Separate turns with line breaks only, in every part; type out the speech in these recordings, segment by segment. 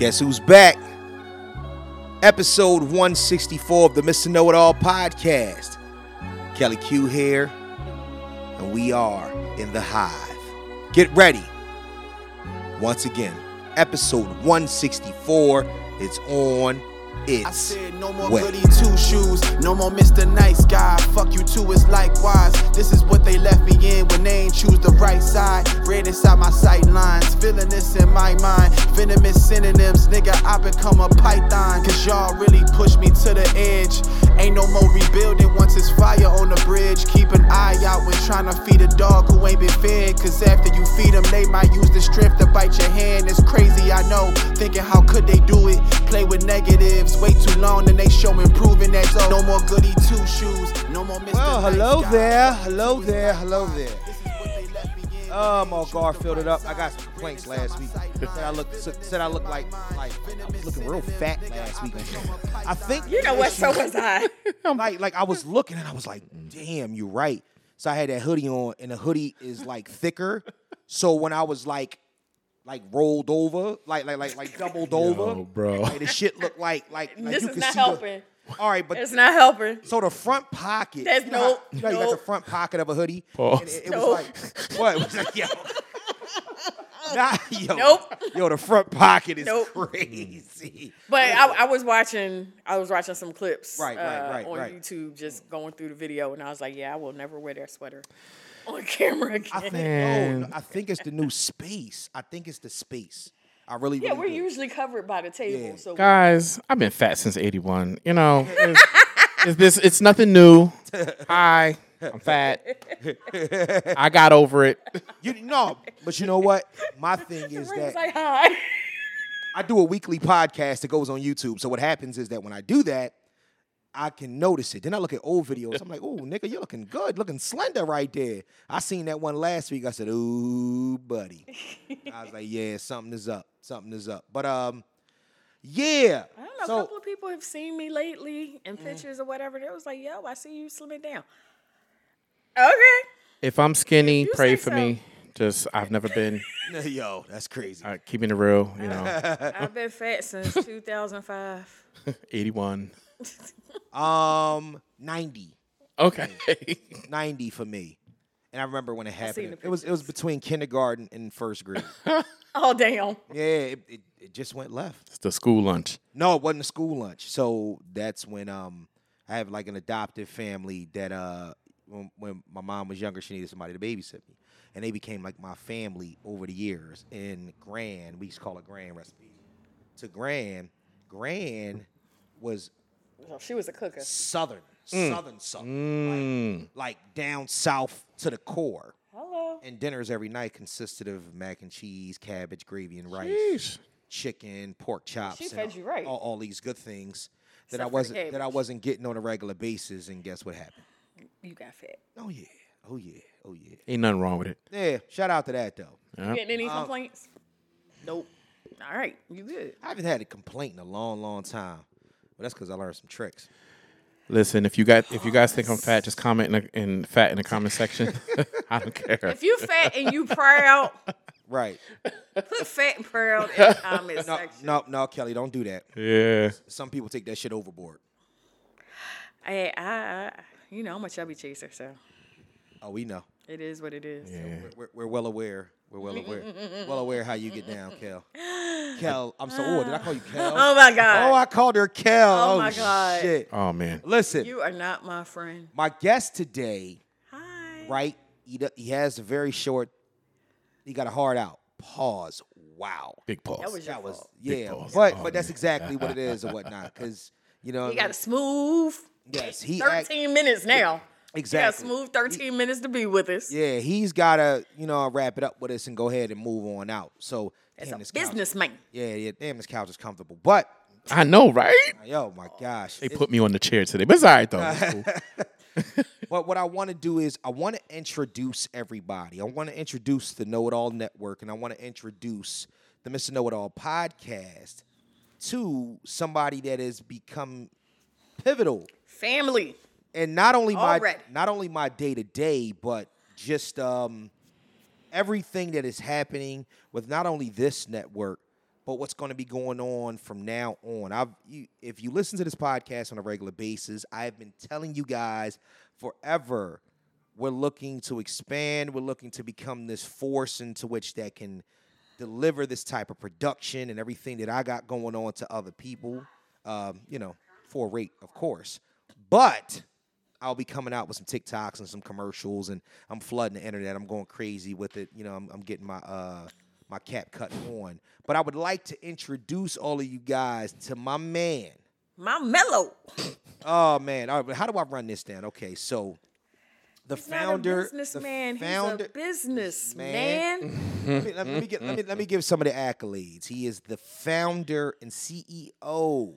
Guess who's back? Episode 164 of the Mr. Know It All podcast. Kelly Q here, and we are in the hive. Get ready. Once again, episode 164. It's on.
I
It's
said no more
wet.
goody two shoes, no more Mr. Nice Guy. Fuck you too, it's likewise. This is what they left me in when they ain't choose the right side. Red inside my sight lines, feeling this in my mind. Venomous synonyms, nigga, I become a python. Cause y'all really push me to the edge. Ain't no more rebuilding once it's fire on the bridge. Keep an eye out when trying to feed a dog who ain't been fed. Cause after you feed them, they might use the strength to bite your hand. It's crazy, I know. Thinking how could they do it? Play with negatives way too long and they show improving that zone. No more goody two shoes. No more Mr.
Well,
Nice
hello
Guy.
there,
Fuck
hello
you,
there,
it's
hello
like
there.
this is what they left me in.
Oh, I'm all Garfielded up. I got some complaints last week. Said I looked said I looked like like I was looking real fat last week. I think
You know what? So was I.
like like I was looking and I was like, damn, you're right. So I had that hoodie on, and the hoodie is like thicker. So when I was like like rolled over, like like like like doubled over,
bro.
like the shit looked like like, like
This
you
is
could
not
see the-
helping.
all right, but
It's not helping.
so the front pocket.
There's
you know how-
no-
you, know how you got
no-
the front pocket of a hoodie.
Pause.
And it, it
Nope.
was like what? It was like, yo. Nah, yo,
Nope.
yo, the front pocket is
Nope.
crazy.
But I, I was watching. I was watching some clips. uh,
Right, right, right,
on
right.
YouTube, just going through the video, and I was like, "Yeah, I will never wear that sweater on camera
I
again."
think, oh, no, I think it's the new space. I think it's the space. I really,
Yeah,
really
we're
do.
usually covered by the table,
Yeah.
so
Guys, I've been fat since 81. You know, it's, it's this it's nothing new. Hi, I'm fat. I got over it.
You no, but you know what? My thing is
Ray
that
was like, "Hi."
I do a weekly podcast that goes on YouTube. So what happens is that when I do that, I can notice it. Then I look at old videos. I'm like, "Oh, nigga, you're looking good, looking slender right there." I seen that one last week. I said, "Ooh, buddy." I was like, "Yeah, something is up. Something is up." But um, yeah.
I don't know. a
So Mm.
couple of people have seen me lately in pictures or whatever. They was like, "Yo, I see you slimming down." Okay.
If I'm skinny,
You
pray
say
for
so.
me. Just I've never been
yo, that's crazy.
uh, keeping it real, you know,
I've been fat since 2005.
81.
Um, ninety.
Okay.
90 for me. And I remember when it happened.
the
It was it was between kindergarten and first grade.
Oh damn.
yeah, it, it, it just went left.
it's the school lunch.
No, it wasn't a school lunch. So that's when um I have like an adoptive family that uh when, when my mom was younger, she needed somebody to babysit me. And they became like my family over the years. And Gran, we used to call it Gran recipe. To Gran, Gran was
Oh, she was a cooker.
southern, southern southern, like, like down south to the core.
Hello.
and dinners every night consisted of mac and cheese, cabbage, gravy, and rice,
Yeesh.
chicken, pork chops. and
fed you right.
All, all these good things that I
Except for the
wasn't that I
cabbage.
wasn't getting on a regular basis. And guess what happened?
You got fat.
Oh yeah, oh yeah, oh yeah.
Ain't nothing wrong with it.
Yeah, shout out to that though.
Getting
Uh,
any complaints? Nope. All right, you good.
I haven't had a complaint in a long, long time. But that's because I learned some tricks.
Listen, if you got if you guys think I'm fat, just comment in, the, in fat in the comment section. I don't care.
If you fat and you proud,
Right.
put fat and proud in the comment
No,
section.
no, no, Kelly, don't do that.
Yeah.
Some people take that shit overboard.
Hey, I, I, you know, I'm a chubby chaser, so
Oh, we know.
it is what it is.
We're, we're, we're well aware. We're well aware. well aware how you get down, Kel. Kel, I'm so. Oh, did I call you Kel?
Oh my God.
Oh, I called her Kel. Oh,
Oh, my God.
Shit.
Oh man.
Listen,
you are not my friend.
my guest today,
Hi.
right? He, do- he has a very short. He got a hard out. Pause. Wow.
Big pause.
That was your
That was
fault.
yeah,
pause.
but
Oh,
but that's exactly what it is or whatnot. Because you know, what
You
I mean?
got a smooth
yes, he act-
13 minutes now. You got a
exactly
smooth 13 minutes to be with us.
Yeah, he's gotta you know wrap it up with us and go ahead and move on out. So
As
damn,
a
this couch-
businessman.
Yeah, yeah. Damn, this couch is comfortable, but
I know, right?
yo, my gosh,
They
it's-
put me on the chair today, but it's all right though. It's cool.
But what I want to do is I want to introduce everybody. I want to introduce the Know It All Network, and I want to introduce the Mr. Know It All podcast to somebody that has become pivotal
Family.
and not only my
Already.
not only my day to day, but just um, everything that is happening with not only this network, or what's going to be going on from now on. I've, you, if you listen to this podcast on a regular basis, I've been telling you guys forever we're looking to expand. We're looking to become this force into which that can deliver this type of production and everything that I got going on to other people. Um, you know, for a rate, of course. But I'll be coming out with some TikToks and some commercials, and I'm flooding the internet. I'm going crazy with it. You know, I'm, I'm getting my uh my cap cut on. But I would like to introduce all of you guys to my man.
My mellow.
Oh man, all right, but how do I run this down? Okay, so the founder,
Not a businessman.
the founder,
He's a businessman.
let me, let me get, let me let me
Mm-hmm.
give some of the accolades. He is the founder and CEO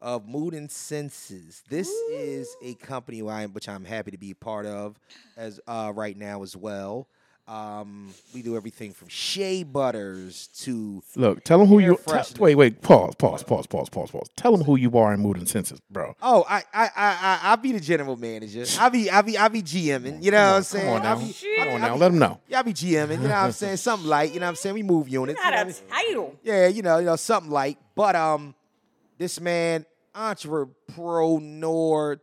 of Mood and Senses. This is a company where I am- which I'm happy to be a part of as uh, right now as well. Um, we do everything from shea butters to
Look, tell them who you. Tell,
freshener.
wait, wait, pause, pause, pause, pause, pause, pause. Tell them who you are in mood and senses, bro.
Oh, I I I I I'll be the general manager. I'll be I'll be I'll be GMing. You know what I'm saying?
Come on
I'll
now,
be,
come on now. Let them know.
y'all be GMing. You know what I'm saying? Something light. You know what I'm saying? We move units. you know
Not
what
a
I mean?
title.
Yeah, you know, you know, something light. But um, this man entrepreneur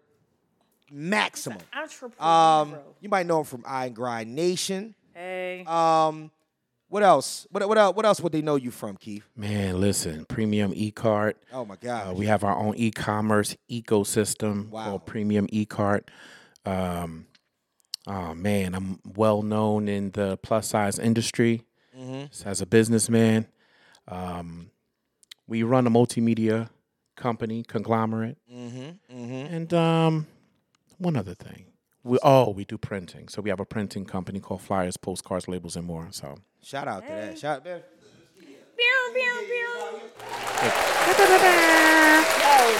maximum.
Entrepreneur.
Um, you might know him from I and Grind Nation.
hey.
Um, what else? What what else? What else would they know you from, Keith?
Man, listen, premium e card.
Oh my
Uh,
God!
we have our own e-commerce ecosystem
Wow.
called Premium eCart. Um, oh man, I'm well known in the plus size industry s- as a businessman. Um, we run a multimedia company conglomerate, and um, one other thing. We, oh, we do printing. So we have a printing company called Flyers, Postcards, Labels, and more. So
Shout out to that. Shout man.
Pew, pew, pew.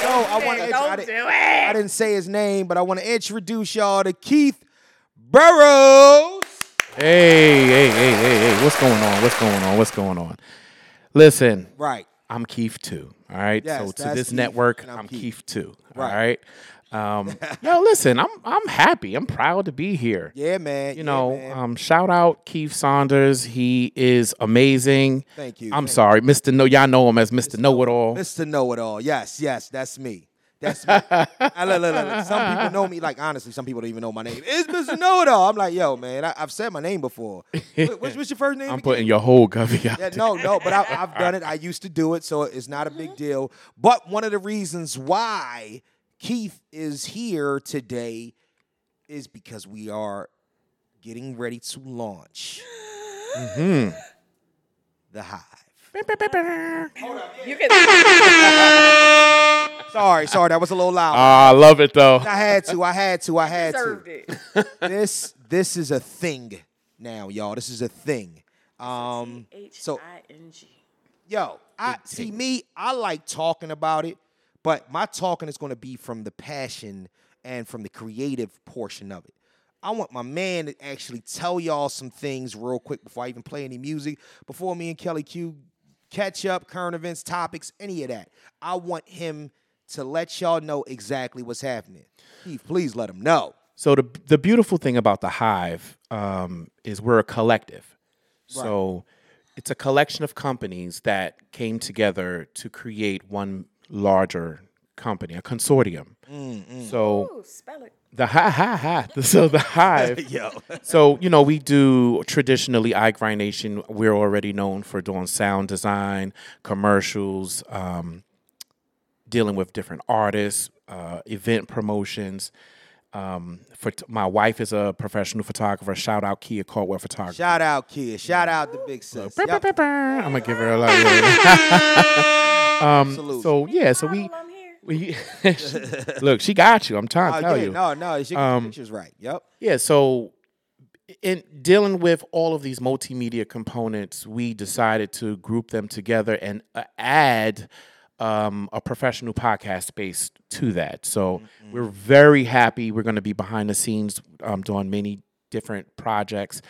No, I want to. I,
Don't
didn't-
do
I
it.
didn't say his name, but I want to introduce y'all to Keith Burrows.
hey, hey, hey, hey, hey, what's going on? What's going on? What's going on? Listen,
Right.
I'm Keith too. All right.
Yes,
so to
that's
this
Keith,
network,
and I'm
I'm,
Keith.
Keith. too.
Right.
All right. Um, yo, listen, I'm I'm happy. I'm proud to be here.
Yeah, man.
You
Yeah,
know,
man.
um, shout out Keith Saunders. He is amazing.
Thank you,
I'm
thank
sorry, Mr. No, y'all know him as Mr. Know It All.
Mr. Know It All. Yes, yes, that's me. That's me. I, look, look, look, look. Some people know me. Like honestly, some people don't even know my name. It's Mr. Know It All. I'm like, yo, man, I, I've said my name before. Wh- What's, what's your first name?
I'm
again?
putting your whole govy out.
Yeah,
there.
no, no, but I, I've done it. I used to do it, so it's not a big deal. But one of the reasons why Keith is here today is because we are getting ready to launch
Mm-hmm.
the Hive.
You can
Sorry, sorry, that was a little loud.
Ah, I love it though.
I had to, I had to, I had to.
serve it.
This, this is a thing now, y'all. This is a thing. Um,
H
so
I N G.
Yo, I see me. I like talking about it, but my talking is going to be from the passion and from the creative portion of it. I want my man to actually tell y'all some things real quick before I even play any music. Before me and Kelly Q catch up, current events, topics, any of that. I want him to let y'all know exactly what's happening. Keith, please let him know.
So the the beautiful thing about the hive um, is we're a collective. So it's a collection of companies that came together to create one larger company, a consortium. So
Ooh, spell it.
the hi hi hi. So the hive.
Yo,
So you know we do traditionally iGrind Nation. We're already known for doing sound design, commercials, um, dealing with different artists, uh, event promotions. Um, for my wife is a professional photographer. Shout out Kia Caldwell Photography.
shout out, kid. Shout out the big sis. Yup,
I'm gonna give her a lot. Um,
salute.
so yeah, so we
While I'm here.
we look. She got you. I'm trying to
Oh,
tell
yeah,
you. Um,
no, no, she got the pictures right. Yep.
Yeah, so in dealing with all of these multimedia components, we decided to group them together and uh, add um, a professional podcast space to that. So
Mm-hmm.
we're very happy. We're going to be behind the scenes um, doing many different projects.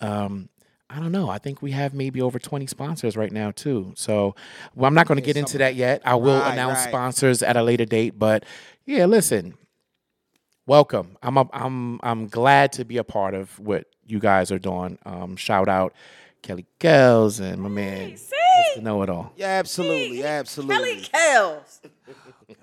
Um, I don't know. I think we have maybe over 20 sponsors right now, too. So well, I'm not going to get into that yet. I will
Right,
announce
right.
sponsors at a later date. But yeah, listen, welcome. I'm a, I'm I'm glad to be a part of what you guys are doing. Um, shout out Kelly Gels and my man
See?
Mr. Know It All.
Yeah, absolutely,
Kelly
absolutely.
Kells.
Oh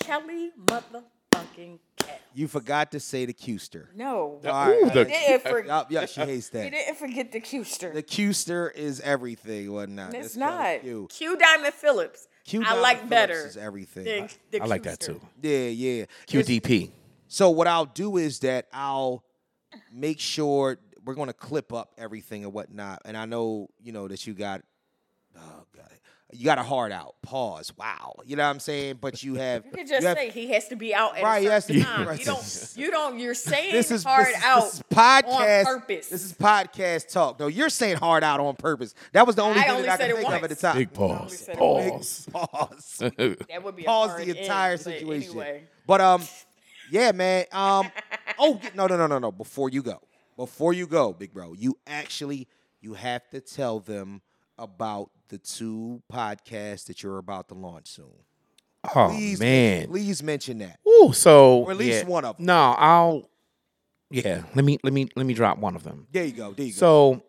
Kelly motherfucking Kells.
You forgot to say the Qster.
No.
All right.
Ooh, the-
You didn't, for-
Yup, yeah, she hates
you
that.
didn't forget the Qster.
The Qster is everything, whatnot. That's
it's
kinda
not.
cute.
Q Diamond Phillips.
Q
I
Diamond
like
Phillips
better.
is everything.
than the
I like that
Qster.
too.
Yeah, yeah.
QDP.
So what I'll do is that I'll make sure we're going to clip up everything and whatnot. And I know you know that you got, oh god, you got a heart out. Pause. Wow. You know what I'm saying? But you have.
You can just
have-
say he has to be out at
Right,
a
he has
certain
to be-
time.
right.
You don't. You don't. You're saying
this is
hard
this, is-
out
this is podcast.
on purpose.
This is podcast talk. No, you're saying hard out on purpose. That was the only
I
thing
only
that I could
said it
think of
once.
at the time.
Big pause.
said it.
Pause.
Pause.
that would be a
pause
hard
the
end,
entire
but
situation.
Anyway,
But um, yeah, man. Um, oh yeah, no, no, no, no, no. Before you go, before you go, big bro, you actually you have to tell them about the two podcasts that you're about to launch soon.
Oh
Please,
man.
please mention that.
Ooh, so
Or at least
yeah.
one of 'em.
No, I'll yeah. Let me let me let me drop one of them.
There you go. There you go.
So,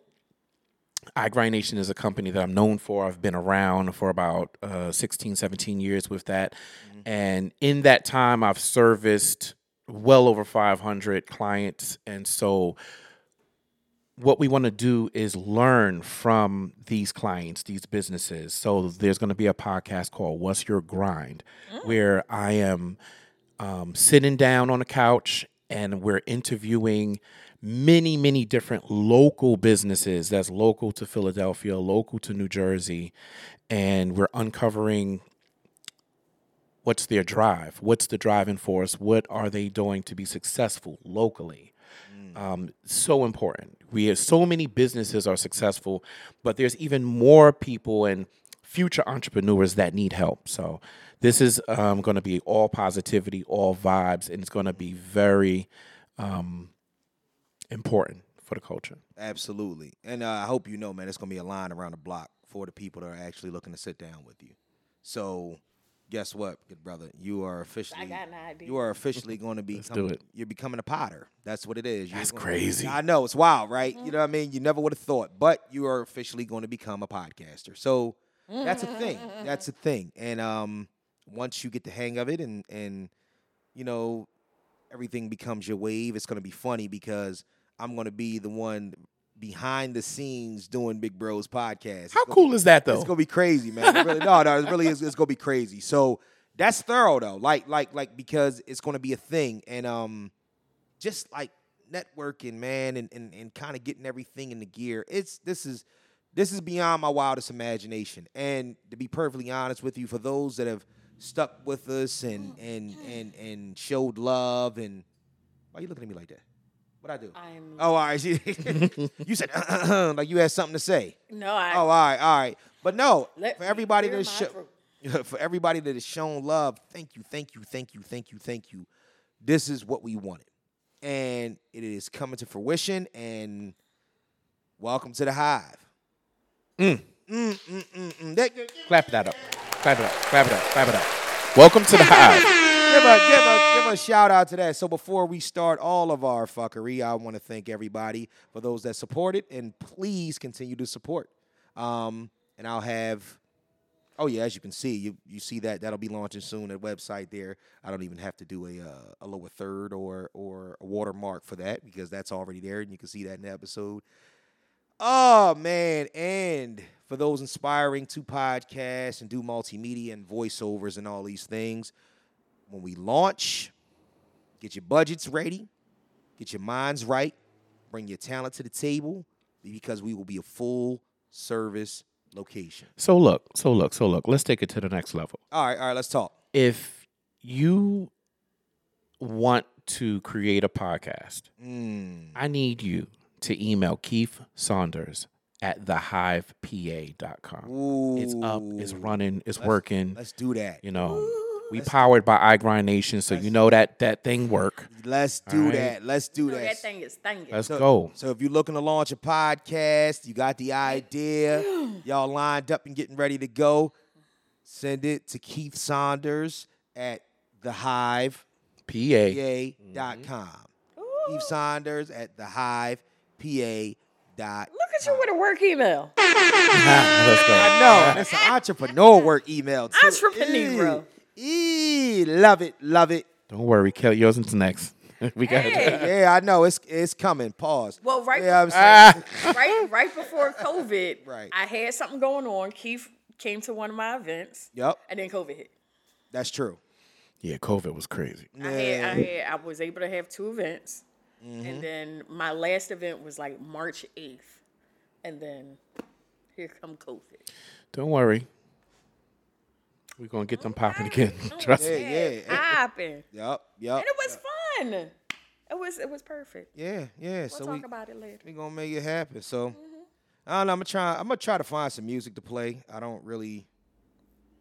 iGrind Nation is a company that I'm known for. I've been around for about uh, 16, 17 years with that. And in that time, I've serviced well over 500 clients. And so, what we want to do is learn from these clients, these businesses. So, there's going to be a podcast called What's Your Grind, where I am um, sitting down on a couch and we're interviewing many, many different local businesses that's local to Philadelphia, local to New Jersey, and we're uncovering what's their drive, what's the driving force, what are they doing to be successful locally.
Mm.
Um, so important. We have so many businesses are successful, but there's even more people and future entrepreneurs that need help. So this is um, going to be all positivity, all vibes, and it's going to be very um, important for the culture.
Absolutely. And uh, I hope you know, man, it's going to be a line around the block for the people that are actually looking to sit down with you. So, guess what, good brother? You are officially.
I got an idea.
You are officially going to be.
do it.
You're becoming a potter. That's what it is. You're
That's
gonna-
crazy.
I know it's wild, right? You know what I mean? You never would have thought, but you are officially going to become a podcaster. So that's a thing. That's a thing. And um, once you get the hang of it, and and you know everything becomes your wave. It's going to be funny because I'm going to be the one behind the scenes doing Big Bro's podcast. It's
How
gonna
cool is that, though?
it's gonna be crazy, man. It really, no, no, it really is. It's gonna be crazy. So that's thorough though. Like, like, like, because it's gonna be a thing, and um, just like networking, man, and and, and kind of getting everything in the gear. It's this is this is beyond my wildest imagination. And to be perfectly honest with you, for those that have stuck with us and and and and showed love, and why you looking at me like that? What I do?
I'm
oh, all right. you said like you had something to say.
no. I
Oh, all right, all right. But no,
Let
for
me
everybody
clear
that's
my
sho- for everybody that has shown love, thank you, thank you, thank you, thank you, thank you. This is what we wanted, and it is coming to fruition. And welcome to the hive. Mm. Mm, mm, mm, mm. That- give, give
Clap that up. Clap it up. Clap it up. Clap it up. Welcome to the hive.
a, give, a, give a shout out to that. So before we start all of our fuckery, I want to thank everybody for those that support it, and please continue to support. Um, and I'll have Oh yeah, as you can see, you you see that that'll be launching soon. A website there. I don't even have to do a uh, a lower third or or a watermark for that because that's already there, and you can see that in the episode. Oh man! And for those inspiring to podcast and do multimedia and voiceovers and all these things, when we launch, get your budgets ready, get your minds right, bring your talent to the table because we will be a full service location.
So look, so look, so look. Let's take it to the next level.
All right, all right, let's talk.
if you want to create a podcast,
Mm.
I need you to email Keith Saunders at thehivepa.com. It's up, it's
Mm. Ooh.
running, it's working.
Let's do that.
You know, we powered by iGrind Nation, so you know that that thing work.
Let's do
right.
that. Let's do
that
that.
thing is thinking.
Let's
Mm, So,
go.
So if you're looking to launch a podcast, you got the idea, y'all lined up and getting ready to go, send it to Keith Saunders at thehivepa.com.
PA.
Keith Saunders at thehivepa.com.
Look at you with a work email.
Let's go.
No, that's an entrepreneur work email. Too.
Entrepreneur.
Eee, love it, love it.
Don't worry, Kelly. Yours is next. we got it.
Hey,
Yeah, I know it's it's coming. Pause.
Well, right Ah.
Yeah, I'm
before-
saying,
right, right before COVID,
Right.
I had something going on. Keith came to one of my events.
Yep.
And then COVID hit.
that's true.
Yeah, COVID was crazy.
I had, I had, I was able to have two events,
Mm-hmm.
and then my last event was like March eighth, and then here come COVID.
Don't worry. We're gonna get them popping again. Trust me.
Yeah,
It
yeah.
happened,
Yep, yep.
and it was fun. It was it was perfect.
Yeah, yeah.
We'll
so
talk
we
about it later.
we gonna make it happen. So I don't know. I'm gonna try. I'm gonna try to find some music to play. I don't really,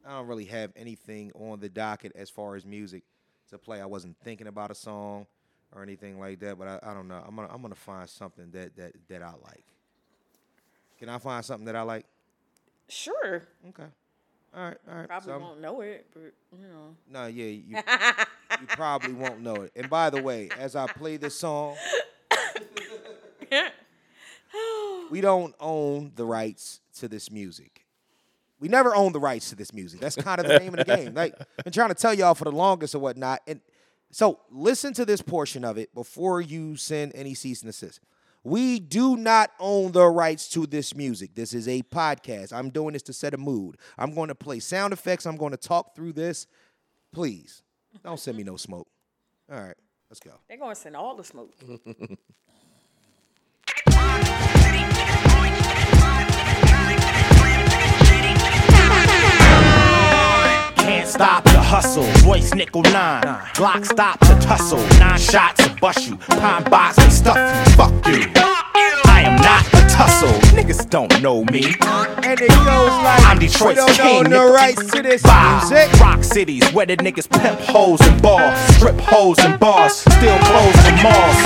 I don't really have anything on the docket as far as music to play. I wasn't thinking about a song or anything like that. But I, I don't know. I'm gonna I'm gonna find something that that that I like. Can I find something that I like?
Sure,
Okay. All right. All right.
probably
so I'm-
won't know it, but you know.
No, yeah, you, you probably won't know it. And by the way, as I play this song, we don't own the rights to this music. We never own the rights to this music. That's kind of the name of the game. Like I've been trying to tell y'all for the longest or whatnot. And so listen to this portion of it before you send any cease and desist. We do not own the rights to this music. This is a podcast. I'm doing this to set a mood. I'm going to play sound effects. I'm going to talk through this. Please don't send me no smoke. All right, let's go.
They're gonna send all the smoke.
Mm-hmm.
Can't stop the hustle, voice nickel nine. Glock stop the tussle, nine shots to bust you. Pine box they stuff you, fuck you. I am not a tussle, niggas don't know me.
And it goes like
I'm Detroit's
we don't
king.
own
nigga.
the rights to this
Vibe.
music.
Rock cities where the niggas pimp hoes and bars, strip hoes and bars, steal clothes from malls.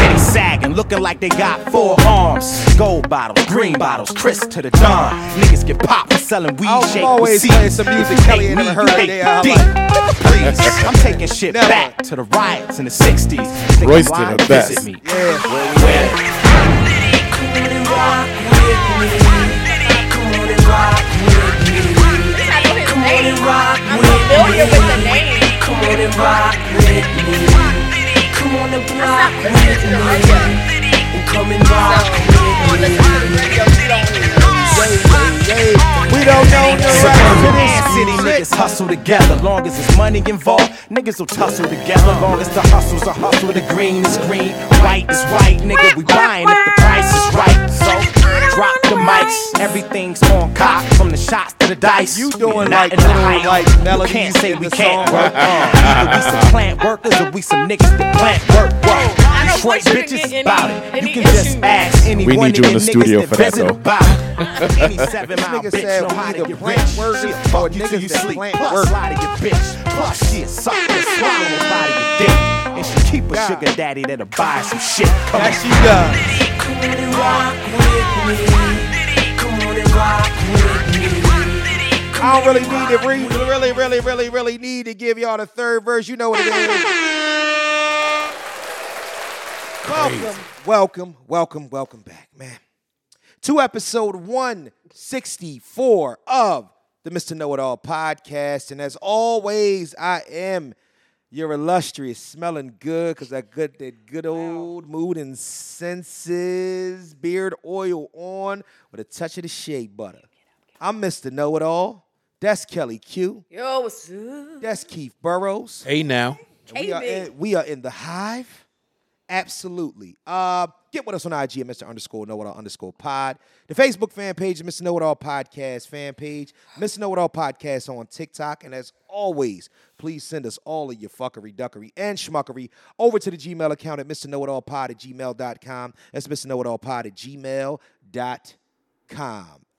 Titties sagging, looking like they got four arms. Gold bottles, green bottles, Chris to the dawn. Niggas get popped for selling weed
I'm
shake
Oh, always
with seeds.
playing some music
You
Kelly
hate
ain't never heard
weed, you
a
hate
day in her
dick. Please, I'm taking shit
Never.
back to the riots in the 60s. Nigga,
Royce did
why
her best.
visit me?
Yeah,
I'm familiar with the name.
hey, we don't own the
Suburban and
rights to
city
this music.
niggas hustle together. Long as there's money involved, niggas will tussle together. Long as the hustle's a hustle, the green is green, white is white, nigga. We buying if the price is right. So drop the mics, everything's on cock from the shots to the dice.
You doing
We're not
like
in the
little,
hype.
like, melodies
You can't say
in
we
the
can't
song. Uh-uh.
work. Uh, either we some plant workers or we some niggas that plant work. work.
I don't
Detroit
want you to
bitches
get any-
about it.
any
You can just
issues.
ask anyone.
need you
of
in the
them niggas
studio
that
for that,
visit
though.
about it. Any seven mile
Nigga
bitch
said
know how
we
to
the
get
plant
rich.
workers
She'll
or
fuck you
niggas
till you
that
sleep.
plant
Plus
workers.
lie to your bitch. Plus she'll suck the swallow and body your dick. And she keep a
God.
sugar daddy that'll buy some shit. Come
That
on.
she does. I don't really need to re- really, really, really, really need to give y'all the third verse. You know what it is. Welcome, welcome, welcome, welcome back, man. To episode 164 of the Mr. Know It All podcast. And as always, I am your illustrious, smelling good, because I got that good old mood and senses, beard oil on with a touch of the shea butter. I'm Mr. Know It All. That's Kelly Q.
Yo, what's up?
That's Keith Burrows.
Hey now.
And we, are
Hey,
in, we are in the hive. Absolutely. Uh, get with us on IG at Mr. Underscore Know It All Underscore Pod. The Facebook fan page is Mr. Know It All Podcast fan page. Mr. Know It All Podcast on TikTok. And as always, please send us all of your fuckery, duckery, and schmuckery over to the Gmail account at Mr. Know It All Pod at gmail.com. That's Mr. Know It All Pod at gmail.com.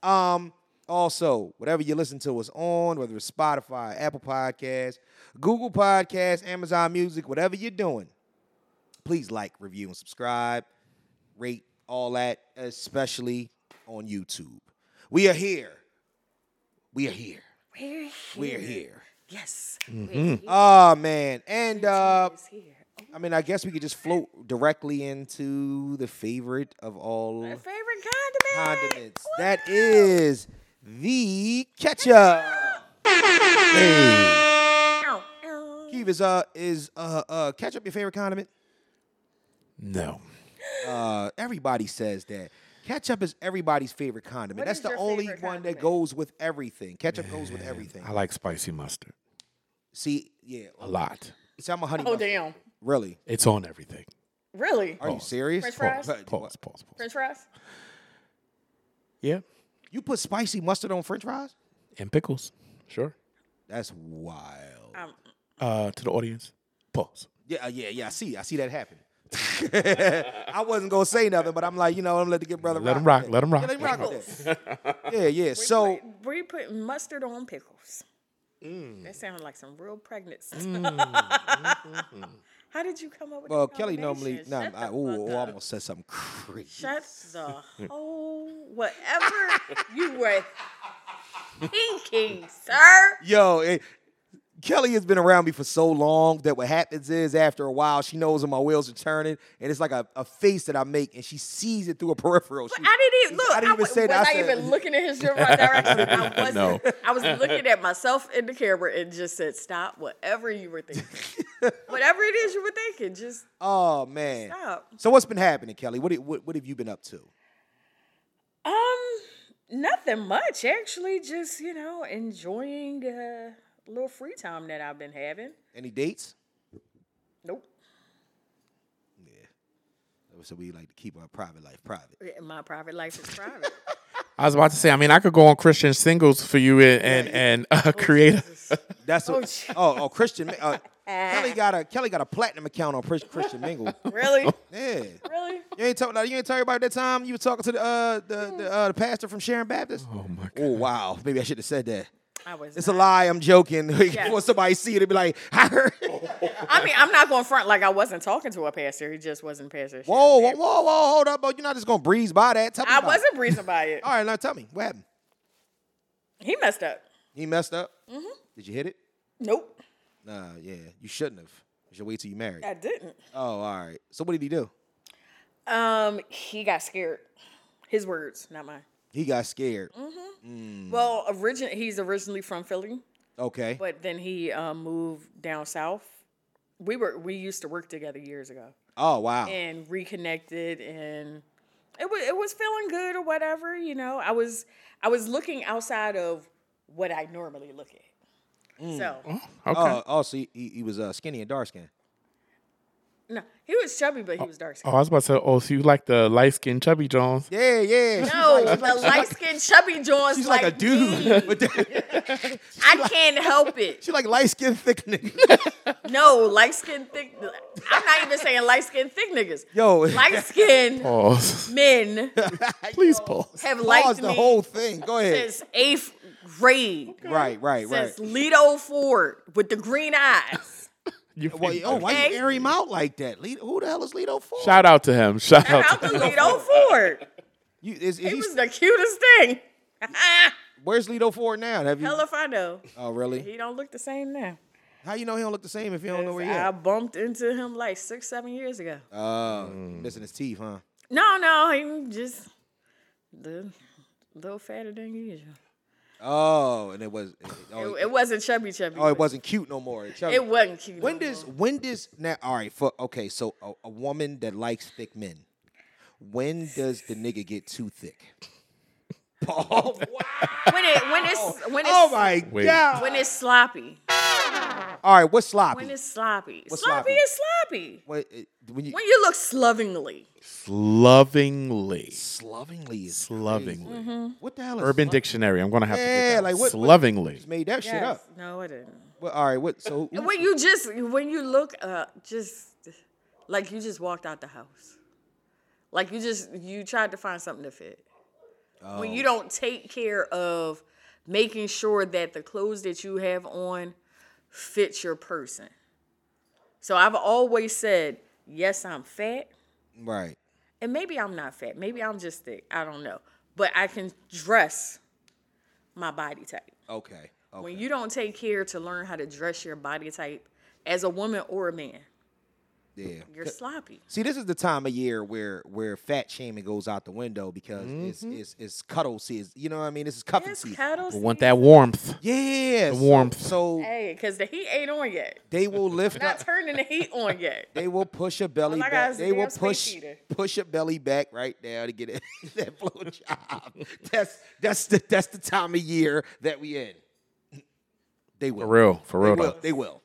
Um, also, whatever you listen to us on, whether it's Spotify, Apple Podcasts, Google Podcasts, Amazon Music, whatever you're doing, please like, review, and subscribe. Rate all that, especially on YouTube. We are here. We are here.
We're here.
We are here.
Yes.
Oh man. And uh
We're here.
I mean, I guess we could just float directly into the favorite of all
My favorite condiment.
condiments. That is the ketchup. Hey.
Ow, ow.
Keith, is uh is uh uh ketchup your favorite condiment?
No.
Uh, everybody says that. Ketchup is everybody's favorite condiment.
What
That's
is
the
your
only one
favorite
that
condiment?
goes with everything. Ketchup goes with everything.
I like spicy mustard
See, yeah.
a lot.
See, I'm a honey.
Oh,
mustard.
damn.
Really?
It's on everything.
Really?
Are you serious?
French fries?
But-
Pause, pause, pause.
French fries?
Yeah.
You put spicy mustard on French fries?
And pickles. Sure.
That's wild.
Um,
Uh, to the audience. Pause.
Yeah, uh, yeah, yeah. I see. I see that happen. I wasn't gonna say nothing, but I'm like, you know, I'm gonna let the good brother
Let him
rock.
rock. Let him rock.
Let him rock with that. Yeah, yeah. So
we put mustard on pickles.
Mm.
That sounded like some real pregnant stuff. How did you come up with
Mm-hmm. well,
Oh, that
Kelly normally
combination?
no,
Shut
I,
the
ooh,
fuck
ooh, I
up.
almost said something crazy.
Shut the whole whatever you were thinking, sir.
Yo, it, Kelly has been around me for so long that what happens is after a while she knows when my wheels are turning, and it's like a, a face that I make, and she sees it through a peripheral. She,
I didn't even
I
look. I
didn't even
was,
say that.
was
I
I,
said-
even looking at his general direction? I wasn't.
No.
I was looking at myself in the camera and just said, "Stop, whatever you were thinking, whatever it is you were thinking, just
oh man.
stop."
So what's been happening, Kelly? What, what what have you been up to?
Um, nothing much actually. Just you know, enjoying the little free time that I've been having.
Any dates?
Nope,
So we like to keep our private life private.
my private life is private.
I was about to say, I mean, I could go on Christian singles for you and and, and
Oh,
uh, create a
That's
Oh,
what.
gee.
Oh, oh, Christian. Mi- Uh, Kelly got a Kelly got a platinum account on Chris- Christian Mingle.
really,
Yeah.
really.
You ain't talking. You ain't talking about that time you were talking to the uh, the the, uh, the pastor from Sharon Baptist. Oh
my God.
Oh wow. Maybe I should have said that.
I was.
It's a
not-
lie. I'm joking. Before somebody see it, it be like, I heard.
I mean, I'm not going to front like I wasn't talking to a pastor. He just wasn't pastor.
Whoa, whoa, whoa, whoa, hold up, bro. You're not just gonna breeze by that. Tell me
I
about it.
wasn't breezing by it.
All right, now tell me what happened.
He messed up.
He messed up. Mm-hmm. Did you hit it?
Nope,
Nah, yeah. You shouldn't have. You should wait till you married.
I didn't.
Oh, all right. So what did he do?
Um, he got scared. His words, not mine.
He got scared.
Mm-hmm.
Mm.
Well, origin he's originally from Philly,
Okay.
but then he um, moved down south. We were we used to work together years ago
oh wow.
and reconnected and it was it was feeling good or whatever, you know. I was I was looking outside of what I normally look at.
Mm.
So
okay.
Oh, oh, so he, he he was uh, skinny and dark skinned.
no, he was chubby, but he was dark
oh,
skinned.
I was about to say, oh, so you like the light skinned chubby Jones?
Yeah, yeah. She's
No,
like, she's
the light skinned chubby John's
she's like a dude. But then-
I can't help it.
she like light skinned thick nigga.
No, light skinned thick. I'm not even saying light skinned thick niggas.
Yo.
light skinned
Pause.
men
Please pause.
have
Pause
liked
the
me
whole thing. Go ahead.
since eighth grade.
Right, right, right.
Since Leto Ford with the green eyes.
You
Well,
think-
oh, why
Okay.
you air him out like that? Lito- who the hell is Lito for?
Shout out to him. Shout
Shout
out
out
to
to
him.
Leto Ford.
You, is, is
He
he-
was the cutest thing.
where's Lito for now? Have you?
Hell if I know.
Oh, really?
He don't look the same now.
How you know he don't look the same if you don't know where he
I
at?
bumped into him like six, seven years ago.
Oh, missing his teeth, huh?
No, no, he just the little fatter than usual.
Oh, and it was. it- Oh,
It, it wasn't chubby, chubby.
oh, it
but
wasn't cute no more. Chubby.
It wasn't cute. no
When
more.
does when does now? All right, for okay, so a, a woman that likes thick men. When does the nigga get too thick? Oh, wow.
when it when it's when it's
oh my
Wait.
god!
when it's sloppy.
All right, what's sloppy?
When it's sloppy.
What's
sloppy,
sloppy?
is sloppy.
What- uh, when you
When you look slovenly.
Lovingly.
slovingly is
Lovingly.
what the hell? Is
Urban
slo-
Dictionary. I'm going to have
Mm-hmm. Yeah,
to
like
get
what?
that.
what-
Lovingly.
just made that shit
Yes.
up.
No, it didn't.
Well, all right, what? So who-
When you just when you look uh just like you just walked out the house. Like you just you tried to find something to fit. When
Oh.
you don't take care of making sure that the clothes that you have on fit your person. So I've always said, yes, I'm fat.
right?
and maybe I'm not fat. Maybe I'm just thick. I don't know. But I can dress my body type.
Okay. oh, okay.
When you don't take care to learn how to dress your body type as a woman or a man,
Yeah.
You're sloppy.
See, this is the time of year where where fat shaming goes out the window because it's it's it's cuddle season. You know what I mean? This is cuffing
Mm-hmm. It's
season.
cattle
I want that warmth.
yeah.
The warmth.
So
Hey, because the heat ain't on yet.
they will lift
Not
up.
turning the heat on yet.
They will push your belly
my God,
back.
it's a
They will
damn space
push
heater.
push your belly back right now to get it, that blow job. That's that's the that's the time of year that we in. They will.
For real. For
They
real.
will.
though.
They will.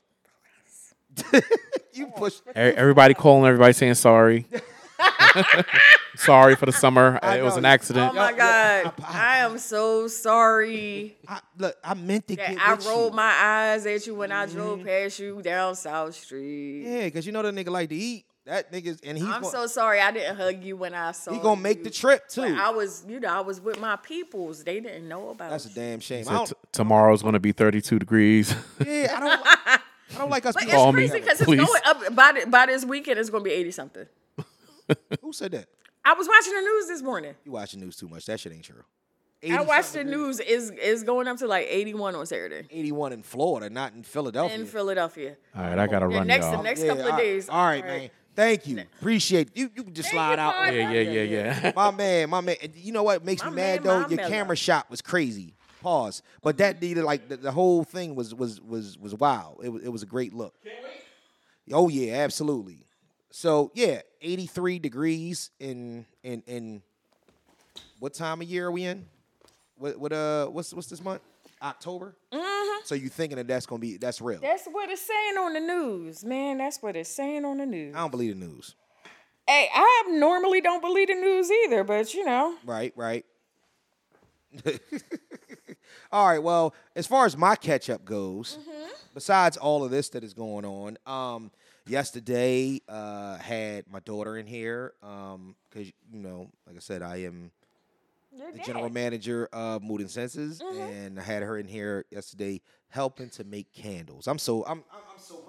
you push.
E- Everybody calling. Everybody saying sorry. sorry for the summer. It was
know.
an
Oh
accident.
my God. I am so sorry
I, look, I meant to
that
get
I
with
rolled
you. Mm-hmm.
my eyes at you when I drove past you down South Street.
Yeah, because you know that nigga like to eat. That nigga's and he's
I'm
gon-
so sorry I didn't hug you when I saw
he gonna make the
you.
trip too.
But I was, you know, I was with my peoples. They didn't know about
That's a
you.
damn shame. I
So
don't,
t- tomorrow's going to be 32 degrees.
yeah, I don't. I don't like us.
But it's
people-
Call me,
crazy because it's
please.
going up by, the, by this weekend. It's going to be eighty something.
Who said that?
I was watching the news this morning.
You watching news too much. That shit ain't true.
I
80
watched the news. is is going up to like eighty one on Saturday
81 in Florida, not in Philadelphia.
in Philadelphia.
All right, I got to
The
run,
next
y'all.
the next couple of
all-
days.
All right, man. Thank you. Appreciate you. You can just slide out.
partner.
yeah, yeah, yeah, yeah.
My man, my man. And You know what makes
My
me
man,
mad
my
though? Your
mellow.
camera shot was crazy. Pause. But that needed like the, the whole thing was was was was wow. It was it was a great look. Oh yeah, absolutely. So yeah, 83 degrees in in in what time of year are we in? What what uh what's what's this month? October?
Mm-hmm.
So you thinking that that's gonna be that's real.
That's what it's saying on the news, man. That's what it's saying on the news.
I don't believe the news.
Hey, I normally don't believe the news either, but you know,
Right, right. all right. Well, as far as my catch up goes, besides all of this that is going on, um, yesterday uh, had my daughter in here because you know, like I said, I am
you're
the general manager of Mood and Senses, and I had her in here yesterday helping to make candles. I'm so I'm I'm, I'm so.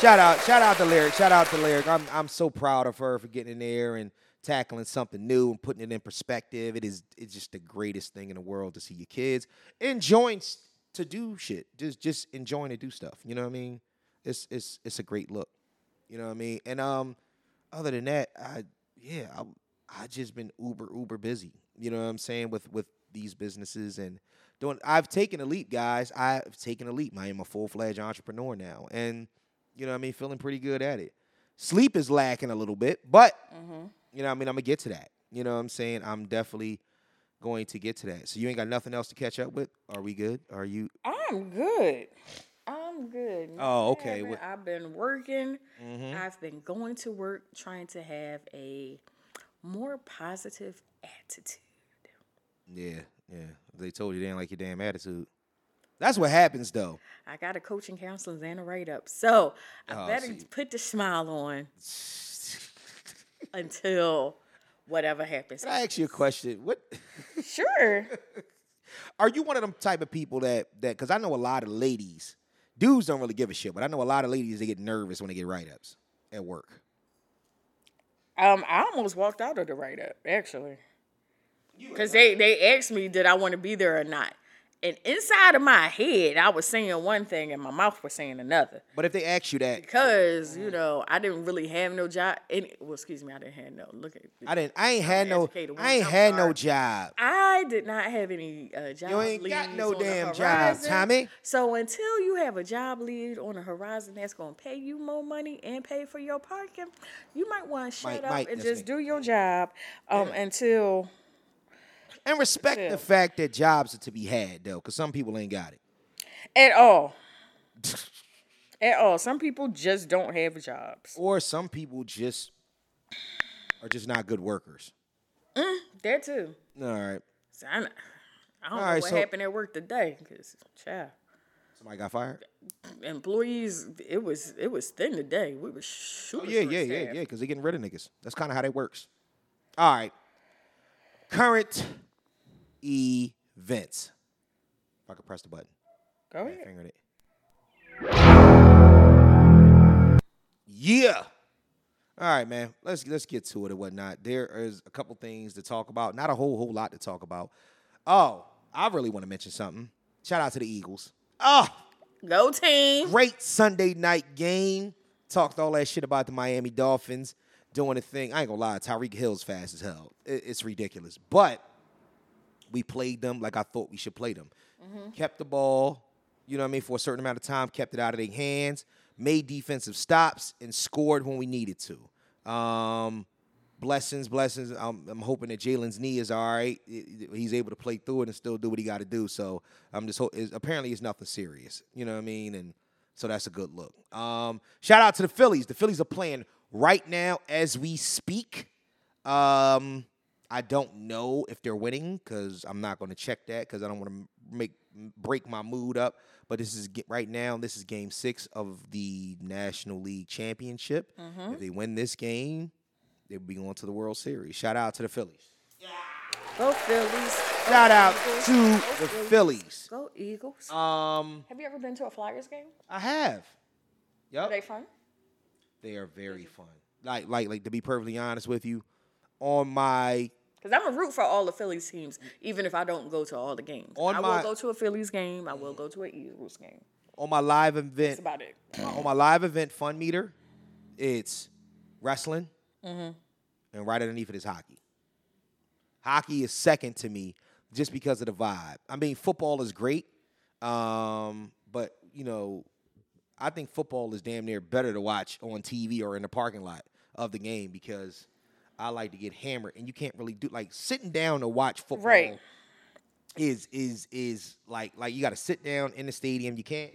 Shout out, shout out to Lyric, shout out to Lyric. I'm I'm so proud of her for getting in there and tackling something new and putting it in perspective. It is it's just the greatest thing in the world to see your kids enjoying s- to do shit, just just enjoying to do stuff. You know what I mean? It's it's it's a great look. You know what I mean? And um, other than that, I yeah, I I just been uber uber busy. You know what I'm saying with with these businesses and doing. I've taken a leap, guys. I've taken a leap. I am a full fledged entrepreneur now, and you know what I mean, feeling pretty good at it. Sleep is lacking a little bit, but you know what I mean. I'm gonna get to that. You know what I'm saying? I'm definitely going to get to that. So you ain't got nothing else to catch up with? Are we good? Are you?
I'm good. I'm good. No,
Oh,
I
okay. Mm-hmm.
haven't.
Well-
I've been working. I've been going to work trying to have a more positive attitude.
Yeah, yeah. They told you they didn't like your damn attitude. That's what happens though.
I got a coaching, counseling, and a write up. So I
Oh,
better put the smile on until whatever happens.
Can I ask you a question? What?
Sure.
are you one of them type of people that that because I know a lot of ladies, dudes don't really give a shit, but I know a lot of ladies they get nervous when they get write ups at work.
Um, I almost walked out of the write up actually, because they they asked me did I want to be there or not, and inside of my head I was saying one thing and my mouth was saying another
But if they ask you that,
because
Mm-hmm.
you know I didn't really have no job. Any, well, excuse me, I didn't have no. Look at
I didn't. I ain't had no.
Educated woman,
I ain't
I'm
had no
sorry.
job.
I did not have any uh, job.
You ain't got
leads
no
on the
damn job,
horizon.
Tommy.
So until you have a job lead on the horizon that's gonna pay you more money and pay for your parking, you might want to shut
Mike,
up
Mike,
and
that's
just
me.
do your job um, until.
And respect
Yeah.
the fact that jobs are to be had though, because some people ain't got it.
At all. At all. Some people just don't have jobs.
Or some people just are just not good workers.
That too.
All right,
So I, I don't know
right,
what
so-
happened at work today because child,
somebody got fired.
employees. It was it was thin today. We were
Oh,
shooting.
yeah,
for
yeah, yeah, yeah,
staff.
because they're getting rid of niggas. That's kind of how that works. All right. Current events. If I could press the button,
Go
I
ahead.
fingered it. Yeah. All right, man. Let's let's get to it and whatnot. There is a couple things to talk about. Not a whole whole lot to talk about. Oh, I really want to mention something. Shout out to the Eagles. Oh,
Go team.
great Sunday night game. talked all that shit about the Miami Dolphins doing a thing. I ain't gonna lie, Tyreek Hill's fast as hell. It- it's ridiculous. But we played them like I thought we should play them. Kept the ball, you know what I mean, for a certain amount of time, kept it out of their hands, made defensive stops, and scored when we needed to. Um, blessings, blessings. I'm, I'm hoping that Jalen's knee is all right. I- I- He's able to play through it and still do what he got to do. So I'm just ho- it's, apparently it's nothing serious. You know what I mean? And so that's a good look. Um, shout out to the Phillies. The Phillies are playing right now as we speak. Um, I don't know if they're winning because I'm not going to check that because I don't want to make m- break my mood up. But this is ge- right now. This is Game Six of the National League Championship. If they win this game, they'll be going to the World Series. Shout out to the Phillies.
Go Phillies.
Shout out to the Phillies.
Go Eagles.
Um,
Have you ever been to a Flyers game?
I have.
Are they
Yep,
fun?
they are very fun. Like, like, like to be perfectly honest with you, on my
Because I'm a root for all the Phillies teams, even if I don't go to all the games.
On
I
my-
will go to a Phillies game. I will go to an Eagles game.
on my live
That's
event
about it.
my- on my live event fun meter, it's wrestling, and right underneath it is hockey. Hockey is second to me just because of the vibe. I mean, football is great, um, but you know, I think football is damn near better to watch on TV or in the parking lot of the game because I like to get hammered, and you can't really do like sitting down to watch football
Right.
is is is like like you got to sit down in the stadium. You can't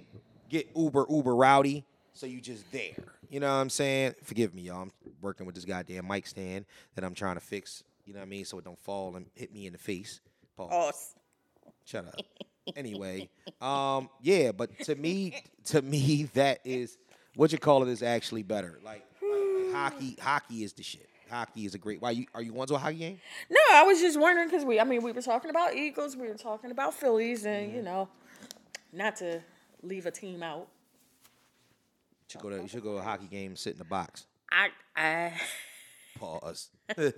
get uber uber rowdy, so you just there. You know what I'm saying? Forgive me, y'all. I'm working with this goddamn mic stand that I'm trying to fix. You know what I mean? So it don't fall and hit me in the face. Pause.
Oh, s-
Shut up. anyway, um, yeah, but to me, to me, that is what you call it is actually better. Like, like hockey, hockey is the shit. Hockey is a great. Why you are you going to a hockey game?
No, I was just wondering because we, I mean, we were talking about Eagles, we were talking about Phillies, and, you know, not to leave a team out.
should go to you should go to a hockey game, and sit in the box.
I, I,
Pause.
he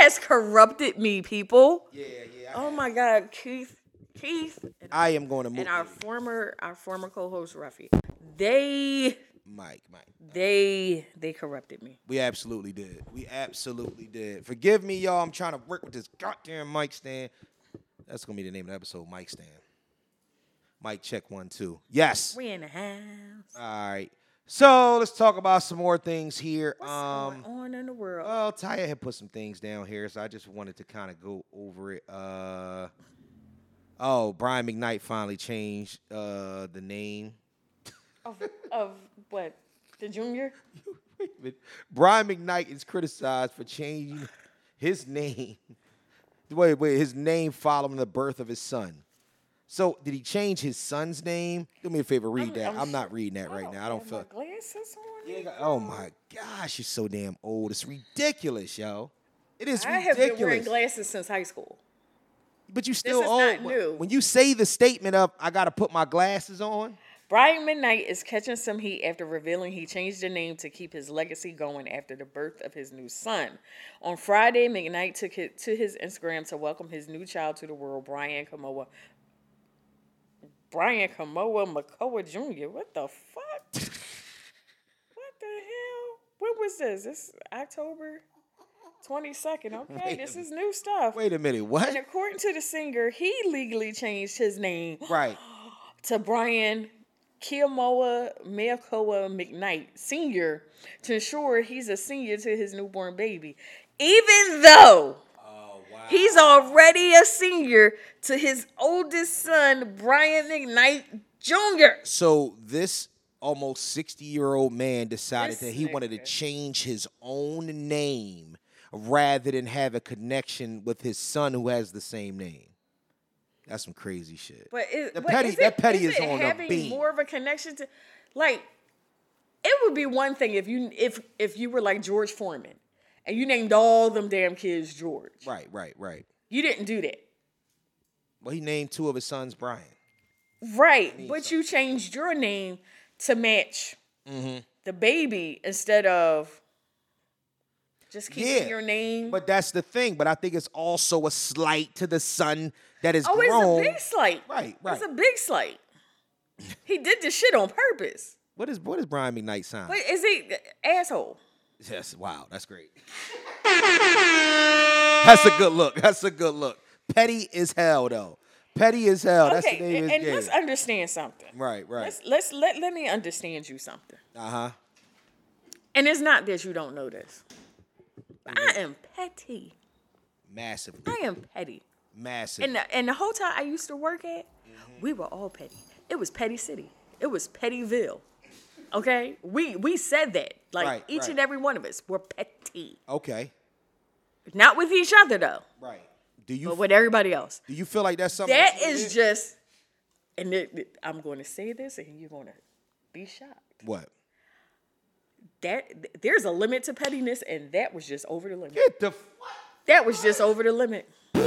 has corrupted me, people.
Yeah, yeah.
Oh my God, Keith, Keith, and,
I am going to move
and our former, our former co-host Ruffy, they,
Mike. Mike,
they, they corrupted me.
we absolutely did. We absolutely did. Forgive me, y'all. I'm trying to work with this goddamn mic stand. That's gonna be the name of the episode, mic stand. Mic check one two. Yes.
We in the house.
All right. So let's talk about some more things here. um,
What's going on in the world?
Well, Taya had put some things down here, so I just wanted to kind of go over it. Uh, oh, Brian McKnight finally changed uh, the name.
of, of what? The junior?
Wait a minute. Brian McKnight is criticized for changing his name. Wait, wait, his name following the birth of his son. So, did he change his son's name? Do me a favor, read that. I'm, not reading that right now. I don't
have
feel.
My glasses on.
Yeah, I got- Oh my gosh, you're so damn old. It's ridiculous, yo. It is
I have
ridiculous.
been wearing glasses since high school.
But you still
is
own.
not
when-
new.
When you say the statement of "I gotta put my glasses on,"
Brian Midnight is catching some heat after revealing he changed the name to keep his legacy going after the birth of his new son. On Friday, McKnight took it to his Instagram to welcome his new child to the world, Brian Kamoa. Brian Kamoa Makoa Jr. What the fuck? what the hell? When was this? This October 22nd. Okay, this is new stuff.
wait a minute, what?
And according to the singer, he legally changed his name
Right.
to Brian Kiomoa Mayakoa McKnight Sr. to ensure he's a senior to his newborn baby, even though he's
Oh,
already a senior to his oldest son, Brian McKnight Jr.
So this almost sixty-year-old man decided
This
that he wanted to
nigga.
change his own name rather than have a connection with his son who has the same name. That's some crazy shit.
But it,
The
but
petty-
is it,
that petty
is
is
it
on the
having
beam.
more of a connection to, like, it would be one thing if you if if you were like George Foreman, and you named all them damn kids George.
right, right, right.
You didn't do that.
Well, he named two of his sons Brian.
Right, but you changed your name to match
Mm-hmm.
the baby instead of just keeping
Yeah,
your name.
But that's the thing. But I think it's also a slight to the son that is
oh, it's
grown.
a big slight.
Right, right.
It's a big slight. he did this shit on purpose.
What is what is Brian McKnight sign?
But is he asshole?
Yes, wow, that's great. that's a good look. That's a good look. Petty as hell though. Petty as hell. that's the
okay,
name
and,
of
and
his
let's
game.
understand something.
Right, right.
Let's let's let, let me understand you something.
Uh huh.
And it's not that you don't know this. I am petty.
Massively.
I am petty.
Massive.
And the, and the hotel I used to work at,
Mm-hmm.
we were all petty. It was Petty City. It was Pettyville. Okay, we we said that like
Right,
each
right.
and every one of us were petty,
okay.
not with each other though,
Right. Do you
but with everybody else.
do you feel like that's something
That
that's-
is just, and it, it- I'm going to say this, and you're going to be shocked.
what?
That th- there's a limit to pettiness, and that was just over the limit.
Get the f-
That was just over the limit.
wait,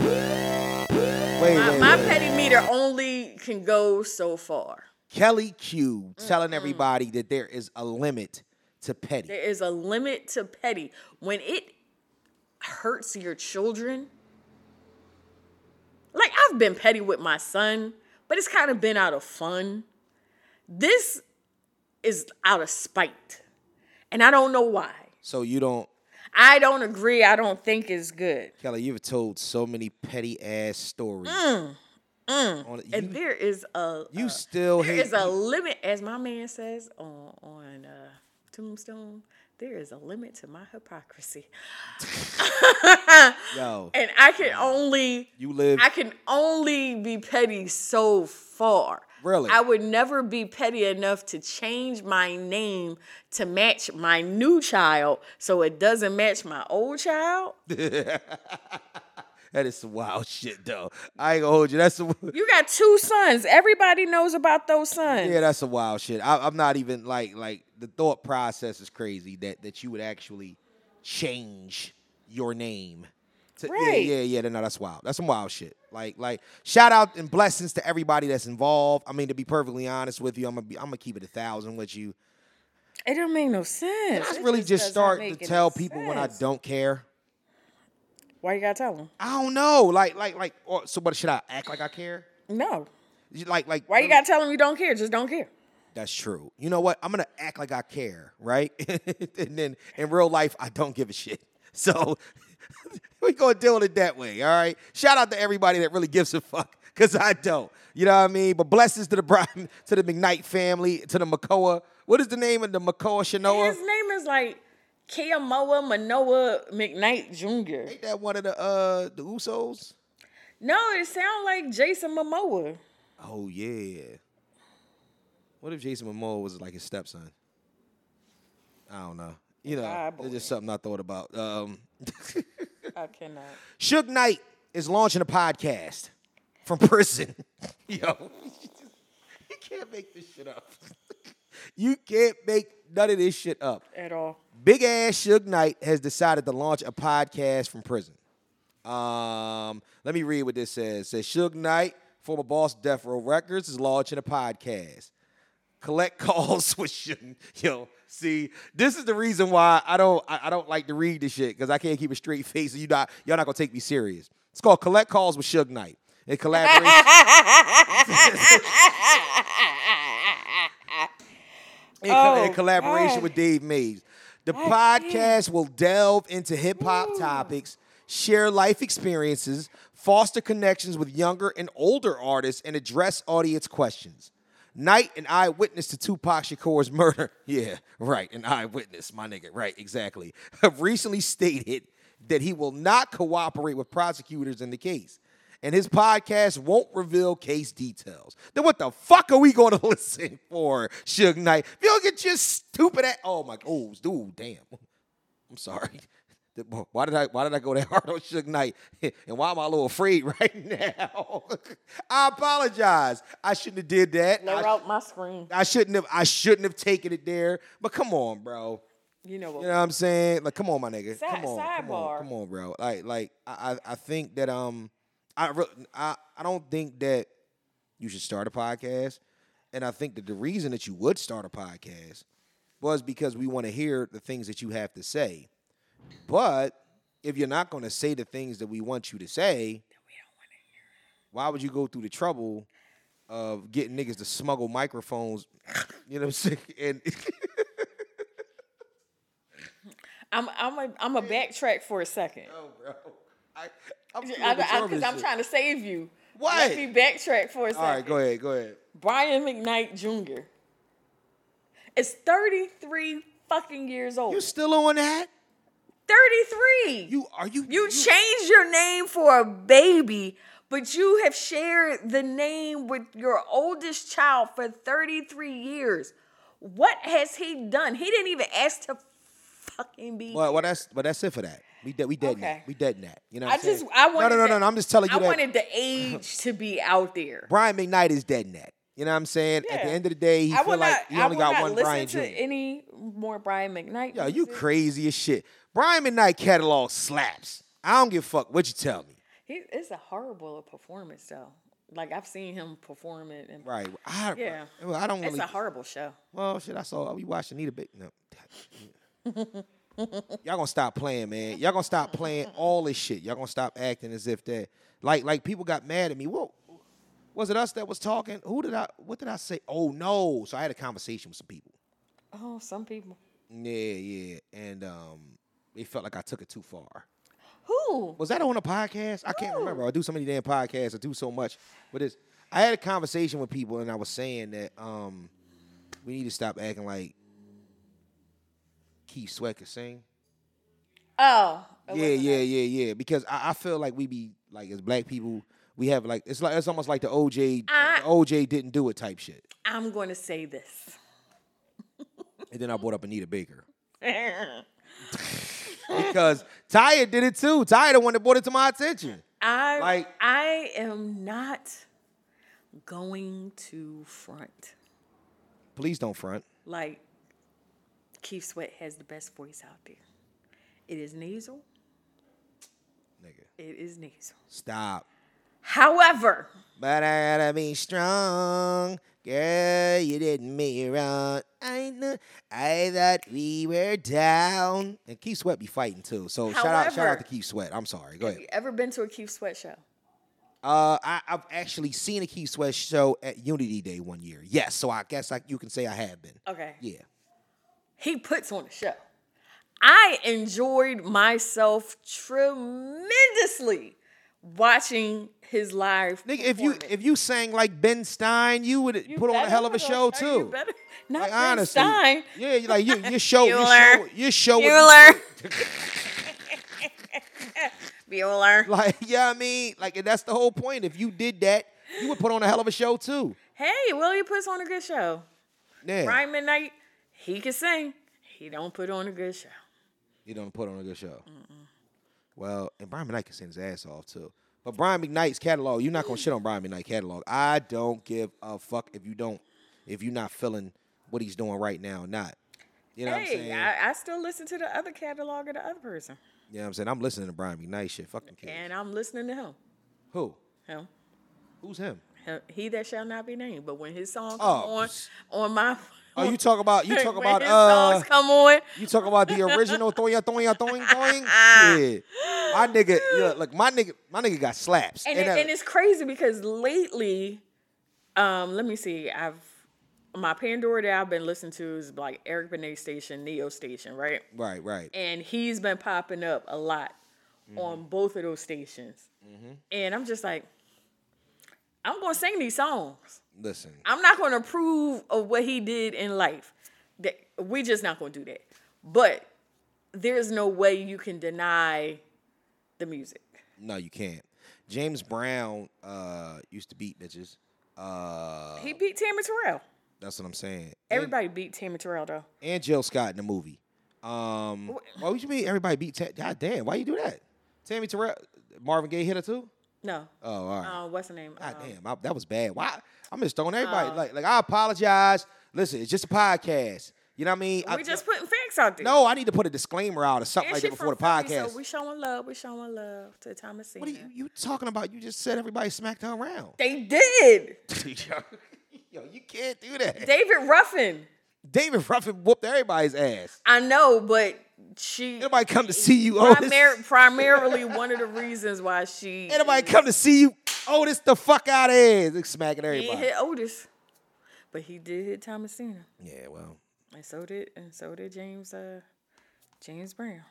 My,
wait,
my
wait.
petty meter only can go so far.
Kelly Q
Mm,
telling everybody that there is a limit to petty.
There is a limit to petty. When it hurts your children, like I've been petty with my son, but it's kind of been out of fun. This is out of spite. And I don't know why.
So you don't
I don't agree. I don't think it's good.
Kelly, you've told so many petty ass stories. On- you,
Mm, And there is a uh,
you still
there
hate
is a limit, as my man says on on uh, Tombstone. There is a limit to my hypocrisy.
yo.
and I can only
You live-
I can only be petty so far.
Really?
I would never be petty enough to change my name to match my new child, so it doesn't match my old child.
That is some wild shit though. I ain't gonna hold you. That's some
You got two sons. Everybody knows about those sons.
Yeah, that's some wild shit. I, I'm not even like like the thought process is crazy that that you would actually change your name. to-
Right.
Yeah, yeah, yeah. No, that's wild. That's some wild shit. Like like shout out and blessings to everybody that's involved. I mean, to be perfectly honest with you, I'm gonna be, I'm gonna keep it a thousand with you.
It don't make no sense.
I
It
really just
doesn't
start to
make any
tell people when I
sense.
don't care.
Why you gotta tell them?
I don't know. Like like like. Or, so what should I act like I care?
No.
You- Like like.
Why you
really-
gotta tell them you don't care? Just don't care.
That's true. You know what? I'm gonna act like I care, right? and then in real life, I don't give a shit. So we gonna deal with it that way. All right. Shout out to everybody that really gives a fuck, cause I don't. You know what I mean? But blessings to the Brian, to the McKnight family, to the Makoa. What is the name of the Makoa Shanoa?
His name is like Keamoa Manoa McKnight Jr.
Ain't that one of the uh the Usos?
No, it sounds like Jason Momoa.
Oh yeah. What if Jason Momoa was like his stepson? I don't know. You know,
God,
it's just something I thought about. Um,
I cannot.
Suge Knight is launching a podcast from prison. Yo, you can't make this shit up. you can't make none of this shit up.
At all.
Big ass Suge Knight has decided to launch a podcast from prison. Um, let me read what this says. It says Suge Knight, former boss of Death Row Records, is launching a podcast. Collect calls with Suge. Yo, see, this is the reason why I don't I, I don't like to read this shit because I can't keep a straight face. and You not y'all not gonna take me serious. It's called Collect Calls with Suge Knight. It collaborates. in, co- in
Oh,
collaboration
God.
with Dave Mays. The podcast will delve into hip hop topics, share life experiences, foster connections with younger and older artists, and address audience questions. Knight, an eyewitness to Tupac Shakur's murder. Yeah, right, an eyewitness, my nigga. Right, exactly. Have recently stated that he will not cooperate with prosecutors in the case. And his podcast won't reveal case details. Then what the fuck are we going to listen for, Suge Knight? If you don't get your stupid ass. Oh my, oh dude, damn. I'm sorry. The- Why did I why did I go that hard on Suge Knight? And why am I a little afraid right now? I apologize. I shouldn't have did that.
Blur
I,
out my screen.
I shouldn't have I shouldn't have taken it there. But come on, bro.
You know what?
You know what I'm saying? Like, come on, my nigga.
Si-
come on, come on,
sidebar.
come on, bro. Like, like I, I I think that um, I, re- I, I don't think that you should start a podcast, and I think that the reason that you would start a podcast was because we want to hear the things that you have to say. But if you're not going to say the things that we want you to say, why would you go through the trouble of getting niggas to smuggle microphones You know what I'm saying? And
I'm I'm a, I'm a backtrack for a second.
oh, bro, I, I'm too immature for
Because
this
I, am
shit.
trying to save you.
What?
Let me backtrack for a second.
All right, go ahead, go ahead.
Brian McKnight Jr. is 33 fucking years old.
You still on that?
33.
You are you?
You changed your name for a baby, but you have shared the name with your oldest child for 33 years. What has he done? He didn't even ask to fucking be.
Well, well, that's but that's it for that. We dead. We dead. in
Okay.
that. We dead in that. You know. What
I
I'm saying?
just, I
No,
wanted.
no, no,
the-
no, no. I'm just telling you
I
that
wanted the age to be out there.
Brian McKnight is dead in that. You know what I'm saying? At the
Yeah.
end of the day, he
I
feel
will
like
not.
he
I
only
will
got
not
one
listen
Brian Jr.
to any more Brian McKnight.
Yo, you
music.
crazy as shit. Brian McKnight catalog slaps. I don't give a fuck what you tell me.
He, it's a horrible performance though. Like I've seen him perform it, and
Right. I,
Yeah.
well, I don't
it's
really.
a horrible show.
well, shit, I saw. We watched Anita Baker. No. Y'all gonna stop playing, man. Y'all gonna stop playing all this shit. Y'all gonna stop acting as if that. Like, like people got mad at me. Whoa. Was it us that was talking? Who did I? What did I say? Oh no! So I had a conversation with some people.
Oh, some people.
Yeah, yeah, and um, they felt like I took it too far.
Who?
was that on a podcast? I can't remember. I do so many damn podcasts. I do so much. But it's I had a conversation with people and I was saying that um we need to stop acting like Keith Sweat can sing.
Oh, it
Yeah,
wasn't
yeah, yeah, yeah. Because I, I feel like we be like as black people, we have like it's like it's almost like the OJ
I-
the OJ didn't do it type shit.
I'm going to say this.
And then I brought up Anita Baker. Because Taya did it too. Taya the one that brought it to my attention.
I
Like-
I am not going to front.
Please don't front.
Like Keith Sweat has the best voice out there. It is nasal.
Nigga.
It is nasal.
Stop.
However,
But I gotta be strong. Girl, you didn't mean wrong. I know. I thought we were down. And Keith Sweat be fighting too. So shout out, shout out
However-
to Keith Sweat. I'm sorry. Go
you
ahead.
ever been to a Keith Sweat show?
Uh, I, I've actually seen a Keith Sweat show at Unity Day one year. Yes, so I guess I, you can say I have been.
Okay.
Yeah.
He puts on a show. I enjoyed myself tremendously watching his live.
Nigga, if you
performance.
if you sang like Ben Stein, you would put on a
better
hell of a
put on-
show
are you
too.
better- Not
Like,
Ben
honestly,
Stein.
yeah, you- like you, your show, your show,
Bueller.
your show, would be
Bueller. Bueller.
Like, yeah, I mean, like and that's the whole point. If you did that, you would put on a hell of a show too.
Hey, Willie puts on a good show.
Yeah,
Brian Midnight, he can sing. He don't put on a good show.
you don't put on a good show. Well, and Brian McKnight can send his ass off too. But Brian McKnight's catalog, you're not gonna shit on Brian McKnight catalog. I don't give a fuck if you don't, if you're not feeling what he's doing right now, or not. You know what I'm
Hey,
saying?
I, I still listen to the other catalog of the other person,
you know what I'm saying? I'm listening to Brian McKnight shit. Fucking kids.
and I'm listening to him.
Who?
Him.
Who's him?
Him- He that shall not be named, but when his song come
Oh,
on
s-
on my
Oh, you talk about you talk
when
about
his
uh
songs come on,
You talk about the original thoing thoing thoing thoing.
Ah.
Yeah, my nigga, yeah, look, my nigga, my nigga got slaps.
and, it,
that-
and it's crazy because lately, um, let me see, I've my Pandora that I've been listening to is like Eric Benet Station, Neo Station, right?
right, right.
And he's been popping up a lot on both of those stations, and I'm just like, I'm gonna sing these songs.
Listen,
I'm not gonna approve of what he did in life. That we just not gonna do that. But there's no way you can deny the music.
no, you can't. James Brown uh, used to beat bitches. Uh,
He beat Tammy Terrell.
that's what I'm saying. And,
Everybody beat Tammy Terrell though.
and Jill Scott in the movie. Um, why would you mean everybody beat? Ta- God damn, why you do that? Tammy Terrell, Marvin Gaye hit her too.
No.
Oh, all right.
Uh, what's the name?
God
Um,
damn, I, that was bad. Why? I'm just throwing
Uh.
everybody. like, like I apologize. Listen, it's just a podcast. You know what I mean? I-
we just putting facts out there.
No, I need to put a disclaimer out or something
And
like
she
that before the
from Philly,
podcast.
So we showing love. We showing love to Thomas
what are you, you talking about? You just said everybody smacked her around.
They did.
Yo, you can't do that.
David Ruffin.
David Ruffin whooped everybody's ass.
I know, but she
Anybody come to see you, Otis?
primar- primarily one of the reasons why she
Anybody come to see you, Otis? The fuck out of here! Like smacking
He ain't
everybody.
hit Otis. But he did hit Thomas Cena.
Yeah, well.
And so did and so did James uh James Brown.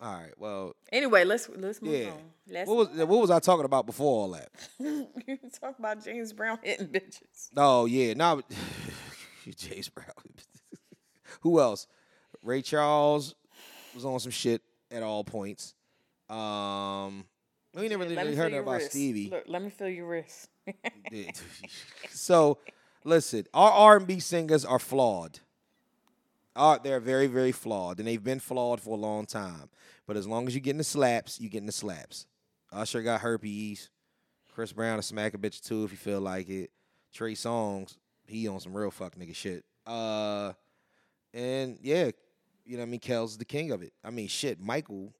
All right. Well,
Anyway, let's let's move
yeah.
on. Let's
What was what was I talking about before all that?
you talk about James Brown hitting bitches.
Oh yeah, no, James Brown. Who else? Ray Charles was on some shit at all points. Um, we never really heard
feel your
nothing about
wrist.
Stevie.
Look, let me feel your wrist.
Yeah. so, listen, our R and B singers are flawed. Uh, they're very, very flawed, and they've been flawed for a long time. But as long as you get in the slaps, you get in the slaps. Usher got herpes. Chris Brown to smack a bitch too if you feel like it. Trey Songz, he on some real fuck nigga shit. Uh, and yeah, you know what I mean. Kel's is the king of it. I mean, shit, Michael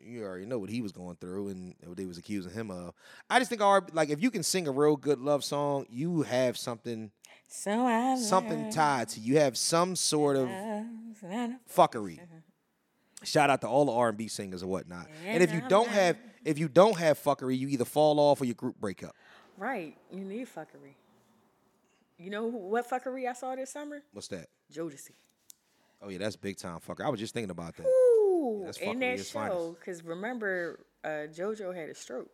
you already know what he was going through and what they was accusing him of. I just think our like if you can sing a real good love song, you have something
so I
something
learned
tied to you. You have some sort of
that a
fuckery. Shout out to all the R and B singers and whatnot. And if you don't have if you don't have fuckery, you either fall off or your group break up.
Right. You need fuckery. You know who- what fuckery I saw this summer?
What's that?
Jodeci.
Oh yeah, that's big time fucker. I was just thinking about that.
Ooh,
that's
in
fuckery
that
at its finest.
show, because remember, uh, JoJo had a stroke,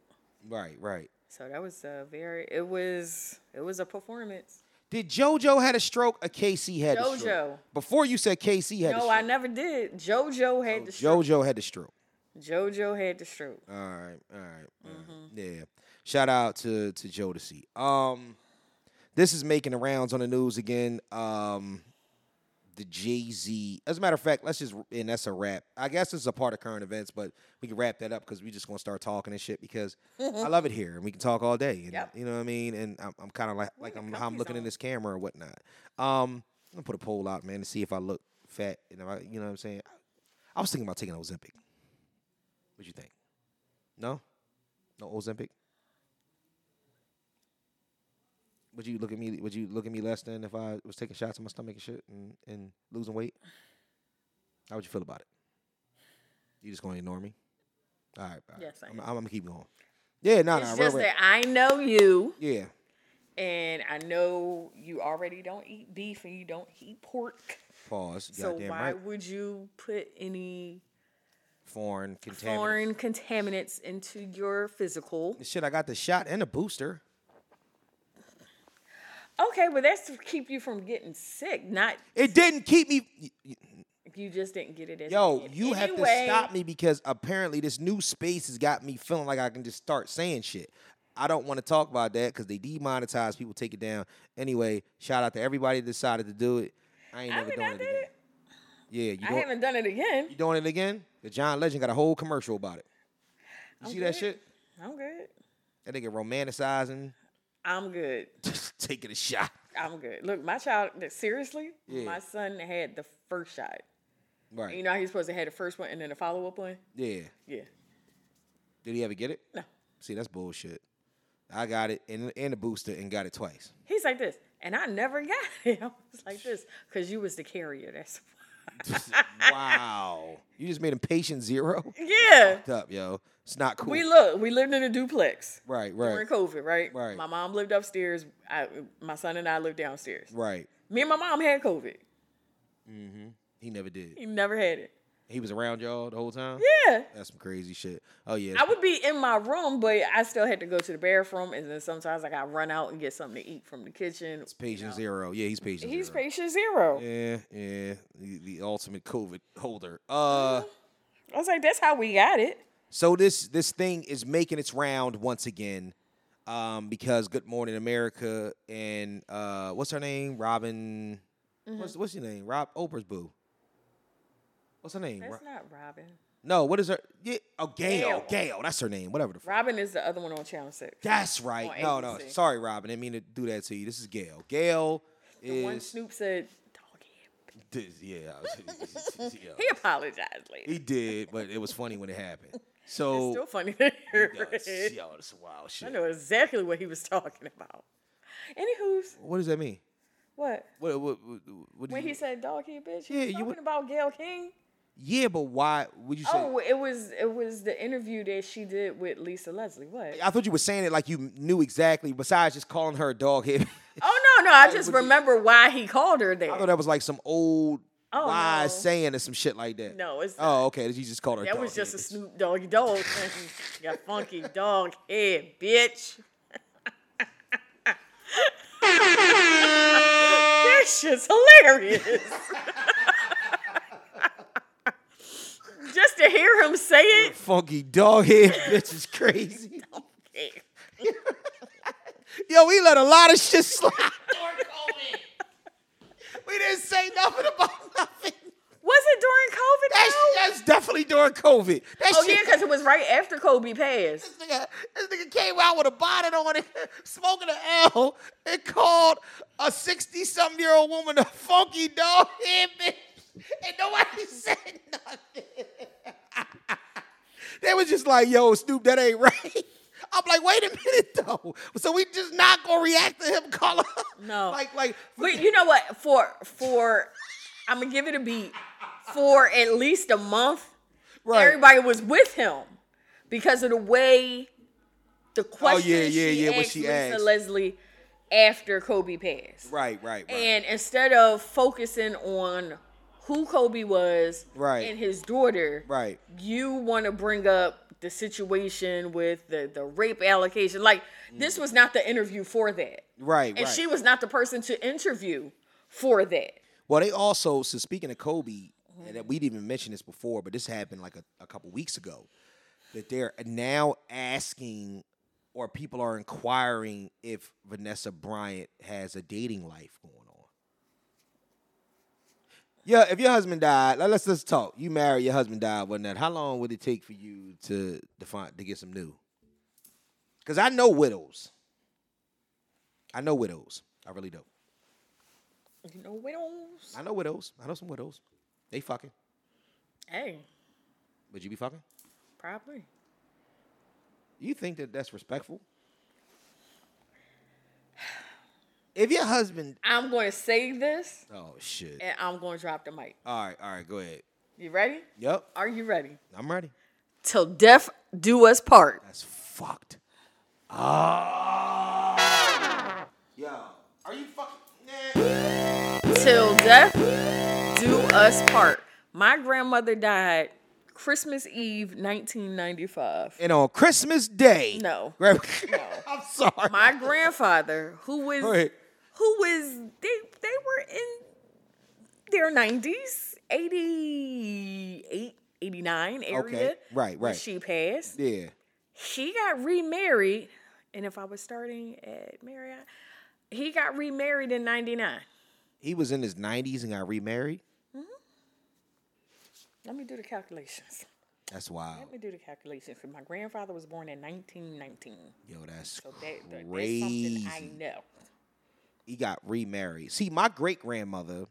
Right, right.
so that was a very. It was it was a performance.
Did JoJo had a stroke or KC had a
JoJo.
stroke? Before you said KC had
No, I
a
never did. JoJo had the stroke.
stroke. JoJo had the stroke.
JoJo had the stroke.
All right, all right, all right. Yeah. Shout out to to Jodeci. Um, this is making the rounds on the news again. Um, the Jay Z. As a matter of fact, let's just and that's a wrap. I guess this is a part of current events, but we can wrap that up because we just gonna start talking and shit because I love it here and we can talk all day. And,
Yep.
You know what I mean? And I'm, I'm kind of like like I'm how I'm
comfies
looking in
on.
this camera or whatnot. Um, I'm gonna put a poll out, man, to see if I look fat. And if I, you know what I'm saying? I was thinking about taking Ozempic. What you think? No? No Ozempic? Would you look at me would you look at me less than if I was taking shots in my stomach and shit and, and losing weight? How would you feel about it? You just gonna ignore me? All right, all right.
Yes, I
I'm,
am.
I'm, gonna keep going. Yeah, no,
It's
no,
just that I know you,
yeah.
and I know you already don't eat beef and you don't eat pork.
Pause.
So
Goddamn
why
right.
would you put any
Foreign contaminants.
foreign contaminants into your physical?
Shit, I got the shot and a booster.
Okay, well that's to keep you from getting sick, not
It didn't keep me.
you just didn't get it as
Yo,
a kid.
you have to
Anyway,
stop me because apparently this new space has got me feeling like I can just start saying shit. I don't want to talk about that because they demonetize people, take it down. Anyway, shout out to everybody that decided to do it. I ain't
I
never
mean,
doing
I
it
did
again.
it.
Yeah, you
I
doing,
haven't done it again.
you doing it again? The John Legend got a whole commercial about it. You see that
good.
shit?
I'm good.
That nigga romanticizing,
I'm good.
taking a shot.
I'm good. Look, my child. Seriously,
Yeah.
my son had the first shot.
Right.
You know how he's supposed to have the first one and then a follow up one.
yeah.
Yeah.
Did he ever get it?
No.
See, that's bullshit. I got it and, and a booster and got it twice.
He's like this, and I never got it. I was like this because you was the carrier. That's
wow. You just made him patient zero?
yeah.
fucked up, yo. It's not cool.
We look. We lived in a duplex
right,
during
right,
COVID, right?
Right.
My mom lived upstairs. I, my son and I lived downstairs.
right.
Me and my mom had COVID.
He never did.
He never had it.
He was around y'all the whole time.
Yeah.
That's some crazy shit. Oh yeah.
I would be in my room, but I still had to go to the bathroom, and then sometimes like I run out and get something to eat from the kitchen.
patient zero. Yeah, he's patient
He's
zero.
patient zero.
yeah, yeah. The, the ultimate COVID holder. Uh,
I was like, that's how we got it.
so this this thing is making its round once again. Um, because Good Morning America and uh, what's her name? Robin.
Mm-hmm.
What's what's your name? Rob Oprah's boo. What's her name?
That's
Ro-
not Robin.
no, what is her? Yeah, oh Gail.
Gail.
Gail. That's her name. Whatever the fuck.
Robin is the other one on Channel Six.
That's right.
on
No, no.
ABC.
Sorry, Robin. I didn't mean to do that to you. This is Gail. Gail
The one
is.
Snoop said, "Doggy."
This, yeah. I was- yeah.
He apologized later.
He did, but it was funny when it happened. So.
it's still funny to hear.
Yo, it's-
it.
yo, that's wild
I
shit.
know exactly what he was talking about. Anywho's
What does that mean?
what
What? What? what, what do
when
you-
he said dog he a bitch, he
Yeah,
was
you
talking
would-
about Gail King.
Yeah, but why would you say?
Oh, it was it was the interview that she did with Lisa Leslie. What?
I thought you were saying it like you knew exactly. Besides just calling her a dog head,
Oh no, no, I just remember why he called her
I
that.
thought that was like some old
Oh,
wise
no.
saying or some shit like that.
No, it's
oh okay. You just called her.
That
dog
was just a
head, bitch.
Snoop Doggy Dog. you got funky dog head, bitch. that shit's hilarious. just to hear him say it.
Funky dog head, bitch is crazy. Yo, we let a lot of shit slide. we didn't say nothing about nothing.
Was it during COVID?
That's,
though?
that's definitely during COVID. That
oh yeah,
shit.
because it was right after Kobe
this,
passed.
nigga, this nigga came out with a bonnet on it, smoking an L, and called a 60 something year old woman a funky dog head bitch. And nobody said nothing. they was just like, yo, Snoop, that ain't right. I'm like, wait a minute though. So we just not gonna react to him calling.
No.
like, like,
But you know what? For for I'm gonna give it a beat. For at least a month,
Right.
everybody was with him because of the way the question
Oh, yeah, yeah,
she
yeah,
asked
what she
Lisa
asked.
Leslie after Kobe passed.
right, right, right.
And instead of focusing on who Kobe was
Right.
and his daughter,
Right.
you want to bring up the situation with the, the rape allocation. Like,
Mm.
this was not the interview for that.
Right,
And
right.
she was not the person to interview for that.
Well, they also so speaking of Kobe, and that we didn't even mention this before, but this happened like a, a couple weeks ago. That they're now asking, or people are inquiring if Vanessa Bryant has a dating life going on. Yeah, if your husband died, let- let's let's talk. You married, your husband died, wasn't that? How long would it take for you to define to get some new? Because I know widows. I know widows. I really do.
You know, widows.
I know widows. I know some widows. They fucking.
Hey,
Would you be fucking?
probably.
You think that that's respectful? If your husband.
I'm going to say this
Oh, shit.
and I'm going to drop the mic.
All right, all right, go ahead.
You ready?
Yep,
Are you ready?
I'm ready.
Till death do us part.
That's fucked. Ah. Yo, are you fucking. Nah.
Till death do us part. My grandmother died Christmas Eve 1995.
And on Christmas Day.
No.
Gra- I'm sorry.
My grandfather, who was
Go ahead.
who was they they were in their 90s, 88, 89 area.
Okay, right,
when
right.
She passed.
Yeah.
He got remarried, and if I was starting at Marriott, he got remarried in 99.
He was in his 90s and got remarried.
Let me do the calculations.
That's wild.
Let me do the calculations. My grandfather was born in 1919.
Yo, that's
So that, that- that's
crazy.
something I know.
he got remarried. See, my great grandmother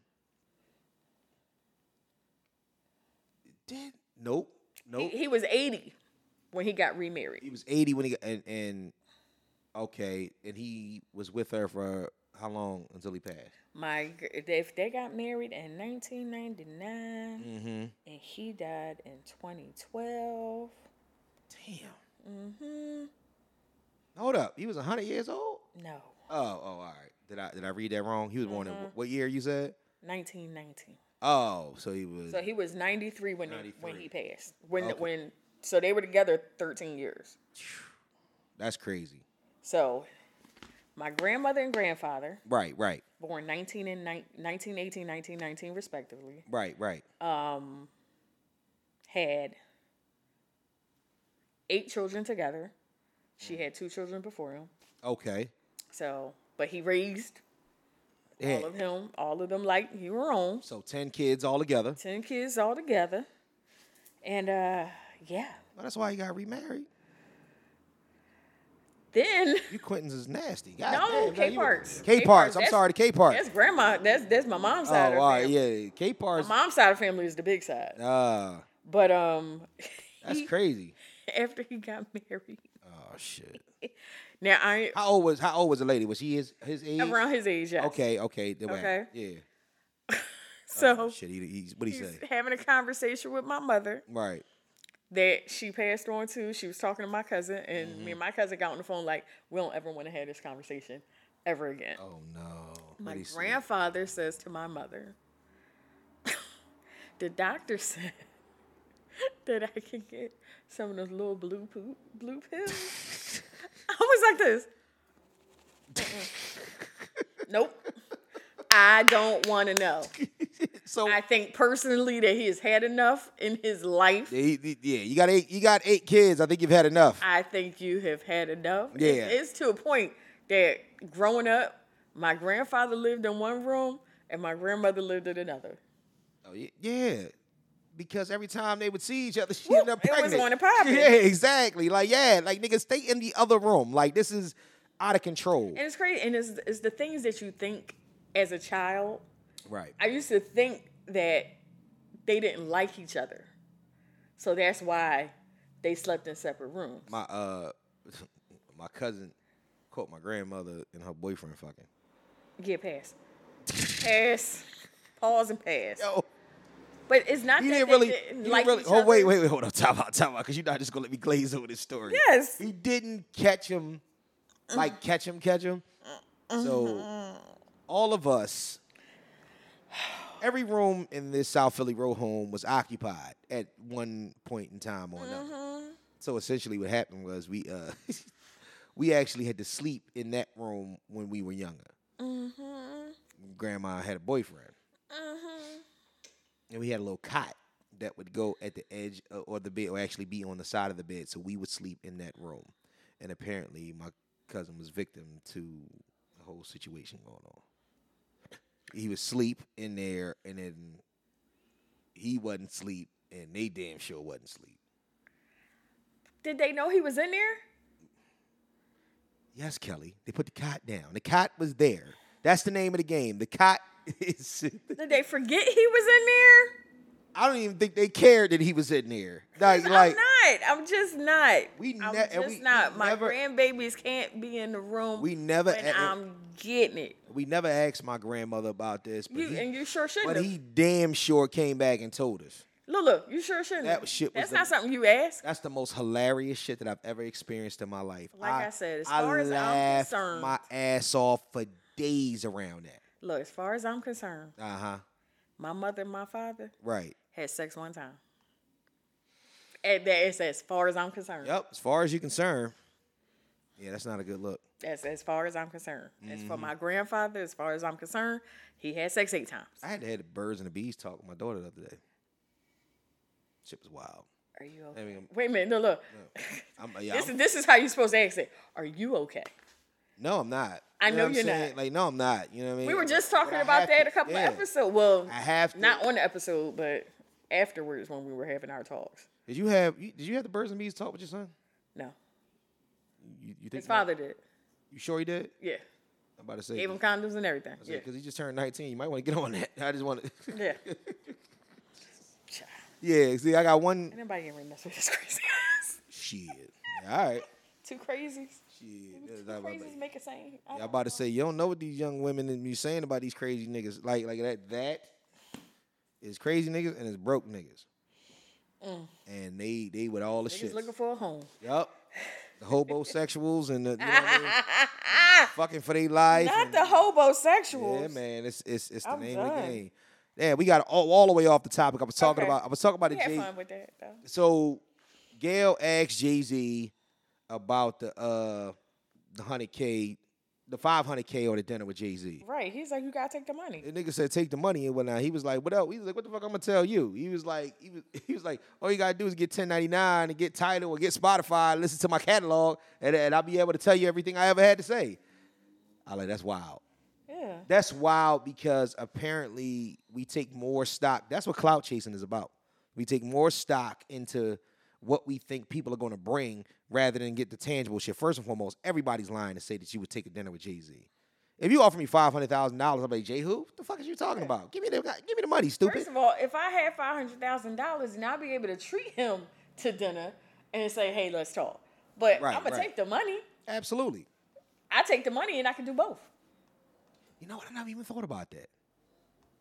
did nope,
He,
nope. He,
he was 80 when he got remarried.
was eighty when he got and, and okay, and he was with her for how long until he passed?
My gr- if they got married in 1999 and he died in 2012.
Damn. Mm-hmm. Hold up, he was hundred years old.
No,
Oh, oh, all right. Did I did I read that wrong? He was born in
Mm-hmm.
wh- what year? You said?
1919.
Oh, so he was.
So he was 93 when he when he passed. When
Okay.
when so they were together 13 years.
that's crazy.
So my grandmother and grandfather
Right, right,
born 19 and 19, 1918 1919 respectively
right, right.
um had eight children together she had two children before him
Okay.
so but he raised
Yeah.
all of him all of them like he were on
So ten kids all together.
10 kids all together and uh yeah
Well, that's why he got remarried.
then
You Quintins is nasty. God
no
damn, man,
K
you-
parts
K parts. I'm
that's-
sorry, K parts.
that's grandma that's that's my mom's
Oh,
side of
all
the
right,
family.
yeah, K parts.
my mom's side of the family is the big side
Uh,
but um
that's
he-
crazy.
after he got married
Oh shit.
Now I
How old was How old was the lady? Was she his his age?
around his age. Yes.
Okay, okay, then what
Okay.
happened? Yeah.
So
Oh, Shit, he, he's what he
he's
say?
having a conversation with my mother
Right.
that she passed on to. She was talking to my cousin, and me
Mm-hmm.
and my cousin got on the phone like, we don't ever want to have this conversation ever again.
Oh no.
my
What'd he say?
grandfather says to my mother, the doctor said that I can get some of those little blue poop, blue pills. I was like this. "Mm-mm. nope. I don't want to know.
So
I think personally that he has had enough in his life.
he- he- yeah, you got eight. You got eight kids. I think you've had enough.
I think you have had enough. It-
Yeah.
It's to a point that growing up, my grandfather lived in one room and my grandmother lived in another.
Oh, y- yeah. Because every time they would see each other, she
Whoop,
ended up
it was
pregnant.
on and popping.
Yeah, exactly. Like, yeah, like nigga, stay in the other room. Like, this is out of control.
And it's crazy. And it's, it's the things that you think as a child.
Right.
I used to think that they didn't like each other. So that's why they slept in separate rooms.
my uh, my cousin caught my grandmother and her boyfriend fucking.
Get past. Pass. Pause and pass.
Yo,
But it's not
he
that
didn't
they
really. He
didn't
didn't
like
really.
each
Oh
other.
wait, wait, wait. Hold on. Time out. Time out. Because you're not just gonna let me glaze over this story.
Yes.
He didn't catch him. Like catch him, catch him. So all of us, every room in this South Philly row home was occupied at one point in time or another.
Mm-hmm.
So essentially, what happened was we uh, we actually had to sleep in that room when we were younger.
Mm-hmm.
Grandma had a boyfriend, and we had a little cot that would go at the edge o- or the bed, or actually be on the side of the bed. So we would sleep in that room. And apparently, my cousin was victim to the whole situation going on. He was sleep in there, and then he wasn't sleep, and they damn sure wasn't sleep.
Did they know he was in there?
Yes, Kelly. They put the cot down. The cot was there. That's the name of the game. The cot is.
Did they forget he was
I don't even think they cared that he was in there. Like,
in there?
like
I'm not. I'm just not.
We
I'm
ne- and
just
we- we
not. My
never-
grandbabies can't be in the room.
We never
When
a- a-
I'm getting it.
we never asked my grandmother about this, but,
You
he,
and you sure shouldn't.
but
have.
he damn sure came back and told us.
Lula, you sure shouldn't.
That
have.
shit was
That's
the-
not something you ask.
That's the most hilarious shit that I've ever experienced in my life.
Like I said, as far as I'm
laughed
concerned-
my ass off for days around that.
Look, as far as I'm concerned,
Uh huh.
my mother and my father
Right.
had sex one time. And that is as far as I'm concerned.
Yep. As far as you're concerned, yeah, that's not a good look.
That's as far as I'm concerned. As for
Mm-hmm.
my grandfather, as far as I'm concerned, he had sex eight times.
I had to have the birds and the bees talk with my daughter the other day. Shit was wild.
Are you
I
okay?
mean,
Wait a minute. No, look.
I'm, yeah,
This
I'm-
is this is how you're supposed to ask it. Are you okay?
no, I'm not.
I know
what I'm
you're
saying?
not.
Like, no, I'm not. You know what I mean?
We were just
But
talking
I
about
have
that
to-
a couple
yeah.
of episodes. Well,
I have to-
not on the episode, but afterwards when we were having our talks.
Did you have? you- Did you have the birds and bees talk with your son?
No,
You, you think
his
about-
father did.
You sure he did?
Yeah,
I'm about to say.
gave him condoms and everything. Yeah,
because he just turned 19. You might want to get on that. I just want to.
yeah.
yeah, see, I got one.
Anybody ever mess with this crazy? ass?
Shit. All right.
Two crazies.
Shit.
Two
That's not my
crazies
bad.
make a same. I
Yeah, I'm
don't-
about to say you don't know what these young women and you saying about these crazy niggas. Like like that that is crazy niggas and it's broke niggas. And they they with all the
Mm. Niggas
shit.
looking for a home.
Yup. The hobosexuals and the you know what I mean? fucking for their life.
Not
and-
the hobosexuals.
yeah, man. It's it's it's the
I'm
name of
done.
the game. Yeah, we got all, all the way off the topic. I was talking
Okay.
about I was talking about
We
the
had
Jay-
fun with that though.
so Gail asked Jay Z about the uh the hundred K, the five hundred K or the dinner with Jay Z.
Right. He's like, you gotta take the money.
The nigga said take the money and whatnot. He was like, what up? He was like, what the fuck I'm gonna tell you? He was like, he was, he was like, all you gotta do is get 1099 and get title or get Spotify, listen to my catalog, and, and I'll be able to tell you everything I ever had to say. I like that's wild.
Yeah.
That's wild because apparently we take more stock. That's what clout chasing is about. We take more stock into what we think people are going to bring rather than get the tangible shit. First and foremost, everybody's lying to say that you would take a dinner with Jay Z. If you offer me five hundred thousand dollars, I'm like Jay, who? What the fuck is you talking about? Give me the give me the money, stupid.
First of all, if I had five hundred thousand dollars, and I'd be able to treat him to dinner and say, "Hey, let's talk," but
Right,
I'm gonna
right.
take the money.
Absolutely.
I take the money, and I can do both.
You know what? I never even thought about that.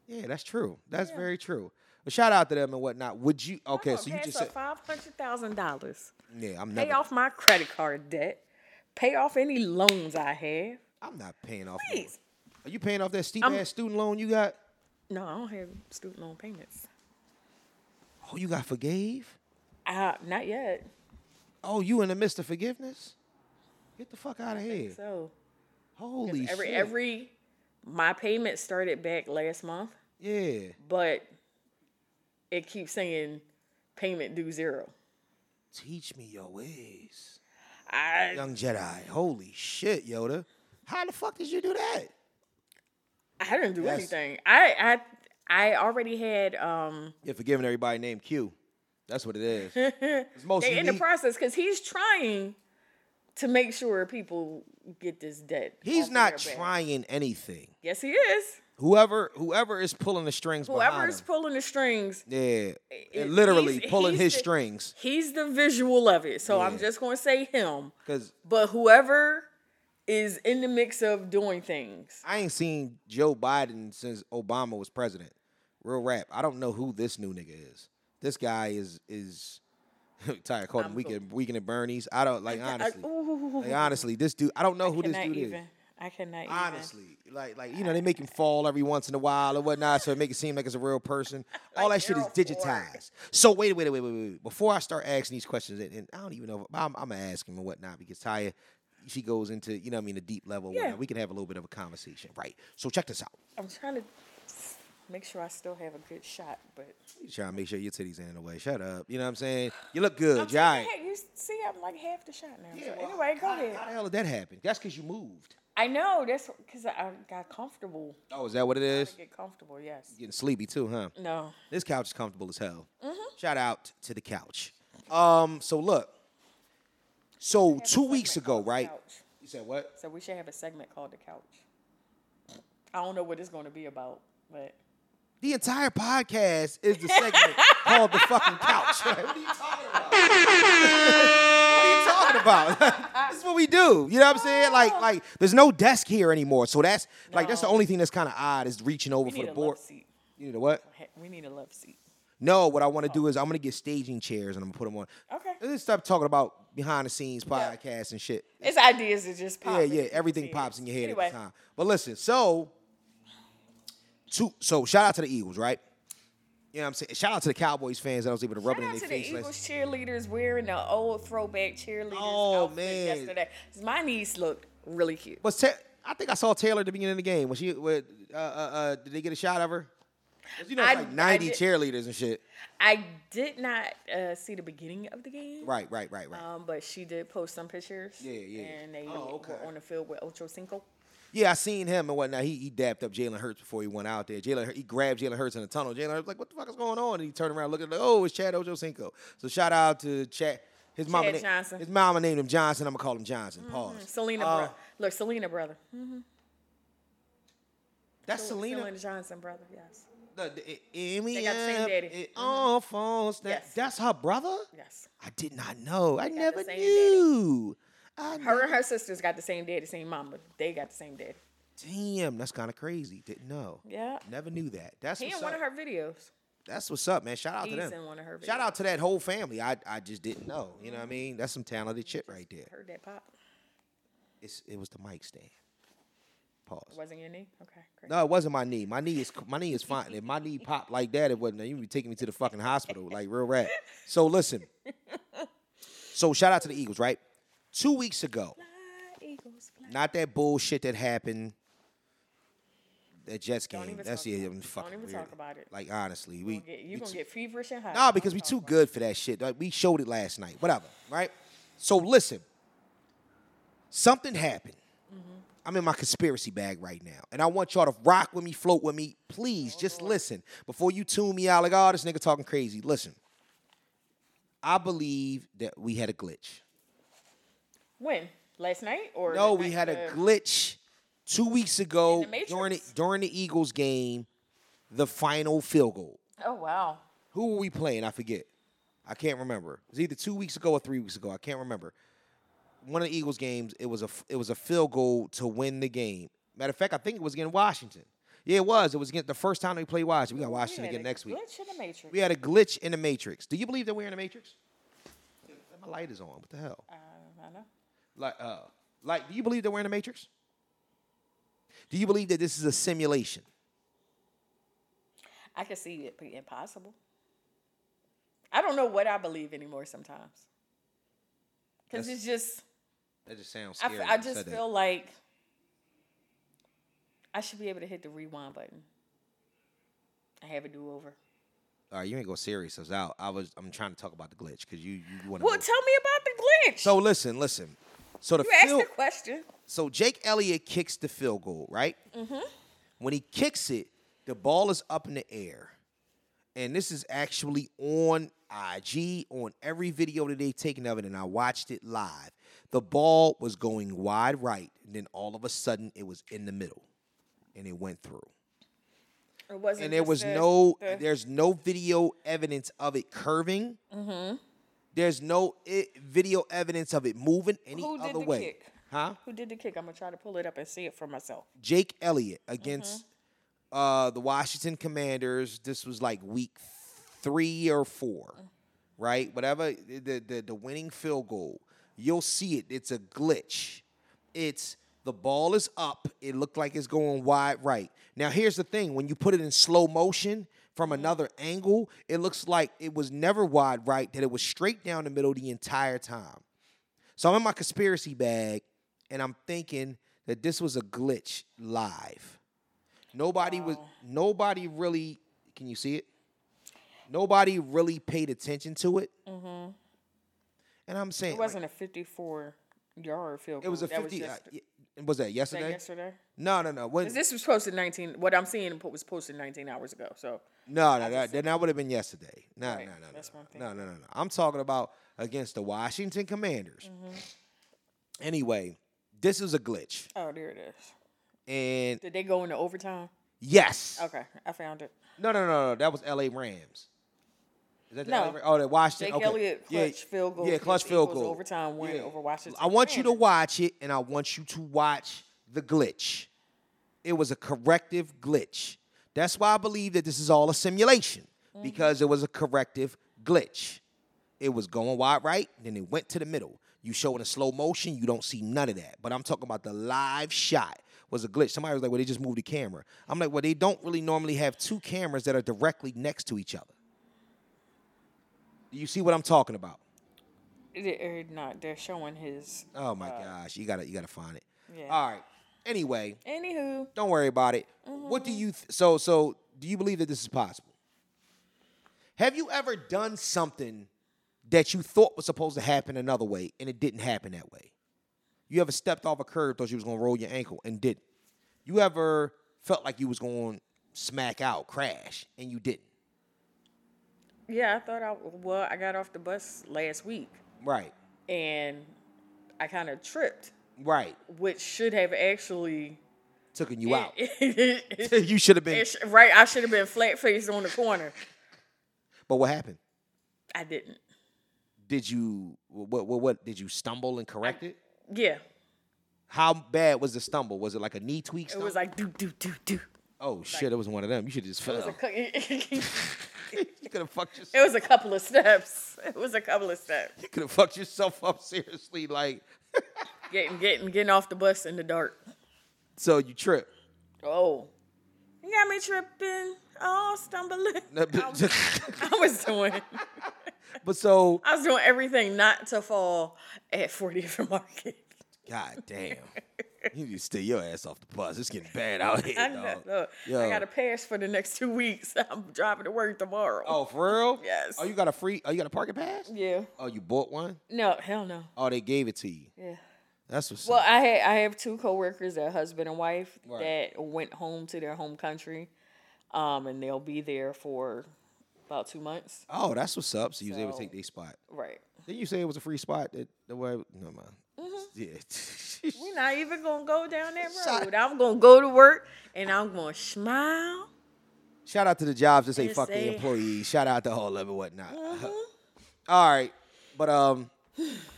Yeah, that's true. That's very true. But shout out to them and whatnot. Would you? Okay, so you just said,
five hundred thousand dollars.
yeah, I'm
Pay
never.
off my credit card debt. Pay off any loans I have.
I'm not paying off. no-
Please.
Are you paying off that steep
I'm-
ass student loan you got?
No, I don't have student loan payments.
Oh, you got forgave?
Uh, not yet.
Oh, you in the midst of forgiveness? Get the fuck out of here!
So
Holy
every
shit!
every my payment started back last month,
yeah,
but it keeps saying payment due zero.
teach me your ways,
I
young Jedi. Holy shit, Yoda! How the fuck did you do that?
I didn't do
Yes.
anything. I I I already had um
You're forgiving everybody named Q. That's what it is. It's most
they in the
unique-
process because he's trying to make sure people get this debt.
He's
off of
not
their back.
trying anything.
Yes, he is.
Whoever whoever is pulling the strings behind
Whoever's
him,
pulling the strings,
yeah,
it-
literally
he's-
pulling
he's
his
the-
strings
he's the visual of it. So I'm just gonna say him.
because
But whoever is in the mix of doing things,
I ain't seen Joe Biden since Obama was president. Real rap. I don't know who this new nigga is. This guy is is tired called him weekend weekend at Bernie's. I don't like honestly.
ooh.
like, honestly, this dude. I don't know who this
cannot
dude
even.
is.
I cannot even.
Honestly, like like you know, they make him fall every once in a while or whatnot, so it make it seem like it's a real person. All that shit is
Gerald Ford.
digitized. So wait, wait, wait, wait, wait, wait. Before I start asking these questions, and, and I don't even know, if, I'm, I'm gonna ask him and whatnot because Taya, she goes into you know what I mean the deep level. Yeah.
Yeah.
we can have a little bit of a conversation, right? So check this out.
I'm trying to make sure I still have a good shot, but
You trying to make sure your titties ain't in the way. Shut up. You know what I'm saying? You look good,
I'm
giant.
taking half- you see, I'm like half the shot now.
Yeah,
So
well,
anyway, go
how-
ahead.
How the hell did that happen? That's because you moved.
I know that's because I got comfortable.
Oh, is that what it is?
Get comfortable, yes.
Getting sleepy too, huh?
No,
This couch is comfortable as hell.
Mm-hmm.
Shout out to the couch. Um, so look. So two weeks ago, right?
couch.
You said what?
So we should have a segment called the couch. I don't know what it's going to be about, but
The entire podcast is the segment called the fucking couch. Like, what are you talking about? what are you talking about? this is what we do. You know what I'm saying?
Oh.
Like, like there's no desk here anymore. So that's like that's the only thing that's kind of odd is reaching over
we
for
need
the
a
board.
love seat.
You know what?
Heck, We need a love seat.
No, what I want to do is I'm gonna get staging chairs and I'm gonna put them on.
Oh. Okay.
Let's stop talking about behind the scenes podcasts and shit.
It's ideas that just pop.
Yeah,
in
yeah.
people's
Everything
heads.
pops in your head
anyway,
at the time. But listen, so two so shout out to the Eagles, right? You know what I'm saying? Shout out to the Cowboys fans that I was able to rub it in
Shout out
their
to the
face. last-
Eagles cheerleaders wearing the old throwback cheerleaders
Oh,
outfit
man.
yesterday. 'Cause My niece looked really cute.
Was Ta- I think I saw Taylor at the beginning of the game. Was she with, uh, uh, uh, did they get a shot of her? 'Cause You know, it's
I-
like
I
90
did-
cheerleaders and shit.
I did not uh, see the beginning of the game.
Right, right, right, right.
Um, but she did post some pictures.
Yeah, yeah.
And they
Oh, okay.
were on the field with Ocho Cinco.
Yeah, I seen him and whatnot. He he dapped up Jalen Hurts before he went out there. Jalen Hur- he grabbed Jalen Hurts in the tunnel. Jalen Hurts like, what the fuck is going on? And he turned around, looking like, oh, it's Chad Ochocinco. So shout out to Chad. His mama, na-
Johnson. Mm-hmm.
his mama named him Johnson. I'm gonna call him Johnson. Pause.
Selena,
Uh,
bro- look, Selena brother.
That's Selena.
Selena Johnson brother. Yes.
The, the, it,
They got the same daddy. Mm-hmm.
It all falls down.
Yes.
That's her brother.
Yes.
I did not know. I never
same daddy.
knew. I
Her and her sisters got the same daddy, same mama. They got the same daddy.
damn, that's kind of crazy. Didn't know.
Yeah.
Never knew that. That's
He
what's
in one
up.
of her videos.
That's what's up, man. Shout out to
He's
them.
in one of her
Shout
videos.
out to that whole family. I, I just didn't know. You know
Mm-hmm.
what I mean? That's some talented shit right there.
Heard that pop.
It's it was the mic stand. Pause.
Wasn't your knee? Okay. Great.
No, it wasn't my knee. My knee is my knee is fine. If my knee popped like that, it wasn't. You'd be taking me to the fucking hospital, like real rap. So listen. So shout out to the Eagles, right? Two weeks ago,
Ah, Eagles fly.
not that bullshit that happened. That Jets game.
Don't even
That's
talk
yeah,
about it.
it was
Don't
fucking
even
weird.
talk about it.
Like honestly, we
You get-
we
You gonna
too-
get feverish and hot.
No, because
Don't
we
talk
too
about it.
good for that shit. Like we showed it last night. Whatever, right? So listen, something happened.
Mm-hmm.
I'm in my conspiracy bag right now, and I want y'all to rock with me, float with me.
Oh,
Please, just listen before you tune me out like, oh, this nigga talking crazy. Listen, I believe that we had a glitch.
When? Last night or
No,
the
we
night-
had a
uh,
glitch two weeks ago
In the
during the,
Matrix?
during the Eagles game, the final field goal.
Oh wow.
Who were we playing? I forget. I can't remember. It was either two weeks ago or three weeks ago. I can't remember. One of the Eagles games, it was a it was a field goal to win the game. Matter of fact, I think it was against Washington. Yeah, it was. It was against the first time they played Washington.
Oh,
We got Washington again next week.
Glitch in the matrix.
We had a glitch in the Matrix. Do you believe that we're in the Matrix? My light is on. What the hell?
Uh, I know.
Like, uh, like, do you believe that we're in the Matrix? Do you believe that this is a simulation?
I can see it be impossible. I don't know what I believe anymore sometimes. Because it's just,
That just sounds
I, f-
scary.
I
when you
just
said that.
feel like I should be able to hit the rewind button. I have a do over.
All right, you ain't go serious. I was out. I was. I'm trying to talk about the glitch because you you, you want
Well, tell me about the glitch.
So listen, listen. So the
you asked
field.
the question.
So Jake Elliott kicks the field goal, right?
Mm-hmm.
When he kicks it, the ball is up in the air. And this is actually on IG, on every video that they've taken of it, and I watched it live. The ball was going wide right, and then all of a sudden it was in the middle and it went through.
Or was it
And there
just
was
the-
no,
the-
there's no video evidence of it curving.
Mm-hmm.
There's no i video evidence of it moving any
Who did
other
the
way.
kick?
Huh?
who did the kick? I'm gonna try to pull it up and see it for myself.
Jake Elliott against uh, the Washington Commanders. This was like week three or four, right? Whatever the the, the winning field goal, you'll see it. It's a glitch. It's the ball is up. It looked like it's going wide right. Now here's the thing: when you put it in slow motion from another angle, it looks like it was never wide right. That it was straight down the middle the entire time. So I'm in my conspiracy bag and I'm thinking that this was a glitch live. Nobody was nobody really can you see it? Nobody really paid attention to it. Mm-hmm. And I'm saying
It
like,
wasn't a 54 yard field goal.
it was a
That
50
just-
uh, y- was that
that
yesterday?
yesterday.
No, no, no. When,
'Cause This was posted 19. What I'm seeing po- was posted 19 hours ago. So
No, no, that, then that would have been yesterday. No,
Right,
no, no, no.
that's what I'm
no, no, no, no. I'm talking about against the Washington Commanders.
Mm-hmm.
Anyway, this is a glitch,
oh, there it is.
and
Did they go into overtime?
yes,
Okay, I found it.
No, no, no, no. That was L.A. Rams. Is that the
No.
LA Ra- oh, the Washington.
Jake
okay.
Elliott
Yeah,
clutch field goal.
Yeah, clutch
which
field
equals
goal.
Overtime win
Yeah.
over Washington.
I want you to
Commanders.
watch it, and I want you to watch the glitch. It was a corrective glitch. That's why I believe that this is all a simulation because it was a corrective glitch. It was going wide right, then it went to the middle. You show it in slow motion, you don't see none of that. But I'm talking about the live shot was a glitch. Somebody was like, "Well, they just moved the camera." I'm like, "Well, they don't really normally have two cameras that are directly next to each other." Do you see what I'm talking about?
They're not. They're showing his.
Oh my gosh, you gotta you gotta find it.
yeah.
All right. Anyway,
Anywho,
don't worry about it. What do
Mm-hmm.
you th- so so? Do you believe that this is possible? Have you ever done something that you thought was supposed to happen another way and it didn't happen that way? You ever stepped off a curb, thought you was gonna roll your ankle and didn't? You ever felt like you was going to smack out, crash, and you didn't?
yeah, I thought I well, I got off the bus last week
Right,
and I kind of tripped,
right.
which should have actually
Taking you out.
It-
you should have been.
it sh- right, I should have been flat faced on the corner.
But what happened?
I didn't.
Did you what? What? What? Did you stumble and correct it?
Yeah,
How bad was the stumble? Was it like a knee tweak?
it
Stumble?
was like do do do do.
oh shit, it was one of them. You should have just fell.
it
you could have fucked yourself.
was a couple of steps. It was a couple of steps.
You could have fucked yourself up seriously. Like
Getting getting getting off the bus in the dark.
so, you trip.
Oh, you got me tripping. Oh, stumbling.
but
I was doing.
so,
I was doing everything not to fall at 40th and Market.
god damn. You need to stay your ass off the bus. It's getting bad out here,
I,
dog.
look, I
Yo.
got a pass for the next two weeks. I'm driving to work tomorrow.
Oh, for real?
Yes.
Oh, you got a free? Oh, you got a parking pass?
Yeah.
Oh, you bought one?
No, hell no.
Oh, they gave it to you.
Yeah.
That's what's
Well,
up.
I had I have two coworkers that are husband and wife
Right.
that went home to their home country, um, and they'll be there for about two months.
Oh, that's what's up. So you was able to take
So-
their spot.
Right.
Didn't you say it was a free spot? That the way? No mind. Yeah.
We're not even gonna go down that
Shut-
road. I'm gonna go to work and I'm gonna smile.
Shout out to the jobs that say
Yes,
fuck the
they-
employees. Shout out to all of it, whatnot. All right, but um,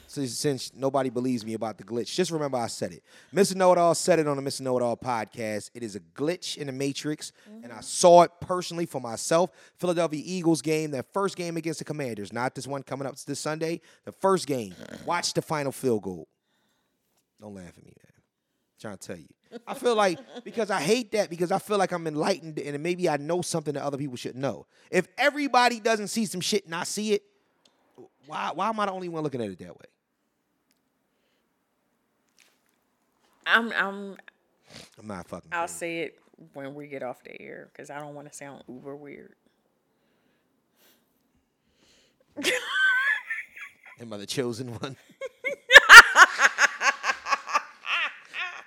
since, since nobody believes me about the glitch, just remember I said it. Mr. Know It All said it on the Mr. Know It All podcast. It is a glitch in the Matrix, and I saw it personally for myself. Philadelphia Eagles game, that first game against the Commanders, not this one coming up this Sunday, the first game. Watch the final field goal. Don't laugh at me, man. trying to tell you. I feel like because I hate that because I feel like I'm enlightened and maybe I know something that other people should know. If everybody doesn't see some shit and I see it, why why am I the only one looking at it that way?
I'm I'm
I'm not fucking.
I'll
kidding.
say it when we get off the air because I don't want to sound uber weird.
Am I the chosen one?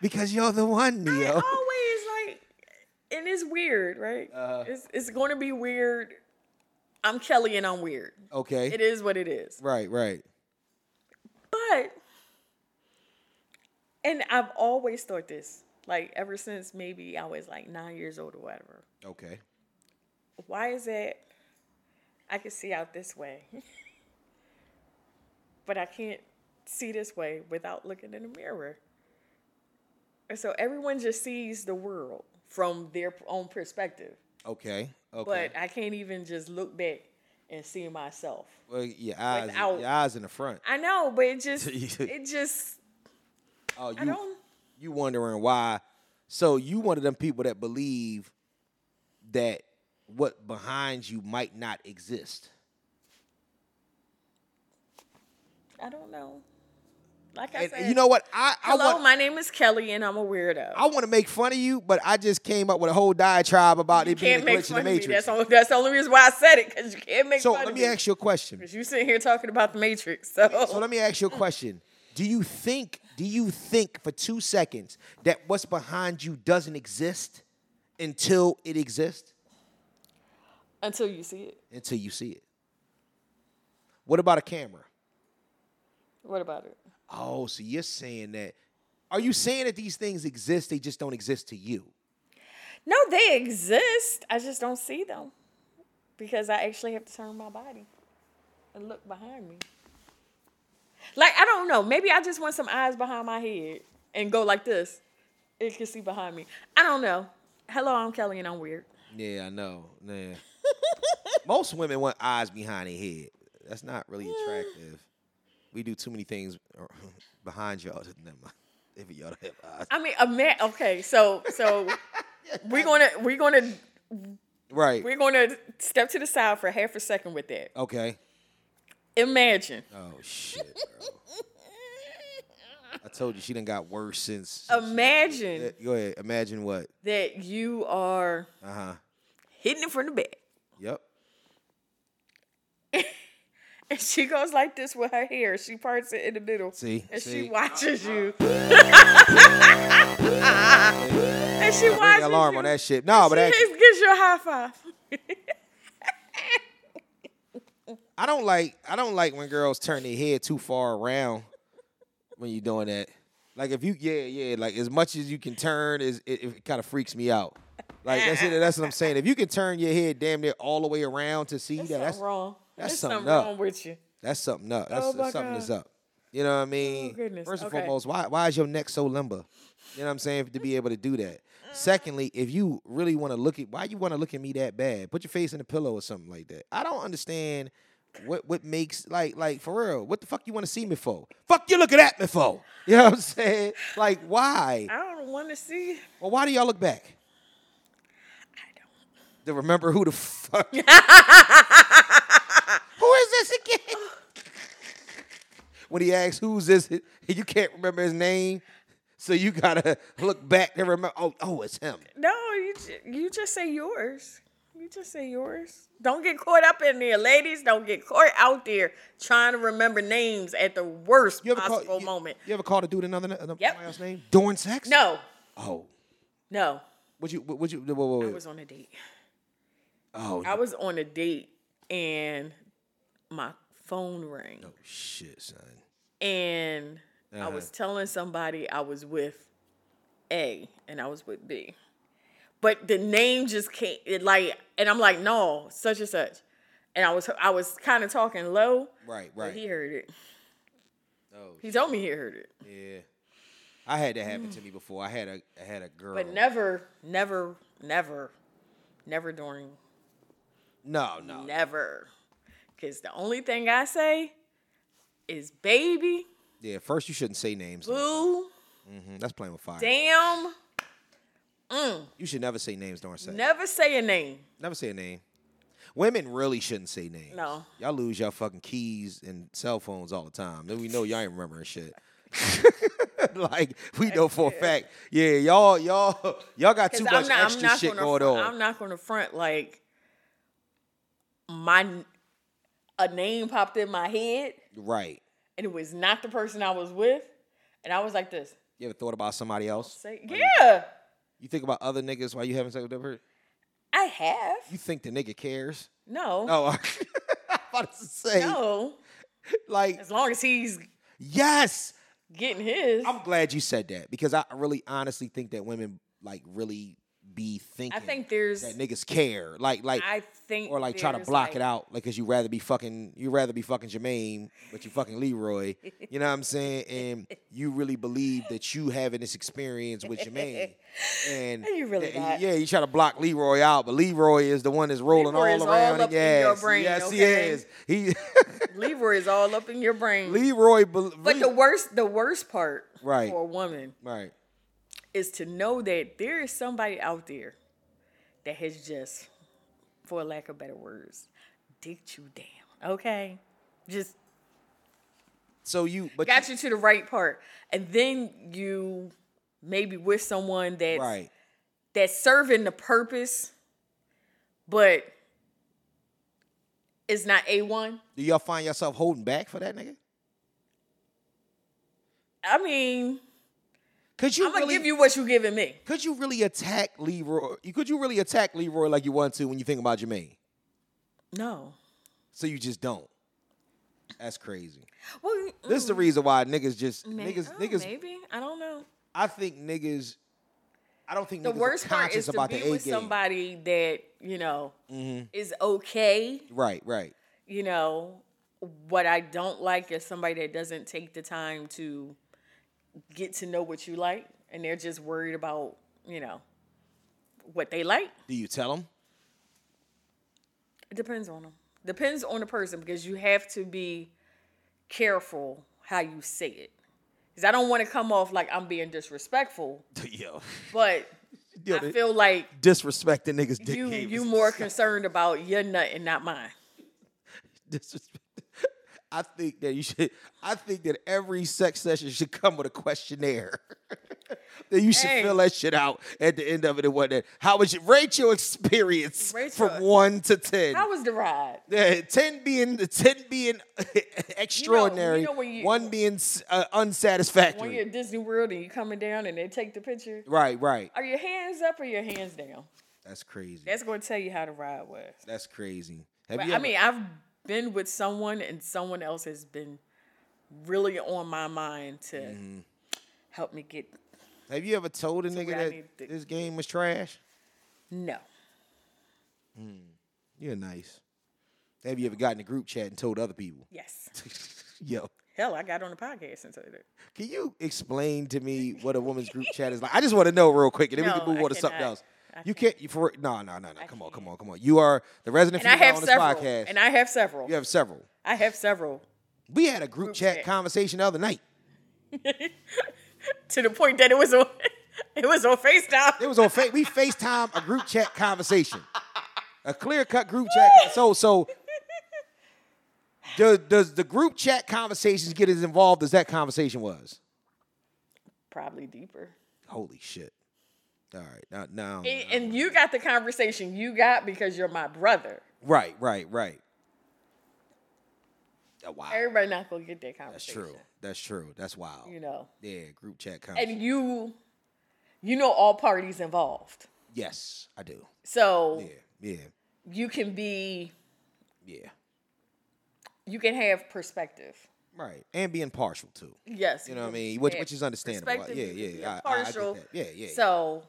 because you're the one, Neo.
Always like, and it's weird, right? it's it's going to be weird. I'm Kelly and I'm weird.
Okay.
It is what it is.
Right, right.
But, and I've always thought this, like ever since maybe I was like nine years old or whatever.
Okay.
Why is it I can see out this way, but I can't see this way without looking in the mirror? And so everyone just sees the world from their own perspective,
Okay. Okay.
but I can't even just look back and see myself.
well, your eyes,
without-
your eyes in the front.
I know, but it just, it just,
Oh,
I
you
don't.
you wondering why? So you one of them people that believe that what behind you might not exist.
I don't know. Like I
And
said,
you know what? I I
Hello,
want
my name is Kelly, and I'm a weirdo.
I want to make fun of you, but I just came up with a whole diatribe about it being
can't
a
make
glitch
fun
in
of
the
me.
matrix.
That's, only, that's the only reason why I said it because you can't make
so
fun
let
of
me
me.
ask you a question.
'Cause you sitting here talking about the Matrix, so,
So let me ask you a question. Do you think, do you think for two seconds that what's behind you doesn't exist until it exists?
until you see it,
Until you see it. What about a camera?
what about it?
Oh, so you're saying that. Are you saying that these things exist, they just don't exist to you?
No, they exist. I just don't see them because I actually have to turn my body and look behind me. Like I don't know. Maybe I just want some eyes behind my head and go like this. It can see behind me. I don't know. Hello, I'm Kelly, and I'm weird.
Yeah, I know. Yeah. Most women want eyes behind their head. That's not really attractive. We do too many things uh, behind y'all. Never mind. If y'all don't have eyes.
I mean, a man. Okay, so so we're gonna we're gonna
Right.
we're gonna step to the side for half a second with that.
Okay.
Imagine
Oh shit, bro. Oh. I told you she done got worse since.
Um, imagine
Go ahead. Imagine what?
that you are
Uh huh.
hitting it from the back,
Yep.
and she goes like this with her hair. She parts it in the middle,
See,
and
see.
she watches you. and she watches
Ring alarm
you.
on that shit. No, but
She
that,
just gives you a high five.
I don't like. I don't like when girls turn their head too far around when you're doing that. Like if you, yeah, yeah. Like as much as you can turn is, it, it kind of freaks me out. Like that's it. That's what I'm saying. If you can turn your head damn near all the way around to see that, that's
something wrong.
that's
There's
something
something
up.
wrong with you.
That's something up. That's
Oh my
something
God. Oh,
that's up. You know what I mean?
goodness.
First and
Okay.
foremost, why why is your neck so limber? You know what I'm saying? To be able to do that. Secondly, if you really want to look at why you want to look at me that bad, put your face in the pillow or something like that. I don't understand what what makes like like for real. What the fuck you want to see me for? Fuck you looking at me for? You know what I'm saying? Like why?
I don't want to see.
Well, why do y'all look back?
I don't.
To remember who the fuck? who is this again? when he asks who's this, you can't remember his name, so you gotta look back to remember. Oh, oh, it's him.
No, you ju- you just say yours. You just say yours. Don't get caught up in there, ladies. Don't get caught out there trying to remember names at the worst
You ever
possible
call, you-
moment.
You, ever called a dude another another
Yep.
somebody else's name during sex?
No,
Oh,
no.
would you? Would you? Whoa, whoa,
I
whoa.
was on a date.
Oh,
I was on a date and my phone rang
shit, son.
and I
Uh-huh.
was telling somebody I was with A and I was with B. But the name just came it like and I'm like, no, such and such. And I was I was kind of talking low.
Right, Oh,
But
right.
he heard it. He told me he heard it,
Yeah. I had that happen to me before. I had a I had a girl.
but never, never, never, never during,
no, no.
never, because the only thing I say is baby,
Yeah, first you shouldn't say names.
boo,
Mhm, That's playing with fire.
damn.
You should never say names during sex.
Never say a name.
Never say a name. Women really shouldn't say names.
No.
Y'all lose y'all fucking keys and cell phones all the time. Then we know y'all ain't remembering shit. like we know for a fact. Yeah, y'all, y'all, y'all got too
Because
much
I'm not,
extra
I'm not
shit
gonna
going
front,
on.
I'm not going to front like my n- a name popped in my head
Right.
and it was not the person I was with, and I was like this.
You ever thought about somebody else?
Say, yeah,
You think about other niggas while you having sex with them? person?
I have.
You think the nigga cares?
No,
No.
no,
I am about to say. Like,
As long as he's
yes.
getting his,
I'm glad you said that because I really honestly think that women like really be thinking.
I think there's.
that niggas care. Like like
I think
or like try to
there's,
block
like-
it out. Like cause you rather be fucking you rather be fucking Jermaine, but you fucking Leroy. You know what I'm saying? And you really believe that you having this experience with Jermaine. And
You really
yeah,
not.
yeah, you try to block Leroy out, but Leroy is the one that's rolling
Leroy
all
is all
around
up in your
yes,
brain,
Yes,
okay?
he is. He
Leroy is all up in your brain.
Leroy bel-
but the worst, the worst part
Right.
for a woman
Right.
is to know that there is somebody out there that has just, for lack of better words, dicked you down. Okay, just
So you but
got you to the right part, and then you maybe with someone that's
right.
that's serving the purpose, but it's not a one.
Do y'all find yourself holding back for that nigga?
I mean,
Could you
I'm gonna
really
give you what you giving me.
Could you really attack Leroy? Could you really attack Leroy like you want to when you think about Jermaine?
No.
So you just don't. That's crazy.
Well,
This is the reason why niggas just
may-
niggas
oh,
niggas.
maybe I don't know.
I think niggas. I don't think
The
niggas
worst
are
part
conscious
is to
about
be
the A
with
game. Mm-hmm.
somebody that you know is okay.
Right, right,
You know what I don't like is somebody that doesn't take the time to get to know what you like, and they're just worried about you know what they like.
Do you tell them?
It depends on them. Depends on the person because you have to be careful how you say it. Because I don't want to come off like I'm being disrespectful,
Yo,
but
yo
I
the
feel like
disrespect the niggas. Dick
you
game
you
is
more concerned about your nut and not mine.
disrespect. I think that you should. I think that every sex session should come with a questionnaire. that you should
Hey.
fill that shit out at the end of it and whatnot. How would you rate your experience
Rate your-
from one to ten?
How was the ride?
Yeah, ten being ten being extraordinary,
know when you-
one being s- uh,
When you're
unsatisfactory.
at Disney World and you're coming down and they take the picture,
Right, right.
are your hands up or your hands down?
That's crazy. That's,
That's going to tell you how the ride was.
crazy. Have
But,
you
I
ever-
mean, I've been with someone and someone else has been really on my mind to
Mm-hmm.
help me get
have you ever told a
where I
nigga
need
that
to-
this game was trash?
no.
You're nice. Have you ever gotten a group chat and told other people?
Yes.
Yo,
Hell, I got on the podcast and said it.
can you explain to me what a woman's group chat is like? I just want to know real quick, and then we
No,
can move
I
on to something
cannot.
else. You can't. You for no, no, no, no. Come on, come on, come on. You are the resident
And I
female
have
on this
several.
podcast.
And I have several.
you have several.
I have several.
We had a group, chat,
chat.
conversation the other night.
To the point that it was on it was on FaceTime.
It was on fa- we FaceTime a group chat conversation. A clear cut group chat. con- So so does, does the group chat conversations get as involved as that conversation was?
Probably deeper.
Holy shit. All right. Now, now
And- And you got the conversation you got because you're my brother.
right, right, right. Oh, wow.
Everybody not gonna get that
That's
conversation.
true. That's true. That's wild.
You know.
Yeah, group chat
And
conversation.
you you know all parties involved.
Yes, I do.
So
Yeah, yeah,
you can be
yeah.
you can have perspective.
Right. And being partial too.
Yes.
You know what I
can
mean? Which,
have
which is understandable. Yeah,
perspective, you can be
yeah. I- I- I get
Partial.
that. Yeah, yeah. yeah.
So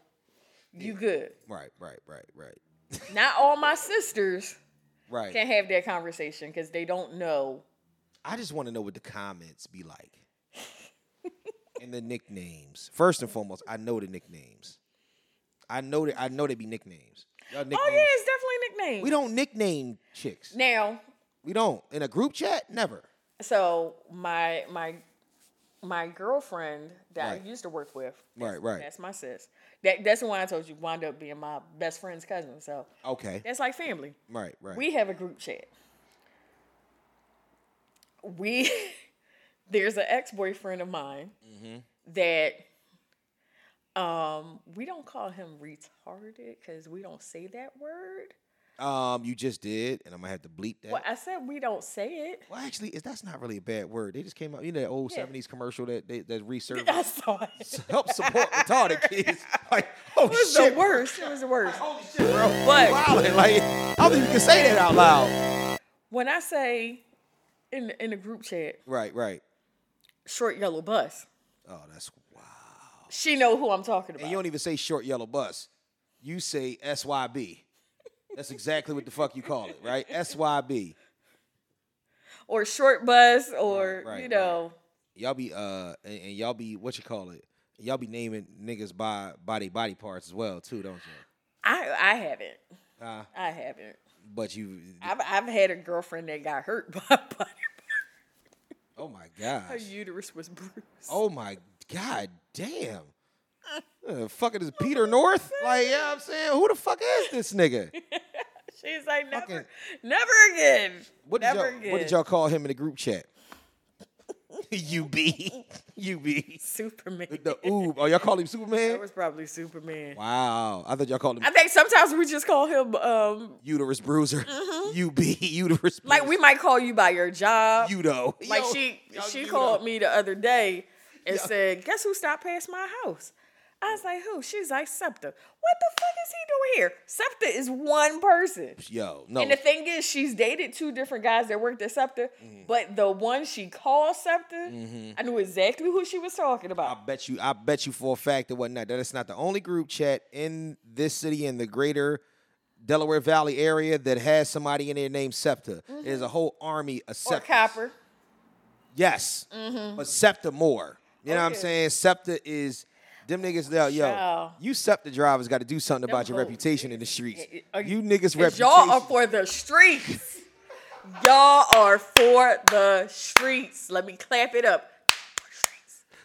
you good.
Right, right, right, right,
Not all my sisters
right.
can have that conversation because they don't know.
I just want to know what the comments be like. and the nicknames. First and foremost, I know the nicknames. I know that I know they be nicknames. Y'all
Oh
nicknames-
yeah, it's definitely a nickname.
We don't nickname chicks.
now.
We don't. In a group chat, never.
So my my my girlfriend that
Right.
I used to work with.
Right, right.
That's my sis. That that's the one I told you wound up being my best friend's cousin. So
Okay.
that's like family.
Right, right.
We have a group chat. We there's an ex boyfriend of mine
Mm-hmm.
that um we don't call him retarded because we don't say that word.
um, you just did, and I'm gonna have to bleep that.
Well, I said we don't say it.
Well, actually, is that's not really a bad word. They just came out, you know, that old
Yeah.
'70s commercial that they, that
I
resurfaced.
saw it.
Help support retarded kids. Like, oh
It was
shit,
the worst. It was the worst.
holy shit, bro.
But-
Wildin', like, I don't think you can say that out loud.
When I say in in the group chat,
Right, right.
short yellow bus,
Oh, that's wow.
she know who I'm talking
And
about.
you don't even say short yellow bus. You say SYB. That's exactly what the fuck you call it, right? SYB.
or short bus, or
Right, right,
you know,
Y'all be uh and, and y'all be what you call it. Y'all be naming niggas by body body parts as well too, don't you?
I I haven't,
Uh,
I haven't.
but you
I've I've had a girlfriend that got hurt by a body.
Oh my
Her
gosh.
uterus was bruised.
Oh my god damn. Uh, fucking is Peter North? Like, yeah, I'm saying, who the fuck is this nigga?
She's like never,
fucking-
never again.
What did, y'all,
never again.
what did y'all call him in the group chat? UB. UB.
Superman.
The oob. Oh, y'all call him Superman?
That was probably Superman.
Wow. I thought y'all called him
I think sometimes we just call him. um
uterus bruiser. UB uterus bruiser.
Mm-hmm. Like we might call you by your job.
Udo.
Like
Yo,
she
yo,
she
Udo.
called me the other day and said, "Guess who stopped past my house?" I was like, "Who?" She's like, "Septa." What the fuck is he doing here? Septa is one person.
Yo, no.
And the thing is, she's dated two different guys that worked at Septa,
Mm-hmm.
but the one she called Septa, I knew exactly who she was talking
I
about.
bet you I bet you for a fact that whatnot that it's not the only group chat in this city in the greater Delaware Valley area that has somebody in there named Septa. There's a whole army of
Mm-hmm. Or
Septas.
Copper.
Yes. But Septa more. You know what I'm
Okay.
saying? Septa is them niggas that yo,
Child.
you Septa drivers got to do something about your
hoes.
reputation in the streets.
Are
you niggas
'Cause
reputation.
Y'all are for the streets. Y'all are for the streets. Let me clap it up.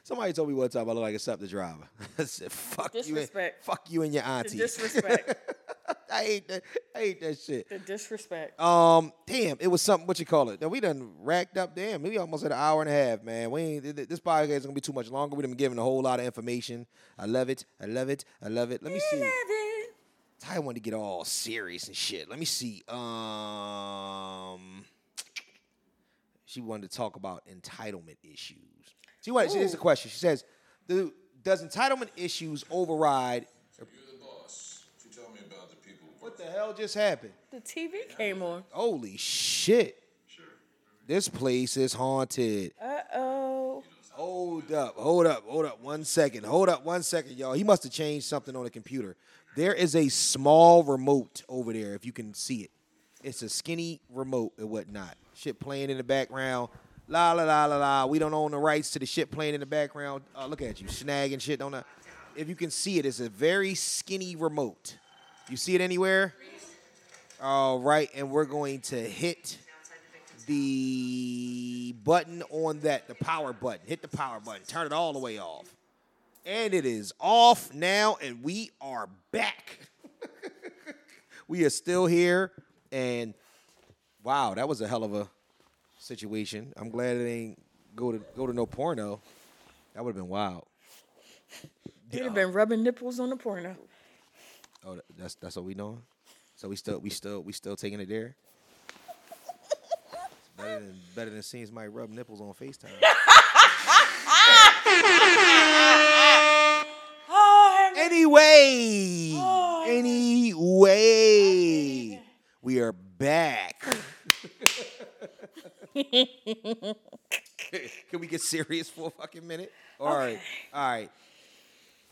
Somebody told me one time I look like a Septa driver. I said, fuck you. And,
Disrespect.
fuck you and your auntie.
Disrespect.
I hate that. I hate that shit.
The disrespect.
Um, damn, it was something. What you call it? Now we done racked up. Damn, we almost at an hour and a half, man. We ain't, th- th- this podcast is gonna be too much longer. We done given a whole lot of information. I love it. I love it. I love it. Let me see.
Eleven.
I wanted to get all serious and shit. Let me see. Um, she wanted to talk about entitlement issues. She wanted. She, here's a question. She says, "Do does entitlement issues override?"
You're the boss. She told me about the people.
What the hell just happened?
The TV came on.
Holy shit! This place is haunted.
Uh oh.
Hold up, hold up, hold up. One second, hold up, one second, y'all. He must have changed something on the computer. There is a small remote over there, if you can see it. It's a skinny remote and whatnot. Shit playing in the background. La la la la la. We don't own the rights to the shit playing in the background. Uh, look at you, snagging shit. Don't. I- If you can see it, it's a very skinny remote. You see it anywhere? All right, and we're going to hit the button on that, the power button. Hit the power button. Turn it all the way off. And it is off now, and we are back. we are still here, and wow, that was a hell of a situation. I'm glad it ain't go to go to no porno. That would have been wild.
He'd have been rubbing nipples on the porno.
Oh, tha- that's that's what we doing. So we still we still we still taking it there. It's better than better than seeing somebody rub nipples on Facetime.
Oh, Henry.
anyway, anyway, we are back. Can we get serious for a fucking minute? All right, all right.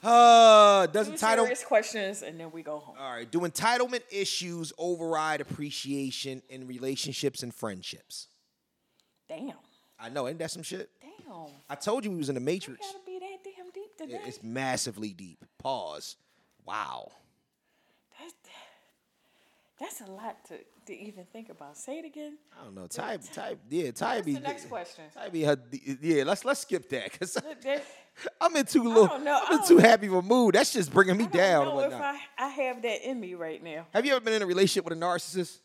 Uh, does
Two
title?
serious questions, and then we go home.
All right. Do entitlement issues override appreciation in relationships and friendships?
Damn.
I know, ain't that some shit?
Damn.
I told you we was in the
You
Matrix.
gotta be that deep today.
It- It's massively deep. Pause. Wow.
That's, that's a lot to, to even think about. Say it again.
I don't know. Ty, Ty, yeah, Ty be.
the next question?
Ty be her, yeah, let's let's skip that because
That-
I'm in too low.
don't know.
I'm in
I
too
don't-
happy of a mood. That's just bringing me
I don't
down. and
know if
whatnot.
I, I have that in me right now.
Have you ever been in a relationship with a narcissist?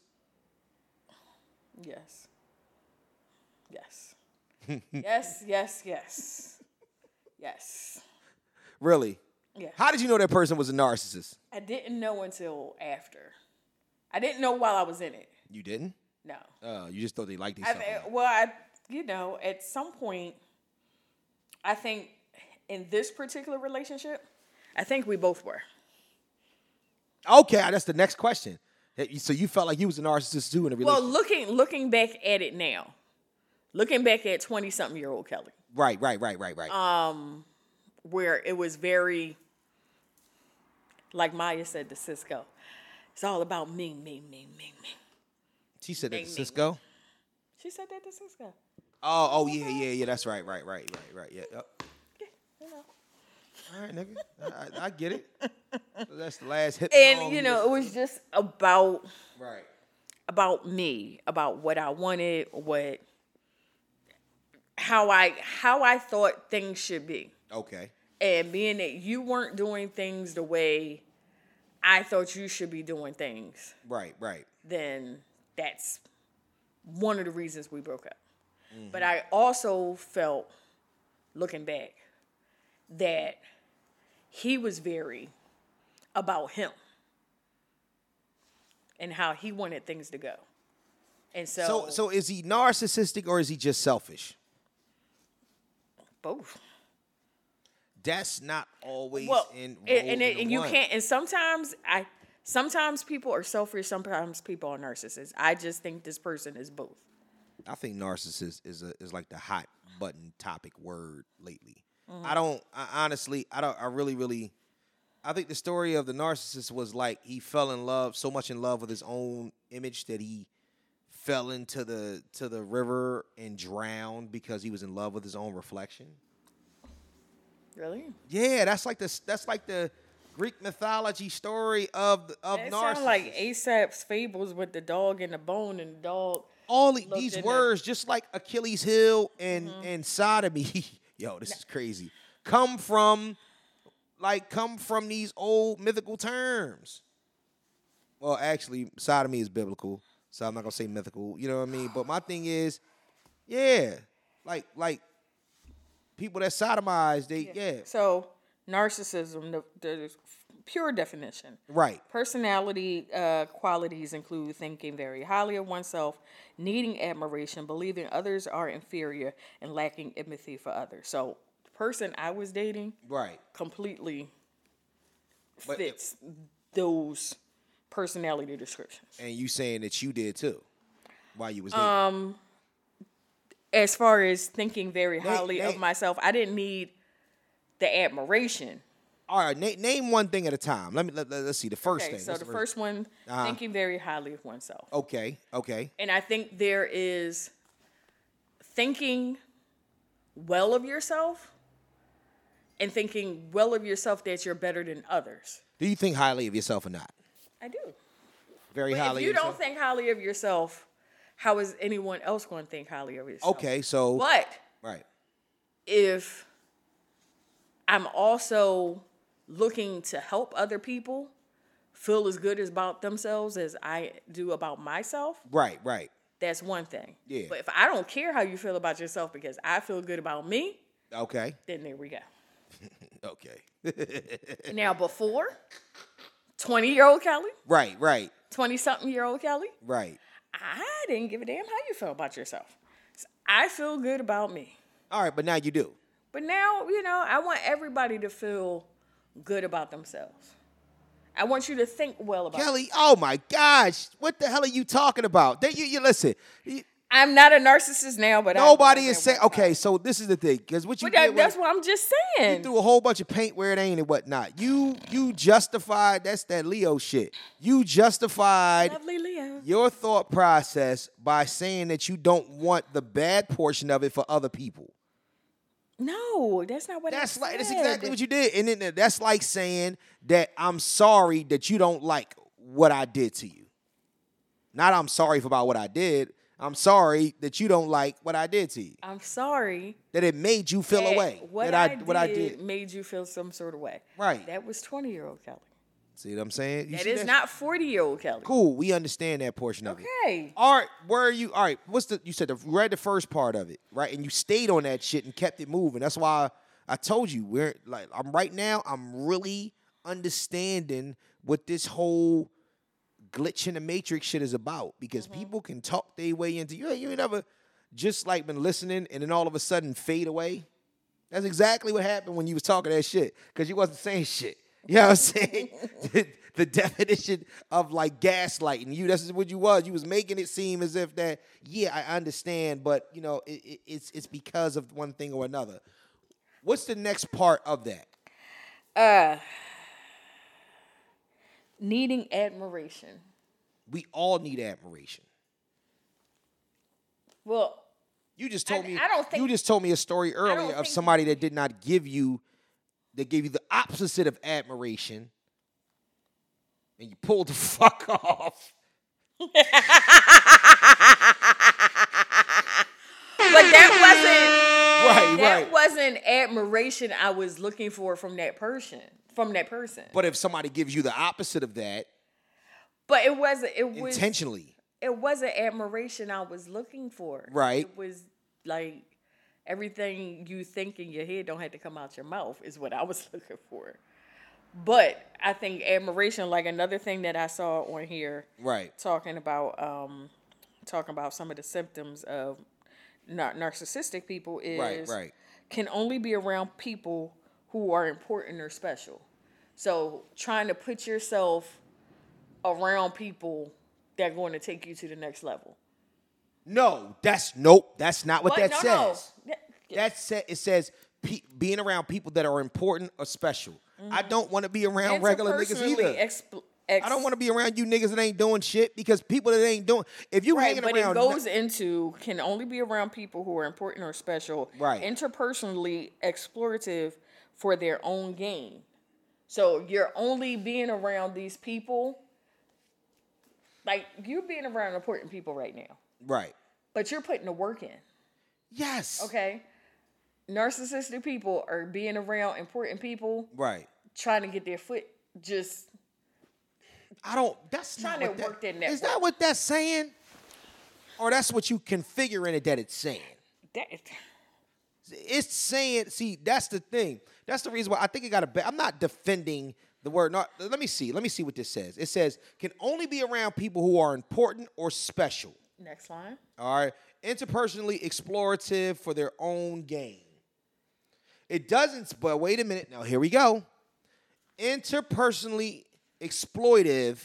Yes. Yes. yes, yes, yes. Yes.
Really?
Yes.
How did you know that person was a narcissist?
I didn't know until after. I didn't know while I was in it.
You didn't.
No.
Uh, you just thought they liked each
I,
other.
I- well, I, you know, at some point, I think in this particular relationship, I think we both were.
Okay, ah, that's the next question. That you- So you felt like you was a narcissist too in a
Well,
relationship?
looking looking back at it now, looking back at twenty something year old Kelly,
right, right, right, right, right.
um, where it was very, like Maya said to Cisco, it's all about me, me, me, me, me.
she said that to
Ding, ding.
Cisco.
She said that to Cisco.
Oh, oh yeah, yeah, yeah. That's right, right, right, right, right. Yeah. Yep. All right, nigga. I- I, I get it. That's the last hit. song
And you
he
know, it
listened-
was just about
right.
about me, about what I wanted, what how I how I thought things should be.
Okay.
And being that you weren't doing things the way I thought you should be doing things,
Right, right.
then that's one of the reasons we broke up. But I also felt looking back that he was very about him and how he wanted things to go. And
So, so is he narcissistic or is he just selfish?
both.
That's not always
Well,
in. rolled
and, and, it-
into
and you
one.
can't. And sometimes I, sometimes people are selfish. Sometimes people are narcissists. I just think this person is both.
I think narcissist is a, is like the hot button topic word lately. I don't I honestly I don't I really really I think the story of the narcissist was like he fell in love so much in love with his own image that he fell into the to the river and drowned because he was in love with his own reflection.
Really?
Yeah, that's like the that's like the Greek mythology story of of
It
narcissist.
sounds like Aesop's fables with the dog and the bone and the dog.
all the-
looked
these
in
words, just like Achilles heel and
Mm-hmm.
and sodomy, yo, this is crazy. Come from, like, come from these old mythical terms. Well, actually, sodomy is biblical, so I'm not gonna say mythical. You know what I mean? But my thing is, yeah, like like people that sodomize, they yeah,
So narcissism, the, the pure definition.
right,
Personality uh, qualities include thinking very highly of oneself, needing admiration, believing others are inferior, and lacking empathy for others. So, the person I was dating
right.
completely
But-
fits those personality descriptions.
And you saying that you did too, while you was dating.
Um, As far as thinking very highly
they-
of myself, I didn't need the admiration.
All right, na- name one thing at a time. Let me let, let, us see the Uh-huh. first
Okay,
thing.
so
What's
the first one, thinking very highly of oneself.
Okay, okay.
And I think there is thinking well of yourself and thinking well of yourself that you're better than others.
Do you think highly of yourself or not?
I do.
Very
But
highly.
if you
of
don't
yourself?
think highly of yourself, how is anyone else going to think highly of yourself?
Okay, so
But
right,
if I'm also looking to help other people feel as good as about themselves as I do about myself,
right, right.
that's one thing.
Yeah.
But if I don't care how you feel about yourself because I feel good about me,
Okay,
then there we go.
okay.
now before 20 year old Kelly,
Right, right,
20 something year old Kelly,
right.
I didn't give a damn how you feel about yourself. So I feel good about me.
All right, but now you do.
But now, you know, I want everybody to feel good about themselves. I want you to think well about
Kelly, oh my gosh, what the hell are you talking about? That you, you listen. you-
I'm not a narcissist now, but I
nobody
was
is
at
saying.
one time.
Okay, so this is the thing because what you
But
did
that,
was-
that's what I'm just saying.
you threw a whole bunch of paint where it ain't and whatnot. You you justified that's that Leo shit. You justified
Lovely Leo.
your thought process by saying that you don't want the bad portion of it for other people.
No, that's not what I
That's like that's
said.
exactly what you did, and then uh, that's like saying that I'm sorry that you don't like what I did to you. Not I'm sorry for about what I did. I'm sorry that you don't like what I did to you.
I'm sorry.
That it made you feel
that
away.
What
that
I,
what I did.
made you feel some sort of way.
Right.
That was 20 year old Kelly.
See what I'm saying? You
That
see
is
that?
not 40 year old Kelly.
cool. We understand that portion of it.
Okay.
All right, where are you? All right, what's the? You said the, you read the first part of it, right? And you stayed on that shit and kept it moving. That's why I told you we're like I'm right now. I'm really understanding what this whole glitch in the matrix shit is about because people can talk their way into you. You ain't never just like been listening and then all of a sudden fade away. That's exactly what happened when you was talking that shit because you wasn't saying shit. You know what I'm saying? the, the definition of like gaslighting you. That's what you was. You was making it seem as if that yeah I understand, but you know it, it, it's it's because of one thing or another. What's the next part of that?
Uh, needing admiration.
We all need admiration.
Well,
You just told
I-
me.
I don't think-
you just told me a story earlier
think
of
you-
somebody that did not give you, that gave you the opposite of admiration, and you pulled the fuck off.
but that wasn't
Right,
that
right.
wasn't admiration I was looking for from that person. From that person. But,
But if somebody gives you the opposite of that
it wasn't it was
intentionally,
it wasn't admiration I was looking for.
Right.
It was like everything you think in your head don't have to come out your mouth is what I was looking for. But I think admiration, like another thing that I saw on here,
right?
talking about um, talking about some of the symptoms of nar- narcissistic people is
Right, right.
can only be around people who are important or special. So trying to put yourself around people that are going to take you to the next level.
No, that's nope. That's not what that
no,
says.
no.
That said, it says pe- being around people that are important or special. I
Mm-hmm.
don't want to be around regular niggas
Interpersonally
either.
expl- ex-
I don't want to be around you niggas that ain't doing shit because people that ain't doing. If you
Right,
hanging
but
around,
it
no-
goes into can only be around people who are important or special,
Right.
interpersonally explorative for their own gain. So you're only being around these people, like you're being around important people right now,
right?
but you're putting the work in.
Yes.
Okay, narcissistic people are being around important people,
Right.
trying to get their foot just
I don't. That's
Trying
not
to
what that-
work that
Is that
network.
what that's saying, or that's what you configuring it that it's saying?
that.
It's saying. See, that's the thing. That's the reason why I think it got a. Ba- I'm not defending the word. Not, let me see. Let me see what this says. It says can only be around people who are important or special.
Next line.
All right. Interpersonally explorative for their own gain. It doesn't, but wait a minute. Now, here we go. Interpersonally exploitive.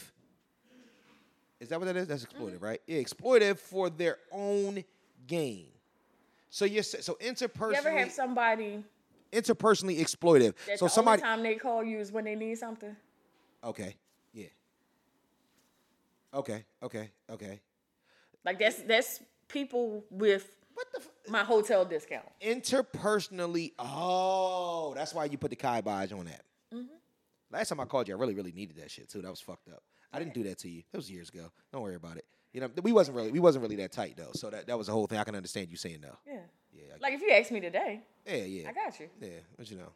Is that what that is? That's exploitive,
Mm-hmm.
right? Yeah, exploitive for their own gain. So you're sa- so interpersonally
You ever have somebody
interpersonally exploitive.
that
So
the
somebody
only time they call you is when they need something?
Okay. Yeah. Okay. Okay. Okay.
Like that's that's people with
What the f-
my hotel discount.
interpersonally. Oh, that's why you put the kibosh on that.
Mm-hmm.
Last time I called you, I really, really needed that shit too. That was fucked up. I didn't do that to you. That was years ago. Don't worry about it. You know, we wasn't really, we wasn't really that tight though. So that, that was the whole thing. I can understand you saying no.
Yeah.
Yeah,
Like if you ask me today,
I, yeah, yeah.
I got you.
Yeah, but you know,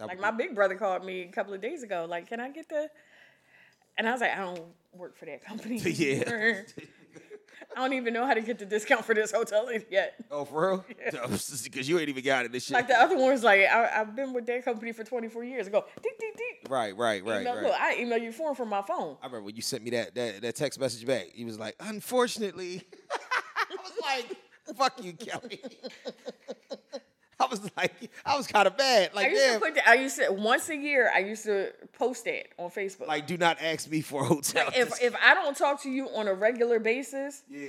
I-
Like my big brother called me a couple of days ago. Like, can I get the? And I was like, I don't work for that company.
Yeah.
I don't even know how to get the discount for this hotel yet.
Oh, for real? Because you ain't even got it. This shit.
Like the other one was like, I, I've been with that company for 24 years. I go, deep, deep, deep.
right, right, right,
Email-
right.
Look, I email you form from my phone.
I remember when you sent me that that, that text message back. He was like, "Unfortunately," I was like, "Fuck you, Kelly." I was like, I was kind of bad.
I
Like,
used to
damn,
put. The, I used to once a year. I used to post that on Facebook.
like, do not ask me for a hotel.
if if I don't talk to you on a regular basis,
yeah,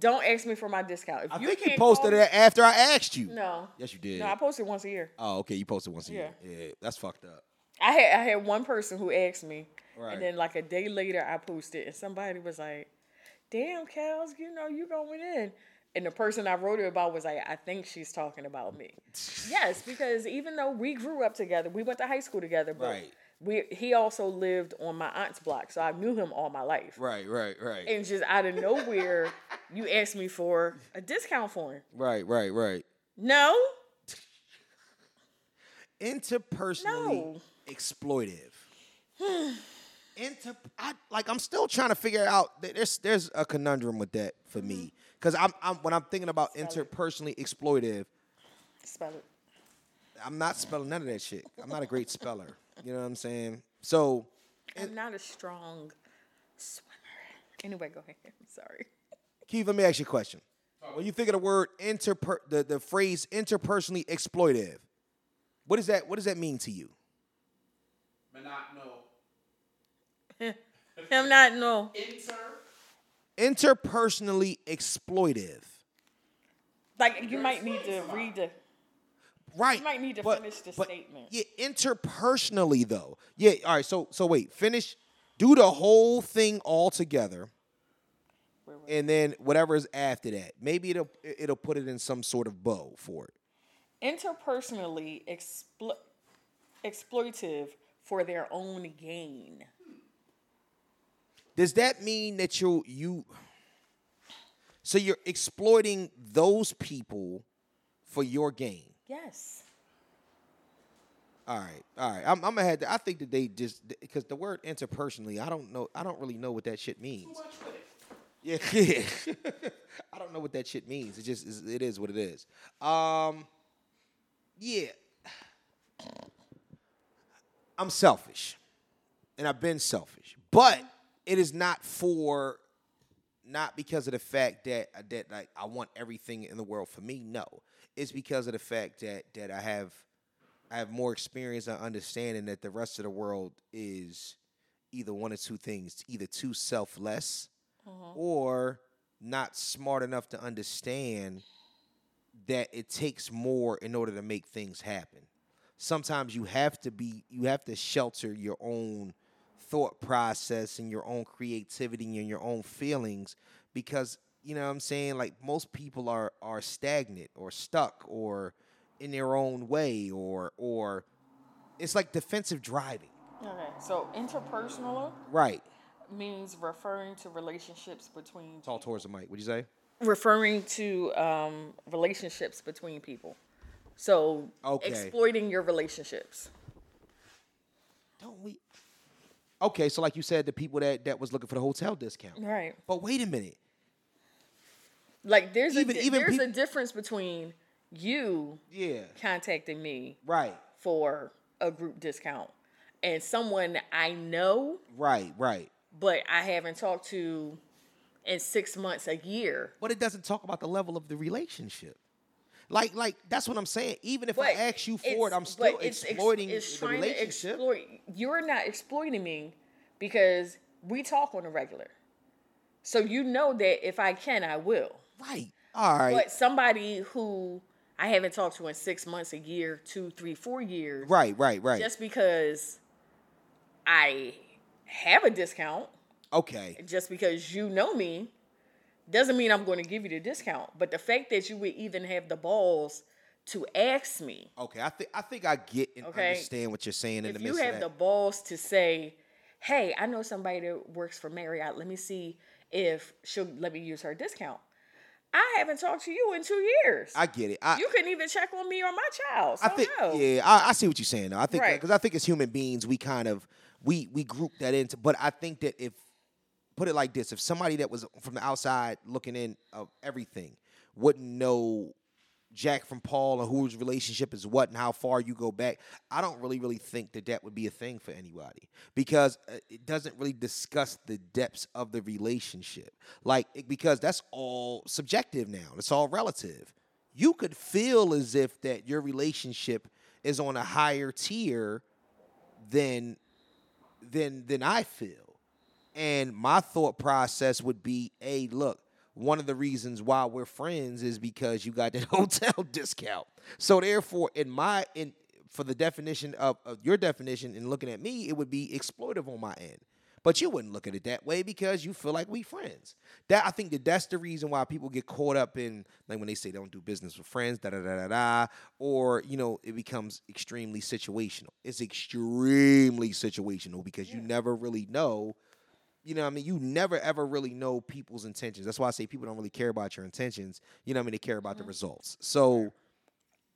don't ask me for my discount. If
I
you
think you
can't
posted
call-
that after I asked you.
No.
Yes, you did.
No, I posted once a year.
oh, okay, you posted once a year.
Yeah.
Yeah, that's fucked up.
I had I had one person who asked me,
Right.
and then like a day later I posted, and somebody was like, "Damn, Kels, you know you going in." And the person I wrote it about was like, I think she's talking about me. yes, because even though we grew up together, we went to high school together, but
Right.
we he also lived on my aunt's block, so I knew him all my life.
Right, right, right.
And just out of nowhere, you asked me for a discount for him.
right, right, right.
No,
Interpersonally
No.
exploitive. Inter I like I'm still trying to figure out th- there's there's a conundrum with that for me. Cause I'm I'm when I'm thinking about interpersonally exploitive,
spell it.
I'm not spelling none of that shit. I'm not a great speller. You know what I'm saying? So
I'm not a strong swimmer. Anyway, go ahead. I'm sorry.
Keith, let me ask you a question. When you think of the word interper the, the phrase interpersonally exploitive, what is that what does that mean to you?
I'm not no.
Interpersonally exploitive.
Like you might need to read the
Right.
might need to finish the statement.
Yeah, interpersonally though. Yeah, all right, so so wait, finish do the whole thing all together. And then whatever is after that, maybe it'll it'll put it in some sort of bow for it.
interpersonally explo- exploitive for their own gain.
Does that mean that you you so you're exploiting those people for your gain?
Yes.
All right, all right. I'm, I'm gonna have to. I think that they just because the word interpersonally, I don't know. I don't really know what that shit means. Yeah, yeah. I don't know what that shit means. It just is, it is what it is. Um, yeah. I'm selfish, and I've been selfish, but it is not for, not because of the fact that that like I want everything in the world for me. No, it's because of the fact that that I have, I have more experience and understanding that the rest of the world is either one or two things, either too selfless or not smart enough to understand that it takes more in order to make things happen. Sometimes you have to be you have to shelter your own thought process and your own creativity and your own feelings because you know what I'm saying like most people are are stagnant or stuck or in their own way or or it's like defensive driving.
Okay. So interpersonal
Right.
means referring to relationships between
Talk towards the mic. Would you say?
referring to um, relationships between people. So
Okay.
exploiting your relationships.
Don't we? Okay, so like you said, the people that that was looking for the hotel discount.
Right.
But wait a minute.
Like there's
Even-
a di-
even
there's a
peop-
difference between you
Yeah.
contacting me
Right.
for a group discount and someone I know
Right. Right.
but I haven't talked to in six months, a year.
But it doesn't talk about the level of the relationship. Like, like that's what I'm saying. Even if I
But
ask you
it's-
for it, I'm
but
still
it's ex-
exploiting
it's
the
trying to
relationship.
exploit- You're not exploiting me because we talk on a regular. So you know that if I can, I will.
Right. All right.
But somebody who I haven't talked to in six months, a year, two, three, four years,
right. Right. Right.
just because I have a discount,
okay.
just because you know me doesn't mean I'm going to give you the discount. But the fact that you would even have the balls to ask me,
Okay. I think I think I get and
Okay.
understand what you're saying in the
if you
midst
have
of
the
that.
balls to say, "Hey, I know somebody that works for Marriott. Let me see if she'll let me use her discount." I haven't talked to you in two years.
I get it. I,
you couldn't even check on me or my child. So
I think
no.
yeah, I, I see what you're saying. Though. I think
Right.
because I think as human beings we kind of we we group that into. But I think that if put it like this, if somebody that was from the outside looking in of everything wouldn't know Jack from Paul or whose relationship is what and how far you go back, I don't really really think that that would be a thing for anybody because uh, it doesn't really discuss the depths of the relationship. Like it- because that's all subjective now. It's all relative. You could feel as if that your relationship is on a higher tier than than than I feel. And my thought process would be, hey, look, one of the reasons why we're friends is because you got that hotel discount. So therefore, in my in for the definition of, of your definition and looking at me, it would be exploitive on my end. But you wouldn't look at it that way because you feel like we friends. That I think that that's the reason why people get caught up in like when they say they don't do business with friends, da da da da da, or you know it becomes extremely situational. It's extremely situational because you never really know. You know, what I mean, you never ever really know people's intentions. That's why I say people don't really care about your intentions. You know, what I mean, they care about the results. So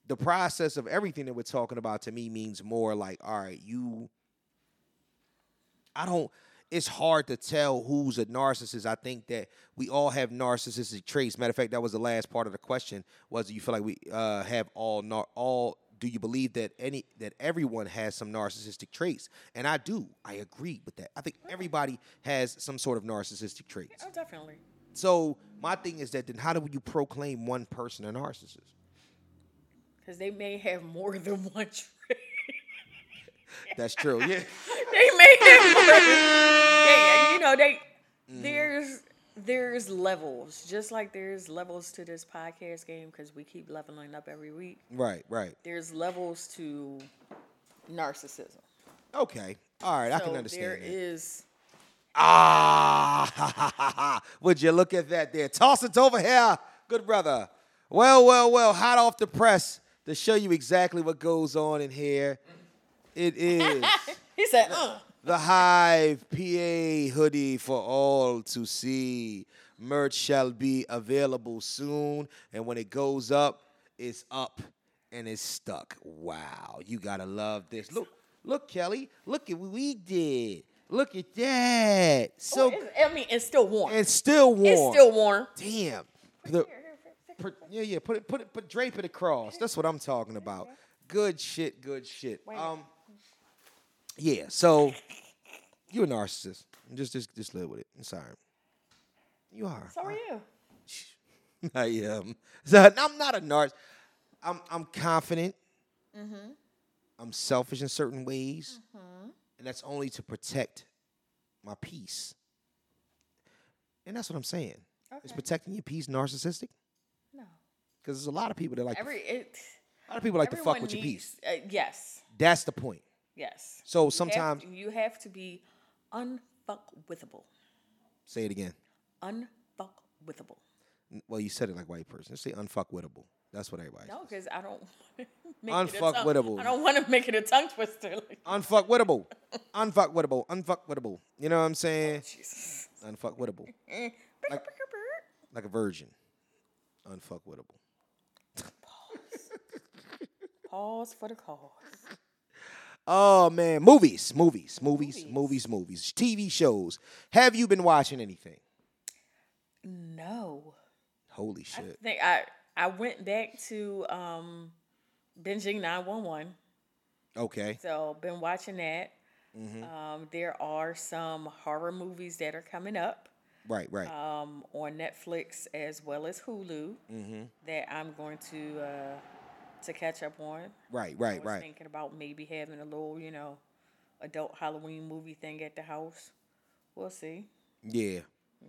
the process of everything that we're talking about to me means more like all right you i don't it's hard to tell who's a narcissist i think that we all have narcissistic traits matter of fact that was the last part of the question was do you feel like we uh, have all nar- all do you believe that any that everyone has some narcissistic traits and i do i agree with that i think everybody has some sort of narcissistic traits
Oh, definitely.
so my thing is that then how do you proclaim one person a narcissist
Because they may have more than one trick.
that's true yeah
they may have more than- they, you know, they
Mm-hmm.
there's there's levels. Just like there's levels to this podcast game because we keep leveling up every week.
right right
There's levels to narcissism.
Okay. All right, I
So
can understand.
There
that.
is
Ah, would you look at that there? Toss it over here, good brother. Well, well, well, hot off the press to show you exactly what goes on in here. It is
he said, uh,
the Hive PA hoodie for all to see. Merch shall be available soon, and when it goes up, it's up and it's stuck. Wow, you gotta love this. Look, look, Kelly, look at what we did. Look at that. So
it's- I mean, it's still warm.
and still warm.
Oh, It's still warm.
Damn. The- put- yeah, yeah. Put it, put it, put drape it across. That's what I'm talking about. Good shit. Good shit. Um. Yeah. So you a narcissist. Just, just, just live with it. It's all right. You are.
So are you.
I am. So, I'm not a narcissist. I'm I'm confident.
Mm-hmm.
I'm selfish in certain ways, and that's only to protect my peace. And that's what I'm saying. Is protecting your peace narcissistic?
No.
Because there's a lot of people that like to-
Every it.
a lot of people like to fuck
everyone
with your peace.
needs- Uh, yes.
That's the point.
Yes.
So
You have
sometimes-
to- you have to be unfuckwithable.
Say it again.
Unfuckwithable.
N- Well, you said it like white person. Just say unfuckwittable. That's what everybody.
No,
says.
because I don't want to
Unfuckwithable.
I don't want to make it a tongue twister. Like,
Unfuckwittable. unfuckwittable. Unfuckwittable. You know what I'm saying?
Oh, Jesus.
Unfuckwittable. Like- like a virgin. Unfuckwittable.
Pause for the cause.
Oh man, movies, movies, movies, movies, movies, TV shows. Have you been watching anything?
No.
Holy shit.
I think I I went back to um binging 911.
Okay.
So been watching that. Um, there are some horror movies that are coming up
Right, right.
um, on Netflix as well as Hulu that I'm going to uh, to catch up on.
right,
I
right,
was
right.
thinking about maybe having a little, you know, adult Halloween movie thing at the house. We'll see.
Yeah.
You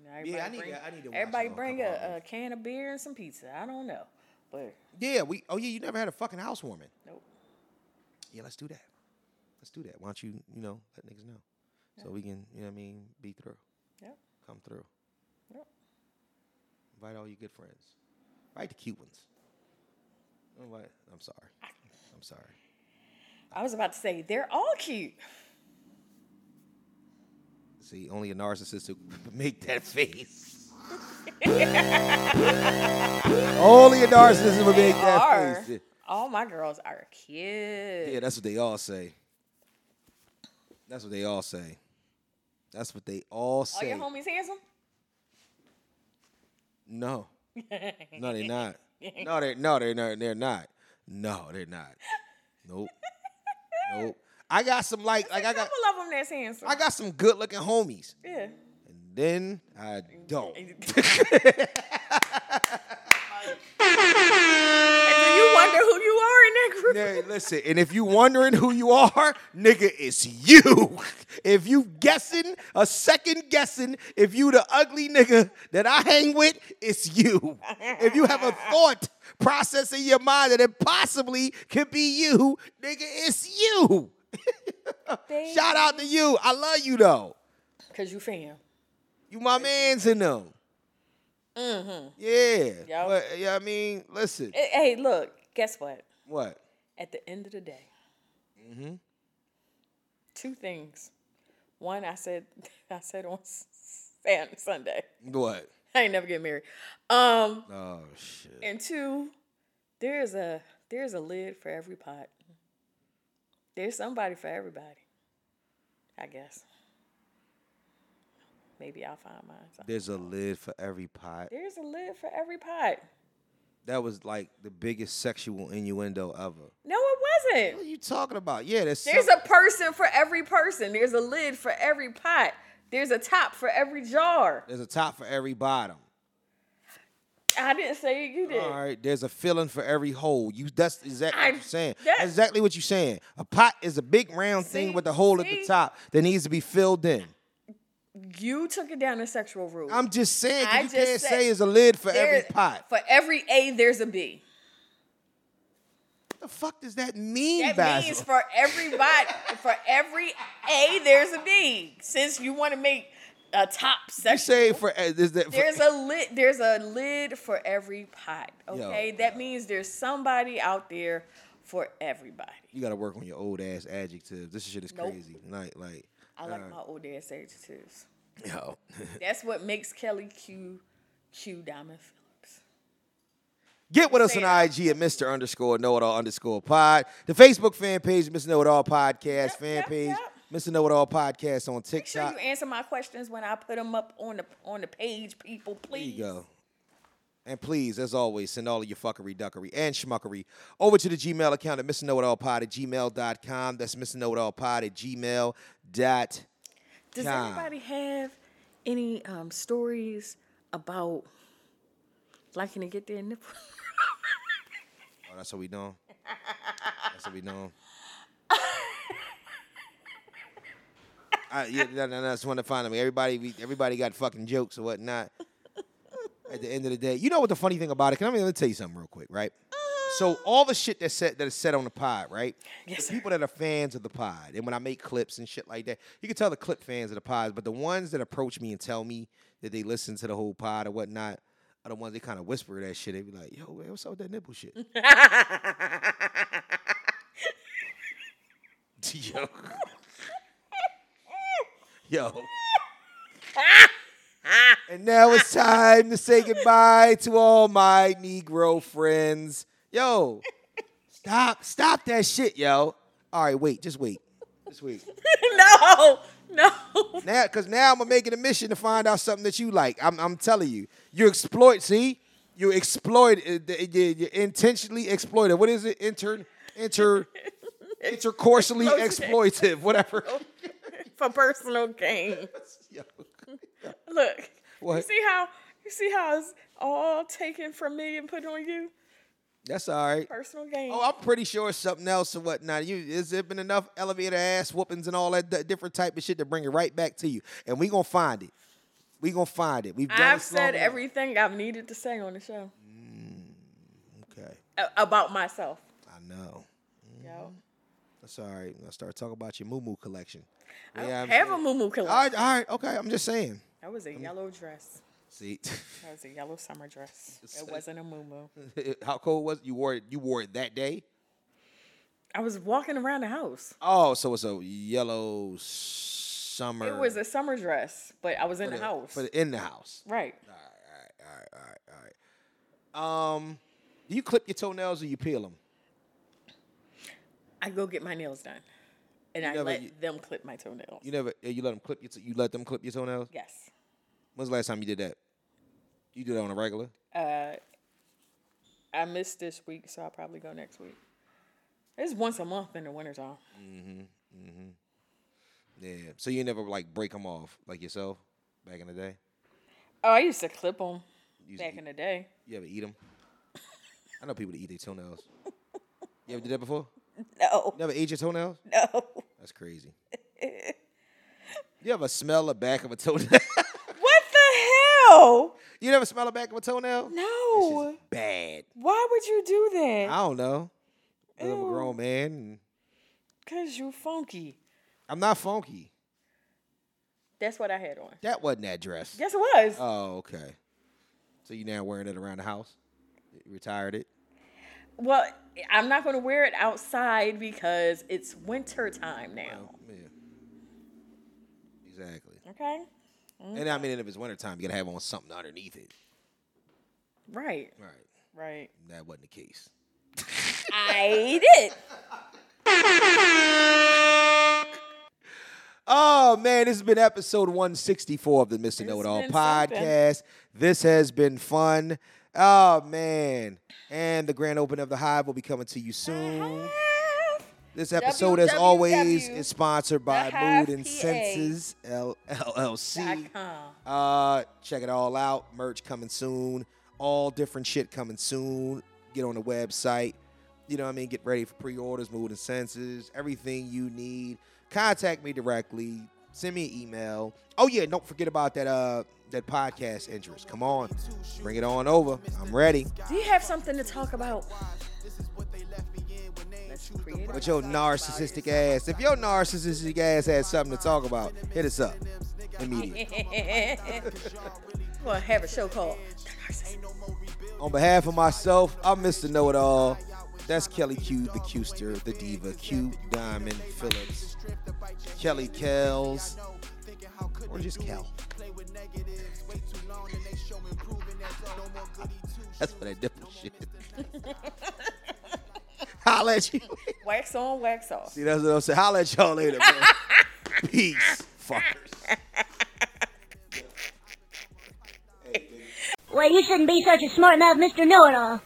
know, everybody
I need to- I need to watch a
Everybody
little
bring
couple
a, a can of beer and some pizza. I don't know, but
Yeah, we Oh yeah, you never had a fucking housewarming.
nope.
Yeah, let's do that. Let's do that. Why don't you, you know, let niggas know. So we can, you know what I mean, be through.
Yep.
Come through.
Yep.
Invite all your good friends. Invite the cute ones. Don't Invite, I'm sorry. I'm sorry.
I was about to say they're all cute.
See, only a narcissist who would make that face. only a narcissist would make that
Are
face.
all my girls are cute?
Yeah, that's what they all say. That's what they all say. That's what they all
all
say.
your homies handsome.
no. No, they're not. No, they're no, they're not. They're not. No, they're not. Nope. nope. I got some like like I got
Couple of them that's handsome.
I got some good looking homies.
yeah.
And then I don't.
Do you wonder who you are in that group?
Hey, listen, and if you wondering who you are, nigga, it's you. If you guessing, a second guessing, if you the ugly nigga that I hang with, it's you. If you have a thought process in your mind that it possibly could be you, nigga, it's you. Shout out to you. I love you though.
Cause you fam.
You my man's in them. Mm-hmm. Yeah.
Yup.
But, yeah, I mean, listen.
Eh, Hey, look, guess what?
What?
At the end of the day,
Mm-hmm.
two things. One, I said, I said on Sat- Sunday,
What?
I ain't never get married. Um,
Oh shit.
and two, there's a there's a lid for every pot. There's somebody for everybody. I guess. Maybe I'll find mine. someday.
There's a lid for every pot.
There's a lid for every pot.
That was like the biggest sexual innuendo ever.
No, it
What
wasn't.
are you talking about? Yeah, there's
There's
some-
a person for every person. There's a lid for every pot. There's a top for every jar.
there's a top for every bottom.
I didn't say it, you did.
All right, there's a filling for every hole. You that's exactly
I-
what you're saying.
that-
That's exactly what you're saying. A pot is a big round
See?
thing with a hole at
See?
the top that needs to be filled in.
You took it down a sexual rule.
I'm just saying 'cause
I
you
just
can't
said-
say it's a lid for every
There-
pot.
For every A, there's a B.
What the fuck does that mean,
That
Basil?
means for every bot, for every A, there's a B. Since you want to make a top
you
section,
say for uh, is that for-
there's a lid. There's a lid for every pot. Okay,
Yo.
that means there's somebody out there for everybody.
you gotta work on your old ass adjectives. This shit is
Nope.
crazy. Like like
I like my old ass adjectives.
yo.
That's what makes Kelly Q, Q Diamond Phillips.
Get with us on IG at Mr. underscore know it all underscore pod. The Facebook fan page, Mr. Know It All Podcast fan
yep,
page,
yep.
Mr. Know It All Podcast on
Make sure
TikTok.
you answer my questions when I put them up on the on the page, people.
There
Please.
you go. And please, as always, send all of your fuckery, duckery, and schmuckery over to the Gmail account at Mr. Know It All Pod at gmail.com. That's Mr. Know It All Pod at gmail.com.
Does
Nah.
anybody have any um, stories about liking to get their nipple?
Oh, that's what we doing. That's what we doing. I, yeah, that, that- that's one to find them. Everybody, we, everybody got fucking jokes or whatnot. At the end of the day, you know what the funny thing about it? Can I mean, let me tell you something real quick, right? So all the shit that's said that is said on the pod, right?
Yes,
the people that are fans of the pod, and when I make clips and shit like that, you can tell the clip fans of the pod, but the ones that approach me and tell me that they listen to the whole pod or whatnot are the ones that kind of whisper that shit. They be like, "Yo, man, what's up with that nipple shit?" Yo. Yo. and now it's time to say goodbye to all my Negro friends. Yo, stop, stop that shit, yo. All right, wait, just wait. Just wait.
no, no.
Now, because now I'm gonna make it a mission to find out something that you like. I'm, I'm telling you, you exploit. See, you exploit. uh, the- you- you intentionally exploited. What is it? Inter, inter, intercoursally exploitive. Whatever.
For personal gain.
Yo.
Look. You
What?
see how you see how it's all taken from me and put on you?
That's all right.
Personal gain.
Oh, I'm pretty sure it's something else or whatnot. You, is there been enough elevator ass whoopings and all that d- different type of shit to bring it right back to you? And we gonna find it. We gonna find it. We've done
I've
this long
said
enough.
everything I've needed to say on the show
Okay,
a- about myself.
I know. Mm-hmm.
Yo.
That's all right. I start talking about your moo moo collection.
I
Yeah,
don't
I'm
have a
saying-
moo moo
All right,
collection.
all right, okay. I'm just saying.
That was a yellow dress.
See,
That was a yellow summer dress. It wasn't a moo moo.
how cold was it? you wore it? You wore it that day.
I was walking around the house.
Oh, so it's a yellow summer.
It was a summer dress, but I was in the house.
for the, in the house.
Right.
Um, do you clip your toenails or you peel them?
I go get my nails done. And I
never-
let
you-
them clip my toenails.
You never you let them clip your t- you let them clip your toenails.
yes.
When's the last time you did that? You do that on a regular.
I missed this week, so I'll probably go next week. It's once a month in the wintertime.
Yeah. So you never like break them off like yourself back in the day.
Oh, I used to clip them
You, used to
back
eat-
in the day.
you ever eat them? I know people that eat their toenails. You ever did that before?
No,
Never ate your toenails?
no.
That's crazy. you ever smell the back of a toenail?
What the hell?
you never smell the back of a toenail?
No.
Bad.
Why would you do
I
that?
don't know. But I'm a
Ew.
grown man. And
Because you funky.
I'm not funky.
That's what I had on.
That wasn't that dress.
Yes, it was.
Oh, okay. So you now wearing it around the house? You retired it?
well, I'm not going to wear it outside because it's winter time now.
Yeah. Oh, Exactly.
Okay? Mm-hmm.
And I mean, and if it's wintertime, you gotta have on something underneath it.
Right.
Right.
Right.
That wasn't the case.
I did.
Oh man, this has been episode 164 of the Mr. Know It All
been something.
podcast. This has been fun. Oh man. And the grand opening of the hive will be coming to you soon.
Uh-huh.
This episode, as always, is sponsored by Mood and
thehivepA.
Senses L- LLC.
com.
Uh, check it all out. Merch coming soon. All different shit coming soon. Get on the website. You know what I mean? Get ready for pre-orders, mood and senses, everything you need. Contact me directly. Send me an email. Oh yeah, don't forget about that uh that podcast interest. Come on. Bring it on over. I'm ready.
Do you have something to talk about?
This is what they left me in when they ain't
Let's
choose
create
the
a-
With your narcissistic ass. If your narcissistic ass had something to talk about, hit us up immediately.
I'm going to have a show called The Narcissist.
On behalf of myself, I'm Mr. Know It All. That's Kelly Q, the Qster, the Diva, Q Diamond Phillips, Kelly Kells, or just Kel. That's what I did with shit. Holla at you.
Wax on, wax off.
See, that's what I'm saying. Holla at y'all later, man. Peace, fuckers.
Well, you shouldn't be such a smart mouth, Mr. Know It All.